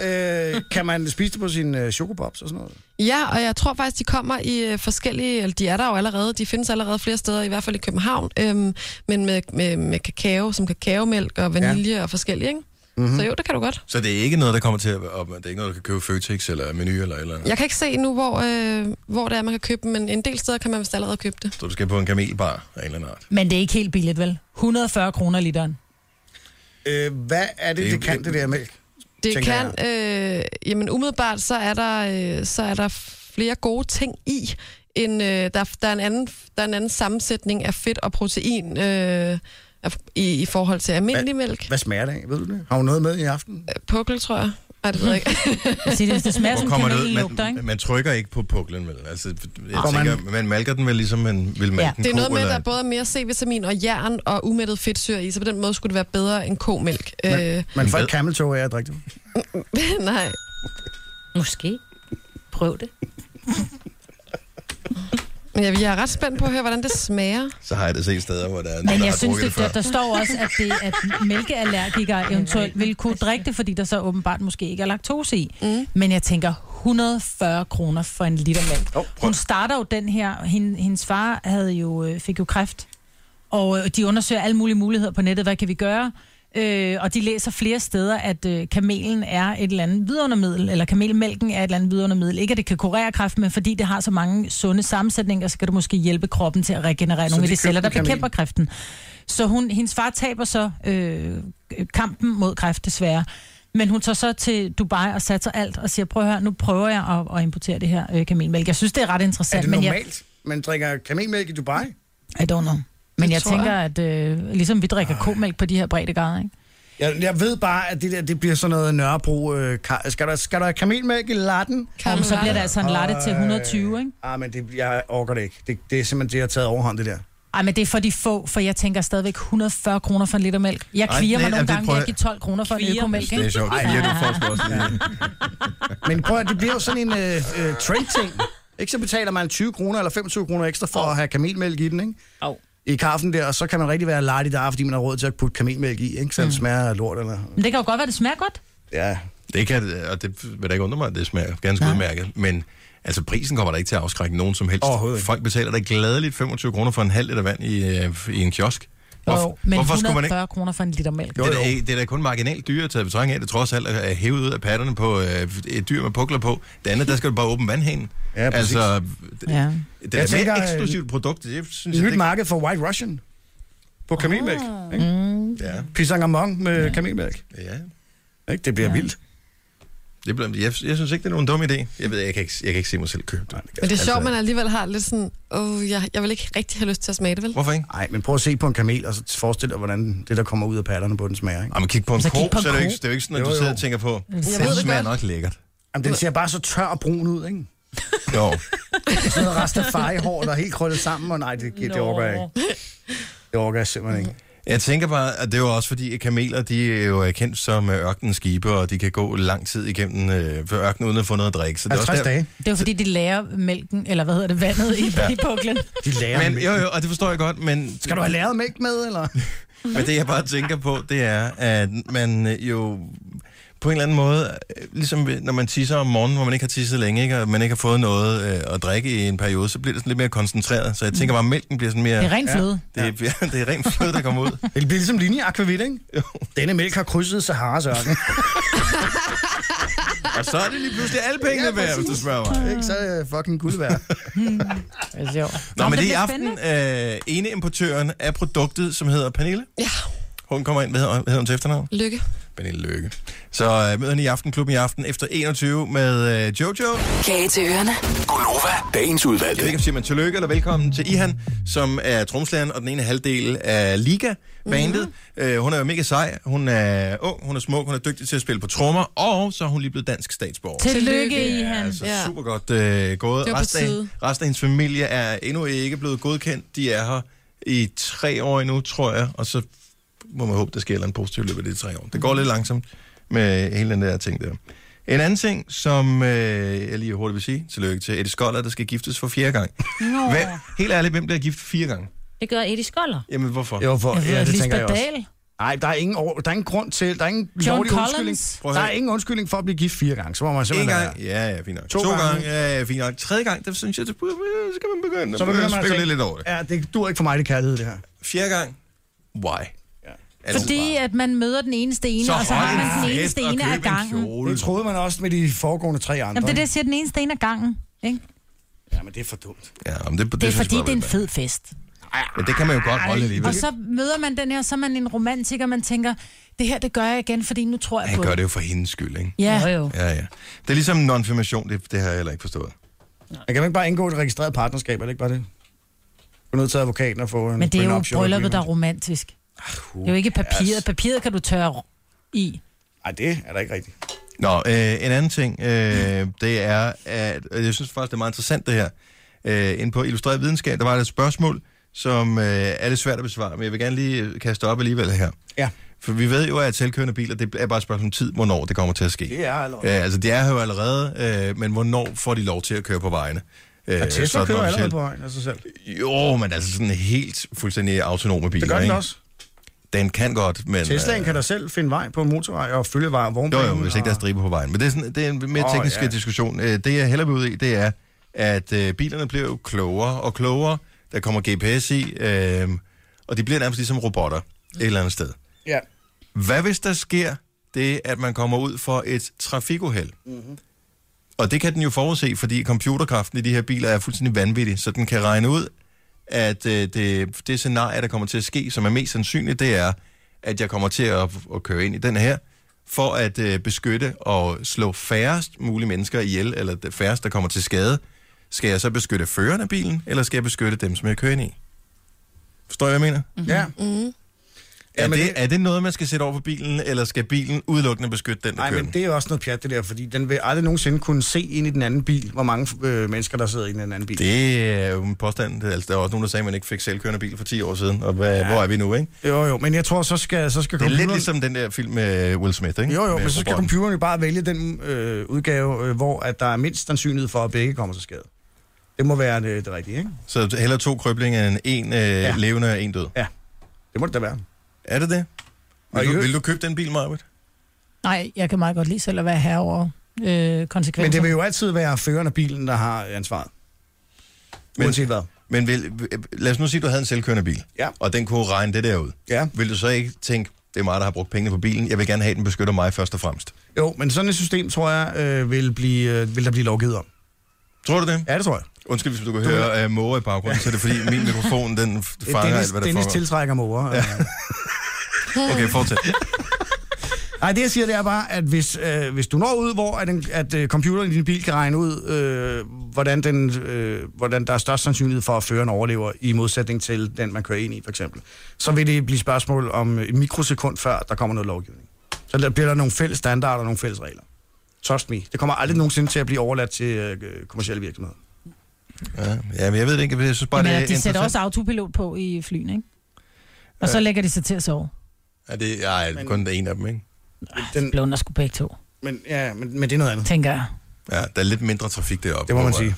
Speaker 8: Ja.
Speaker 6: Øh, kan man spise det på sin øh, chocopops og sådan noget?
Speaker 4: Ja, og jeg tror faktisk, de kommer i øh, forskellige, eller de er der jo allerede, de findes allerede flere steder, i hvert fald i København, øhm, men med, med, med kakao, som kakaomælk og vanilje ja. og forskellige, ikke? Mm-hmm. Så jo, det kan du godt.
Speaker 1: Så det er ikke noget, der kommer til at... og Det er ikke noget, du kan købe i Føtex eller menu eller et eller andet.
Speaker 4: Jeg kan ikke se nu, hvor, øh, hvor det er, man kan købe dem, men en del steder kan man vist allerede købe det.
Speaker 1: Så du skal på en kamelbar af en eller anden art.
Speaker 3: Men det er ikke helt billigt, vel? 140 kroner literen.
Speaker 6: Øh, hvad er
Speaker 1: Det
Speaker 6: det, det,
Speaker 1: er-
Speaker 6: det kan, det der mælk?
Speaker 4: Det
Speaker 6: Tænker
Speaker 4: kan, øh, jamen umiddelbart, så er der, øh, så er der flere gode ting i, end, øh, der, der, er en anden, der er en anden sammensætning af fedt og protein øh, af- i, i forhold til almindelig mælk.
Speaker 6: Hvad smager det af? Ved du det? Har hun noget med i aften?
Speaker 4: Pukkel, tror jeg. Nej, det ved jeg ikke.
Speaker 3: Jeg siger, det, det smager som kanalen
Speaker 1: Man,
Speaker 3: lugter, ikke?
Speaker 1: man trykker ikke på puklen, vel? Altså, jeg
Speaker 4: Går man-
Speaker 1: tænker, man... malker den vel ligesom man vil malke
Speaker 4: Ja,
Speaker 1: en
Speaker 4: det er
Speaker 1: ko,
Speaker 4: noget med, at
Speaker 1: eller...
Speaker 4: der både er mere C-vitamin og jern og umættet fedtsyre i, så på den måde skulle det være bedre end komælk. Øh,
Speaker 6: Man, man får ikke camel toe af at drikke det.
Speaker 4: nej.
Speaker 8: Måske. Prøv det.
Speaker 4: Men jeg, jeg er ret spændt på at høre, hvordan det smager.
Speaker 1: Så har jeg det set steder, hvor der er nogen,
Speaker 3: Men
Speaker 1: der
Speaker 3: jeg
Speaker 1: har
Speaker 3: synes,
Speaker 1: drukket det
Speaker 3: det,
Speaker 1: før.
Speaker 3: der, der står også, at, det, at mælkeallergikere eventuelt vil kunne drikke det, fordi der så åbenbart måske ikke er laktose i. Mm. Men jeg tænker, 140 kroner for en liter mælk. Oh, Hun starter jo den her, hende, hendes far havde jo, øh, fik jo kræft, og øh, de undersøger alle mulige muligheder på nettet, hvad kan vi gøre? Øh, og de læser flere steder, at øh, kamelen er et eller andet vidundermiddel, eller kamelmælken er et eller andet vidundermiddel. Ikke at det kan kurere kræft, men fordi det har så mange sunde sammensætninger, så kan det måske hjælpe kroppen til at regenerere
Speaker 12: Så
Speaker 3: nogle af
Speaker 12: de
Speaker 3: de celler, der
Speaker 12: købte en kamel?
Speaker 3: bekæmper kræften. Så hun, hendes far taber så øh, kampen mod kræft, desværre. Men hun tager så til Dubai og satser alt og siger, prøv at høre, nu prøver jeg at, at importere det her øh, kamelmælk. Jeg synes, det er ret interessant.
Speaker 6: Er det
Speaker 3: men
Speaker 6: normalt? Man drikker kamelmælk i Dubai?
Speaker 3: Jeg, I don't know. Men
Speaker 6: Det
Speaker 3: jeg
Speaker 6: tror
Speaker 3: tænker, at øh, ligesom vi drikker komælk på de her brede grader, ikke?
Speaker 6: Jeg, jeg ved bare, at det der det bliver sådan noget Nørrebro... Øh, ka- skal, der, skal der kamelmælk i latten?
Speaker 3: Om, så bliver det altså en latte til 120, ikke?
Speaker 6: Ah, men det, jeg orker det ikke. Det, det er simpelthen det, jeg har taget overhånd, det der.
Speaker 3: Ej, men det er for de få, for jeg tænker stadigvæk 140 kroner for en liter mælk. Jeg
Speaker 6: Ej,
Speaker 3: kvier
Speaker 6: nej,
Speaker 3: mig nogle
Speaker 6: jamen, det
Speaker 3: gange,
Speaker 6: prøver
Speaker 3: jeg
Speaker 6: jeg-
Speaker 3: giver 12 kroner for en
Speaker 6: Kvier?
Speaker 3: økomælk, ikke?
Speaker 6: Det er sjovt. Ej, ja, du får sgu også
Speaker 1: lige.
Speaker 6: Men prøv at det bliver jo sådan en øh, øh, trade-ting. Ikke så betaler man 20 kroner eller 25 kroner ekstra for at have kamelmælk i den, ikke?
Speaker 3: Oh.
Speaker 6: I kaffen der, og så kan man rigtig være lartig der, fordi man har råd til at putte kamelmælk i, ikke? Så den smager af lort eller...
Speaker 3: Men det kan jo godt være, det smager godt.
Speaker 6: Ja.
Speaker 1: Det kan, og det vil da ikke undre mig, at det smager ganske udmærket. Men altså, prisen kommer da ikke til at afskrække nogen som helst. Folk betaler da gladeligt 25 kroner for en halv liter vand i, øh, i en kiosk.
Speaker 3: Jo, men
Speaker 1: hvorfor skulle man ikke?
Speaker 3: 140 kroner for en liter mælk.
Speaker 1: Det er, da, ikke- det er da kun marginalt dyre taget i betragtning af, at det trods alt er hævet ud af patterne på øh, et dyr med pukler på. Det andet, der skal du bare åbne vandhanen. Ja,
Speaker 6: præcis.
Speaker 1: altså,
Speaker 3: ja.
Speaker 1: det er et mere eksklusivt produkt. Det synes jeg,
Speaker 6: Nyt
Speaker 1: det
Speaker 6: marked for White Russian. På kamelmælk. Oh. Ikke?
Speaker 3: Mm.
Speaker 1: Ja.
Speaker 6: Pisang among med ja. kamelmælk.
Speaker 1: Ja.
Speaker 6: Ikke? Det bliver ja. vildt.
Speaker 1: Det bliver, jeg, jeg synes ikke, det er nogen dum idé. Jeg ved, jeg kan ikke, jeg kan ikke se mig selv købe det. Altså, Nej,
Speaker 4: Men det er sjovt, man alligevel har lidt sådan, åh, jeg, jeg vil ikke rigtig have lyst til at smage det, vel?
Speaker 1: Hvorfor ikke?
Speaker 6: Nej, men prøv at se på en kamel, og så forestil dig, hvordan det, der kommer ud af patterne på den smager. Ikke?
Speaker 1: Jamen, kig på en
Speaker 6: så
Speaker 1: så ko,
Speaker 6: Altså, kig på en
Speaker 1: så er det, jo
Speaker 6: ko.
Speaker 1: ikke, det er jo ikke sådan, at
Speaker 6: Jo,
Speaker 1: du
Speaker 6: jo.
Speaker 1: sidder og tænker på,
Speaker 6: Jeg
Speaker 1: det
Speaker 6: ved det
Speaker 1: smager
Speaker 6: godt."
Speaker 1: nok lækkert.
Speaker 6: Jamen, den ser bare så tør og brun ud, ikke?
Speaker 1: Jo.
Speaker 6: Sådan noget rastafari-hår, der er helt krøllet sammen, og nej, det, det orker jeg ikke. Det orker jeg simpelthen ikke.
Speaker 1: Jeg tænker bare, at det er jo også fordi, at kameler, de er jo kendt som øh, ørkenens skibe, og de kan gå lang tid igennem øh, ørkenen uden at få noget at drikke. Så det er også der-
Speaker 3: Det er jo fordi, de lærer mælken, eller hvad hedder det, vandet i,
Speaker 1: Ja.
Speaker 3: i puklen.
Speaker 6: De lærer
Speaker 1: men, jo, jo, og det forstår jeg godt, men...
Speaker 6: Skal du have lavet mælk med, eller?
Speaker 1: Men det, jeg bare tænker på, det er, at man øh, jo på en eller anden måde, øh, ligesom ved- når man tisser om morgenen, hvor man ikke har tisset længe, ikke, og man ikke har fået noget øh, at drikke i en periode, så bliver det sådan lidt mere koncentreret. Så jeg tænker bare, at mælken bliver sådan mere...
Speaker 6: Det er ren fløde.
Speaker 1: Ja, det, er, ja, det er ren fløde, der kommer ud.
Speaker 6: Det bliver ligesom linje akvavit, ikke? Denne mælk har krydset Saharas ørken.
Speaker 1: Og så er det lige pludselig alle pengene ja, værd, hvis du spørger mig.
Speaker 6: Ikke, så er det fucking guld værd.
Speaker 3: det er sjovt.
Speaker 1: Nå, men det er i aften øh, ene importøren af produktet, som hedder Pernille.
Speaker 4: Ja.
Speaker 1: Hun kommer ind, hvad hedder, hvad hedder hun til efternavn?
Speaker 4: Lykke.
Speaker 1: Pernille Lykke. Så øh, møder hende i Aftenklubben i aften efter 21 med øh, Jojo.
Speaker 7: Kage til ørerne.
Speaker 1: Gunova, dagens udvalgte. Jeg ved ikke, om siger man tillykke eller velkommen til Ihan, som er tromslæren og den ene halvdel af Liga-bandet. Mm-hmm. Øh, hun er jo mega sej, hun er ung, hun er smuk, hun er dygtig til at spille på trommer, og så er hun lige blevet dansk statsborger.
Speaker 3: Tillykke, Ihan.
Speaker 1: Altså, ja. super godt øh, gået.
Speaker 3: Det var på
Speaker 1: Resten
Speaker 3: tide.
Speaker 1: af, resten af hendes familie er endnu ikke blevet godkendt. De er her i tre år endnu, tror jeg, og så må man håbe, der sker et eller andet positivt i løbet af de tre år. Det
Speaker 3: Mm.
Speaker 1: går lidt langsomt med hele den der ting der. En anden ting, som øh, jeg lige hurtigt vil sige, tillykke til Eddie Skoller, der skal giftes for fjerde gang.
Speaker 8: Nå.
Speaker 1: Hvem, helt ærligt, hvem bliver gift fire gange?
Speaker 8: Det gør Eddie Skoller.
Speaker 1: Jamen, hvorfor?
Speaker 6: Jo, for,
Speaker 8: Jeg ved,
Speaker 6: ja, det
Speaker 8: Lisbeth
Speaker 6: tænker jeg også.
Speaker 8: Dahl.
Speaker 6: Nej, der er ingen, over- der er ingen grund til, der er ingen
Speaker 8: John
Speaker 6: lovlig
Speaker 8: Collins.
Speaker 6: undskyldning.
Speaker 8: Prøv
Speaker 1: at
Speaker 6: Der
Speaker 1: høre.
Speaker 6: er ingen undskyldning for at blive gift fire gange. Så må man
Speaker 1: En
Speaker 6: simpelthen
Speaker 1: gang? Ja, ja, fint nok.
Speaker 6: To
Speaker 1: To, to gange?
Speaker 6: gange.
Speaker 1: Ja, ja, fint nok. Tredje gang, der synes jeg, det, så kan man begynde.
Speaker 6: Så begynder man at
Speaker 1: spekulere
Speaker 6: tænke,
Speaker 1: lidt over det.
Speaker 6: Ja, det dur ikke for mig, det kærlighed, det her.
Speaker 1: Fjerde gang? Why? Ja.
Speaker 3: Fordi at man møder den eneste ene,
Speaker 6: Altså, Så
Speaker 3: og så
Speaker 6: hold
Speaker 3: har
Speaker 6: en
Speaker 3: man den eneste
Speaker 6: fest og
Speaker 3: ene af
Speaker 6: køb en
Speaker 3: gangen.
Speaker 6: Det troede man også med de foregående tre andre.
Speaker 3: Jamen, det er det, jeg siger, den eneste ene af gangen. Ikke?
Speaker 6: Ja, men det er for dumt.
Speaker 1: Ja, men det, det,
Speaker 3: Det er
Speaker 1: synes jeg
Speaker 3: fordi,
Speaker 1: bare,
Speaker 3: det er en
Speaker 1: man-
Speaker 3: fed fest.
Speaker 1: Ja, det kan man jo godt holde alligevel.
Speaker 3: Og så møder man den her, så er man en romantiker, man tænker, det her, det gør jeg igen, fordi nu tror jeg
Speaker 1: Han
Speaker 3: på
Speaker 1: gør det jo for hendes skyld, ikke?
Speaker 3: Ja. Jo, jo.
Speaker 1: Ja, ja. Det er ligesom non-firmation, det, det har jeg heller ikke forstået.
Speaker 6: Man kan jo ikke bare indgå et registreret partnerskab, er det ikke bare det? Gå ned til advokaten og få en
Speaker 3: Men det er jo
Speaker 6: prenup,
Speaker 3: brylluppet, der er
Speaker 6: showroom.
Speaker 1: Ah,
Speaker 3: romantisk. Det er jo ikke papiret. Papiret kan du tørre i.
Speaker 6: Ej, det er da ikke rigtigt.
Speaker 1: Nå, øh, en anden ting, øh, det er, at og jeg synes faktisk, det er meget interessant det her. Øh, inde på Illustreret Videnskab, der var der et spørgsmål, som øh, er lidt svært at besvare, men jeg vil gerne lige øh, kaste op alligevel her.
Speaker 6: Ja.
Speaker 1: For vi ved jo, at selvkørende biler, det er bare et spørgsmål om tid, hvornår det kommer til at ske.
Speaker 6: Det er allerede.
Speaker 1: Øh, altså, det er jo allerede, øh, men hvornår får de lov til at køre på vejene? Øh,
Speaker 6: Og Tesla
Speaker 1: sådan
Speaker 6: kører allerede
Speaker 1: officielt.
Speaker 6: på vejen af sig selv.
Speaker 1: Jo, men altså sådan helt fuldstændig autonome biler,
Speaker 6: Det gør den
Speaker 1: ikke?
Speaker 6: også.
Speaker 1: Den kan godt, men... øh,
Speaker 6: Teslaen kan da selv finde vej på en motorvej og følge vej og
Speaker 1: Jo,
Speaker 6: vognbanen.
Speaker 1: jo, hvis ikke der er striber på vejen. Men det er, sådan, det er en mere
Speaker 6: Åh,
Speaker 1: oh, teknisk
Speaker 6: ja.
Speaker 1: ja. diskussion. Øh, Det jeg hellere vil ud i, det er, at øh, bilerne bliver jo klogere og klogere. Der kommer GPS i, øh, og de bliver nærmest ligesom robotter et eller andet sted.
Speaker 6: Ja.
Speaker 1: Hvad hvis der sker det, at man kommer ud for et trafikuheld?
Speaker 6: Mhm.
Speaker 1: Og det kan den jo forudse, fordi computerkraften i de her biler er fuldstændig vanvittig, så den kan regne ud, at øh, det, det scenarie, der kommer til at ske, som er mest sandsynligt, det er, at jeg kommer til at, at køre ind i den her, for at øh, beskytte og slå færrest mulige mennesker ihjel, eller det færrest, der kommer til skade. Skal jeg så beskytte føreren af bilen, eller skal jeg beskytte dem, som jeg kører ind i? Forstår I, hvad jeg mener?
Speaker 6: Mm-hmm. Ja.
Speaker 4: Mm.
Speaker 1: Er, det, er det noget, man skal sætte over på bilen, eller skal bilen udelukkende beskytte den, der
Speaker 6: Nej,
Speaker 1: kører
Speaker 6: men
Speaker 1: den?
Speaker 6: det er jo også noget pjat, det der, fordi den vil aldrig nogensinde kunne se ind i den anden bil, hvor mange øh, mennesker, der sidder i den anden bil.
Speaker 1: Det er jo en påstand. Det er- Altså, der var også nogen, der sagde, at man ikke fik selvkørende bil for 10 år siden. Og hvad, ja. hvor er vi nu, ikke?
Speaker 6: Jo, jo, men jeg tror, så skal, så skal
Speaker 1: Det er lidt
Speaker 6: computeren-
Speaker 1: ligesom den der film med Will Smith, ikke?
Speaker 6: Jo, jo,
Speaker 1: med
Speaker 6: men så skal
Speaker 1: robotten.
Speaker 6: computeren jo bare vælge den øh, udgave, øh, hvor at der er mindst sandsynlighed for, at begge kommer til skade. Det må være det, det rigtige, ikke?
Speaker 1: Så hellere to krøblinger end en øh, ja. levende og en død.
Speaker 6: Ja, det må det da være.
Speaker 1: Er det det?
Speaker 6: Og
Speaker 1: Vil,
Speaker 6: i
Speaker 1: du,
Speaker 6: øvrigt-
Speaker 1: vil du købe den bil, Marvitt?
Speaker 3: Nej, jeg kan meget godt lide selv at være herre over øh, konsekvenser.
Speaker 6: Men det vil jo altid være føreren af bilen, der har ansvaret. Men, Uanset hvad.
Speaker 1: Men vil, lad os nu sige, at du havde en selvkørende bil,
Speaker 6: Ja.
Speaker 1: og den kunne regne det der ud.
Speaker 6: Ja.
Speaker 1: Vil du så ikke tænke, det er mig, der har brugt pengene på bilen, jeg vil gerne have, at den beskytter mig først og fremmest?
Speaker 6: Jo, men sådan et system, tror jeg, øh, vil, blive, øh, vil der blive lovgivet om.
Speaker 1: Tror du det?
Speaker 6: Ja, det tror jeg.
Speaker 1: Undskyld, hvis du kan
Speaker 6: Du
Speaker 1: høre uh, måger i baggrunden, så er det fordi, min mikrofon, den f-
Speaker 6: Det er
Speaker 1: fanger
Speaker 6: Dennis,
Speaker 1: alt, hvad der
Speaker 6: Dennis
Speaker 1: foregår.
Speaker 6: tiltrækker Øh, morer. Ja.
Speaker 1: Okay, fortsæt.
Speaker 6: Nej, det jeg siger, det er bare, at hvis, øh, hvis du når ud, hvor at, den, at øh, computeren i din bil kan regne ud, øh, hvordan, den, øh, hvordan der er størst sandsynlighed for, at føreren overlever, i modsætning til den, man kører ind i, for eksempel, så vil det blive spørgsmål om øh, et mikrosekund, før der kommer noget lovgivning. Så der bliver der nogle fælles standarder og nogle fælles regler. Trust me. Det kommer aldrig nogensinde til at blive overladt til øh, kommersielle virksomheder.
Speaker 1: Ja, ja, men jeg ved det ikke. Jeg synes bare,
Speaker 3: Jamen,
Speaker 1: det er
Speaker 3: og de sætter
Speaker 1: interessant.
Speaker 3: også autopilot på i flyene, ikke? Og så
Speaker 1: Ja.
Speaker 3: lægger de sig til at sove.
Speaker 1: Ja, det ej, det er kun en af dem, ikke?
Speaker 6: Den
Speaker 3: blunder skulle begge to.
Speaker 6: Men, ja, men, men det er noget andet.
Speaker 3: Tænker jeg.
Speaker 1: Ja, der er lidt mindre trafik deroppe.
Speaker 6: Det må man
Speaker 1: håber jeg,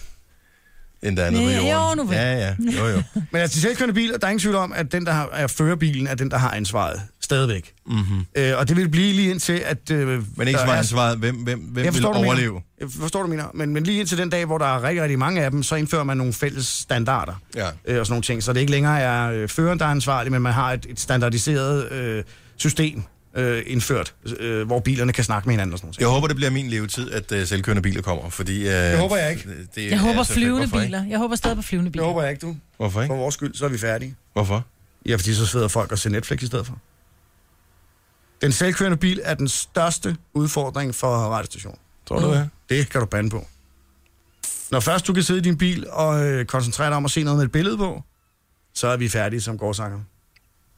Speaker 1: End der er nede
Speaker 3: Ja,
Speaker 1: på jorden.
Speaker 3: jo, nu vel.
Speaker 1: Ja, ja. Jo, jo.
Speaker 6: Men altså, de selvkørende biler, der er ingen tvivl om, at den, der har, er fører bilen, er den, der har ansvaret. Stadigvæk.
Speaker 1: Mm-hmm.
Speaker 6: Øh, og det vil blive lige indtil, at... Øh,
Speaker 1: Men ikke
Speaker 6: der
Speaker 1: så meget
Speaker 6: er-
Speaker 1: ansvaret. Hvem, hvem, hvem
Speaker 6: Jeg
Speaker 1: vil
Speaker 6: forstår, du mener.
Speaker 1: overleve?
Speaker 6: Jeg forstår, du mener. Men, men lige indtil den dag, hvor der er rigtig, rigtig mange af dem, så indfører man nogle fælles standarder
Speaker 1: Ja.
Speaker 6: øh, og sådan nogle ting. Så det ikke længere er øh, føreren, der er ansvarlig, men man har et, et standardiseret øh, system øh, indført, øh, hvor bilerne kan snakke med hinanden og sådan noget.
Speaker 1: Jeg håber, det bliver min levetid, at uh, selvkørende biler kommer, fordi... Uh, det
Speaker 6: håber jeg ikke.
Speaker 1: Det,
Speaker 3: Jeg håber
Speaker 1: altså,
Speaker 3: flyvende
Speaker 1: hvorfor ikke?
Speaker 3: biler. Jeg håber stadig på flyvende biler.
Speaker 6: Det håber jeg ikke, du.
Speaker 1: Hvorfor ikke?
Speaker 6: For vores skyld, så er vi færdige.
Speaker 1: Hvorfor?
Speaker 6: Ja, fordi så sidder folk og ser Netflix i stedet for. Den selvkørende bil er den største udfordring for radiostationen.
Speaker 1: Tror du det?
Speaker 6: Det kan du bande på. Når først du kan sidde i din bil og øh, koncentrere dig om at se noget med et billede på, så er vi færdige som gårdsanger.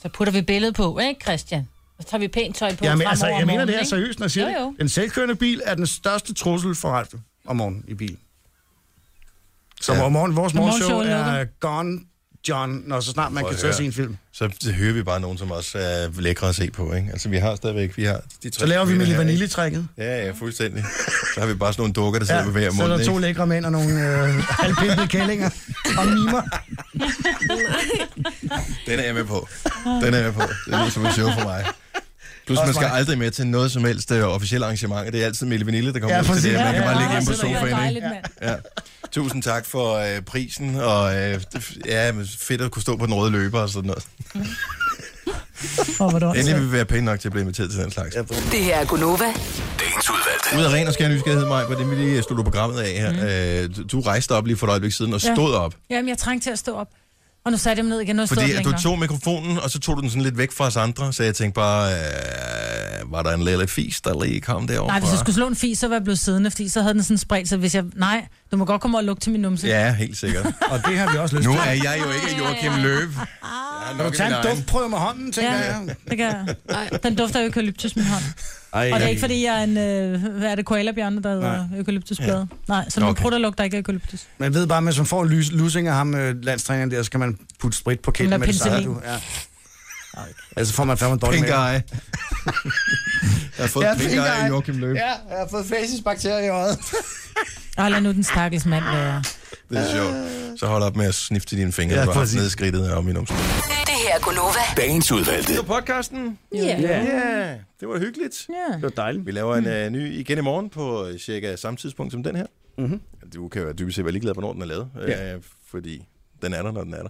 Speaker 8: Så putter vi billedet på, ikke Christian? Og så tager vi pænt tøj på
Speaker 6: Jamen,
Speaker 8: fremover
Speaker 6: altså,
Speaker 8: om
Speaker 6: jeg mener
Speaker 8: morgenen,
Speaker 6: det her
Speaker 8: ikke?
Speaker 6: seriøst, når jeg siger
Speaker 8: jo, jo.
Speaker 6: det. En selvkørende bil er den største trussel for radio om morgenen i bilen. Så
Speaker 1: Ja.
Speaker 6: ja. morgen, vores
Speaker 1: Når
Speaker 6: morgenshow
Speaker 1: morgenshowet
Speaker 6: er gone, John, når så snart man
Speaker 1: Prøv
Speaker 6: kan
Speaker 1: at
Speaker 6: tage
Speaker 1: høre.
Speaker 6: se en film.
Speaker 1: Så hører vi bare nogen, som også er lækre at se på, ikke? Altså, vi har stadigvæk... Vi har de tre
Speaker 6: Så laver vi
Speaker 1: biler
Speaker 6: Milli
Speaker 1: her, ikke?
Speaker 6: Vanilli-trækket.
Speaker 1: Ja, ja, fuldstændig. Så har vi bare sådan nogle dukker, der sidder ja, ved hver
Speaker 6: så er
Speaker 1: mund,
Speaker 6: der to
Speaker 1: ikke?
Speaker 6: lækre mænd og nogle øh, halvpimpede kællinger og mimer.
Speaker 1: Den er jeg med på. Den er jeg med på. Det lyder som en show for mig. Plus,
Speaker 6: Også
Speaker 1: man skal
Speaker 6: mig.
Speaker 1: aldrig med til noget som helst uh, officielle arrangement. Det er altid Mille Vanille, der kommer ja,
Speaker 6: Ja,
Speaker 1: ud til
Speaker 6: præcis.
Speaker 1: det. Man kan
Speaker 6: Ja,
Speaker 1: bare
Speaker 6: ja,
Speaker 1: ligge hjemme på
Speaker 6: sidder
Speaker 1: sofaen.
Speaker 6: og dejligt,
Speaker 1: ikke? Ja. Tusind tak for øh, prisen, og øh, det- ja, men fedt at kunne stå på den røde løber og sådan noget.
Speaker 3: Åh, hvor er
Speaker 1: Endelig
Speaker 3: det også-
Speaker 1: vil vi være pæne nok til at blive inviteret til den slags.
Speaker 7: Det her er Gunova.
Speaker 1: Ud af ren og skær nysgerrighed, Maj, hvordan vi lige slutter programmet af her. Mm. Øh, du- du rejste op lige for et øjeblik siden og
Speaker 3: Ja.
Speaker 1: stod op.
Speaker 3: Jamen, jeg trængte til at stå op. Og nu satte jeg dem ned igen, nu stod
Speaker 1: Fordi
Speaker 3: jeg
Speaker 1: at
Speaker 3: længere.
Speaker 1: du tog mikrofonen, og så tog du den sådan lidt væk fra os andre, så jeg tænkte bare, øh, var der en lille fis, der lige kom derovre?
Speaker 3: Nej, hvis jeg skulle slå en fis, så var jeg blevet siddende, fordi så havde den sådan spredt sig. Hvis jeg... Nej, du må godt komme over og lugte til min numse.
Speaker 1: Ja, helt sikkert.
Speaker 6: og det har vi også lyst
Speaker 1: nu
Speaker 6: til.
Speaker 1: er jeg jo ikke Joachim Løv. Jeg har
Speaker 6: Kan du
Speaker 1: nok i
Speaker 6: tage
Speaker 1: min
Speaker 6: en
Speaker 1: egen.
Speaker 6: duftprøve med hånden, tænker
Speaker 3: Ja.
Speaker 6: jeg?
Speaker 3: Det kan jeg. Den dufter jo ikke lytte til min hånd. Ej, og det er ikke, fordi jeg er en, øh, hvad er det, koalabjørne, der hedder eukalyptusblade. Ja. Nej, så min
Speaker 6: Okay.
Speaker 3: okay. prutter lugter ikke af eukalyptus.
Speaker 6: Man ved bare, at hvis man får en lus- lussing af ham, øh, landstræneren der, så kan man putte sprit på kæden
Speaker 3: Eller
Speaker 6: med det samme,
Speaker 3: penicillin.
Speaker 6: du. Ja. Altså får man fandme en dårlig
Speaker 12: Pink
Speaker 6: mave.
Speaker 12: eye. Jeg har fået
Speaker 6: Ja,
Speaker 12: ja, pink
Speaker 6: pink
Speaker 12: eye
Speaker 6: eye.
Speaker 12: af Joachim Løb.
Speaker 6: Ja, jeg har fået facesbakterier i øjet.
Speaker 3: Og lad nu den stakkels mand være.
Speaker 1: Det er sjovt. Så hold op med at snifte dine fingre,
Speaker 12: Ja,
Speaker 1: ja, du har haft
Speaker 12: præcis.
Speaker 1: nedskridtet om min omsorg.
Speaker 7: Det her er Gunova.
Speaker 1: Dagens udvalgte. Det var podcasten.
Speaker 7: Ja.
Speaker 1: Ja, yeah. det var hyggeligt.
Speaker 3: Yeah.
Speaker 1: Det var dejligt. Vi laver en uh, ny igen i morgen på øh, cirka samme tidspunkt som den her.
Speaker 6: Mm-hmm.
Speaker 1: Du kan jo dybest set være ligeglad, hvornår den er lavet,
Speaker 6: Ja.
Speaker 1: ja. øh, fordi den er der, når den er der.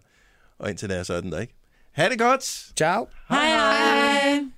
Speaker 1: Og indtil da, så er den der ikke. Ha' det godt!
Speaker 6: Ciao!
Speaker 3: Hej hej!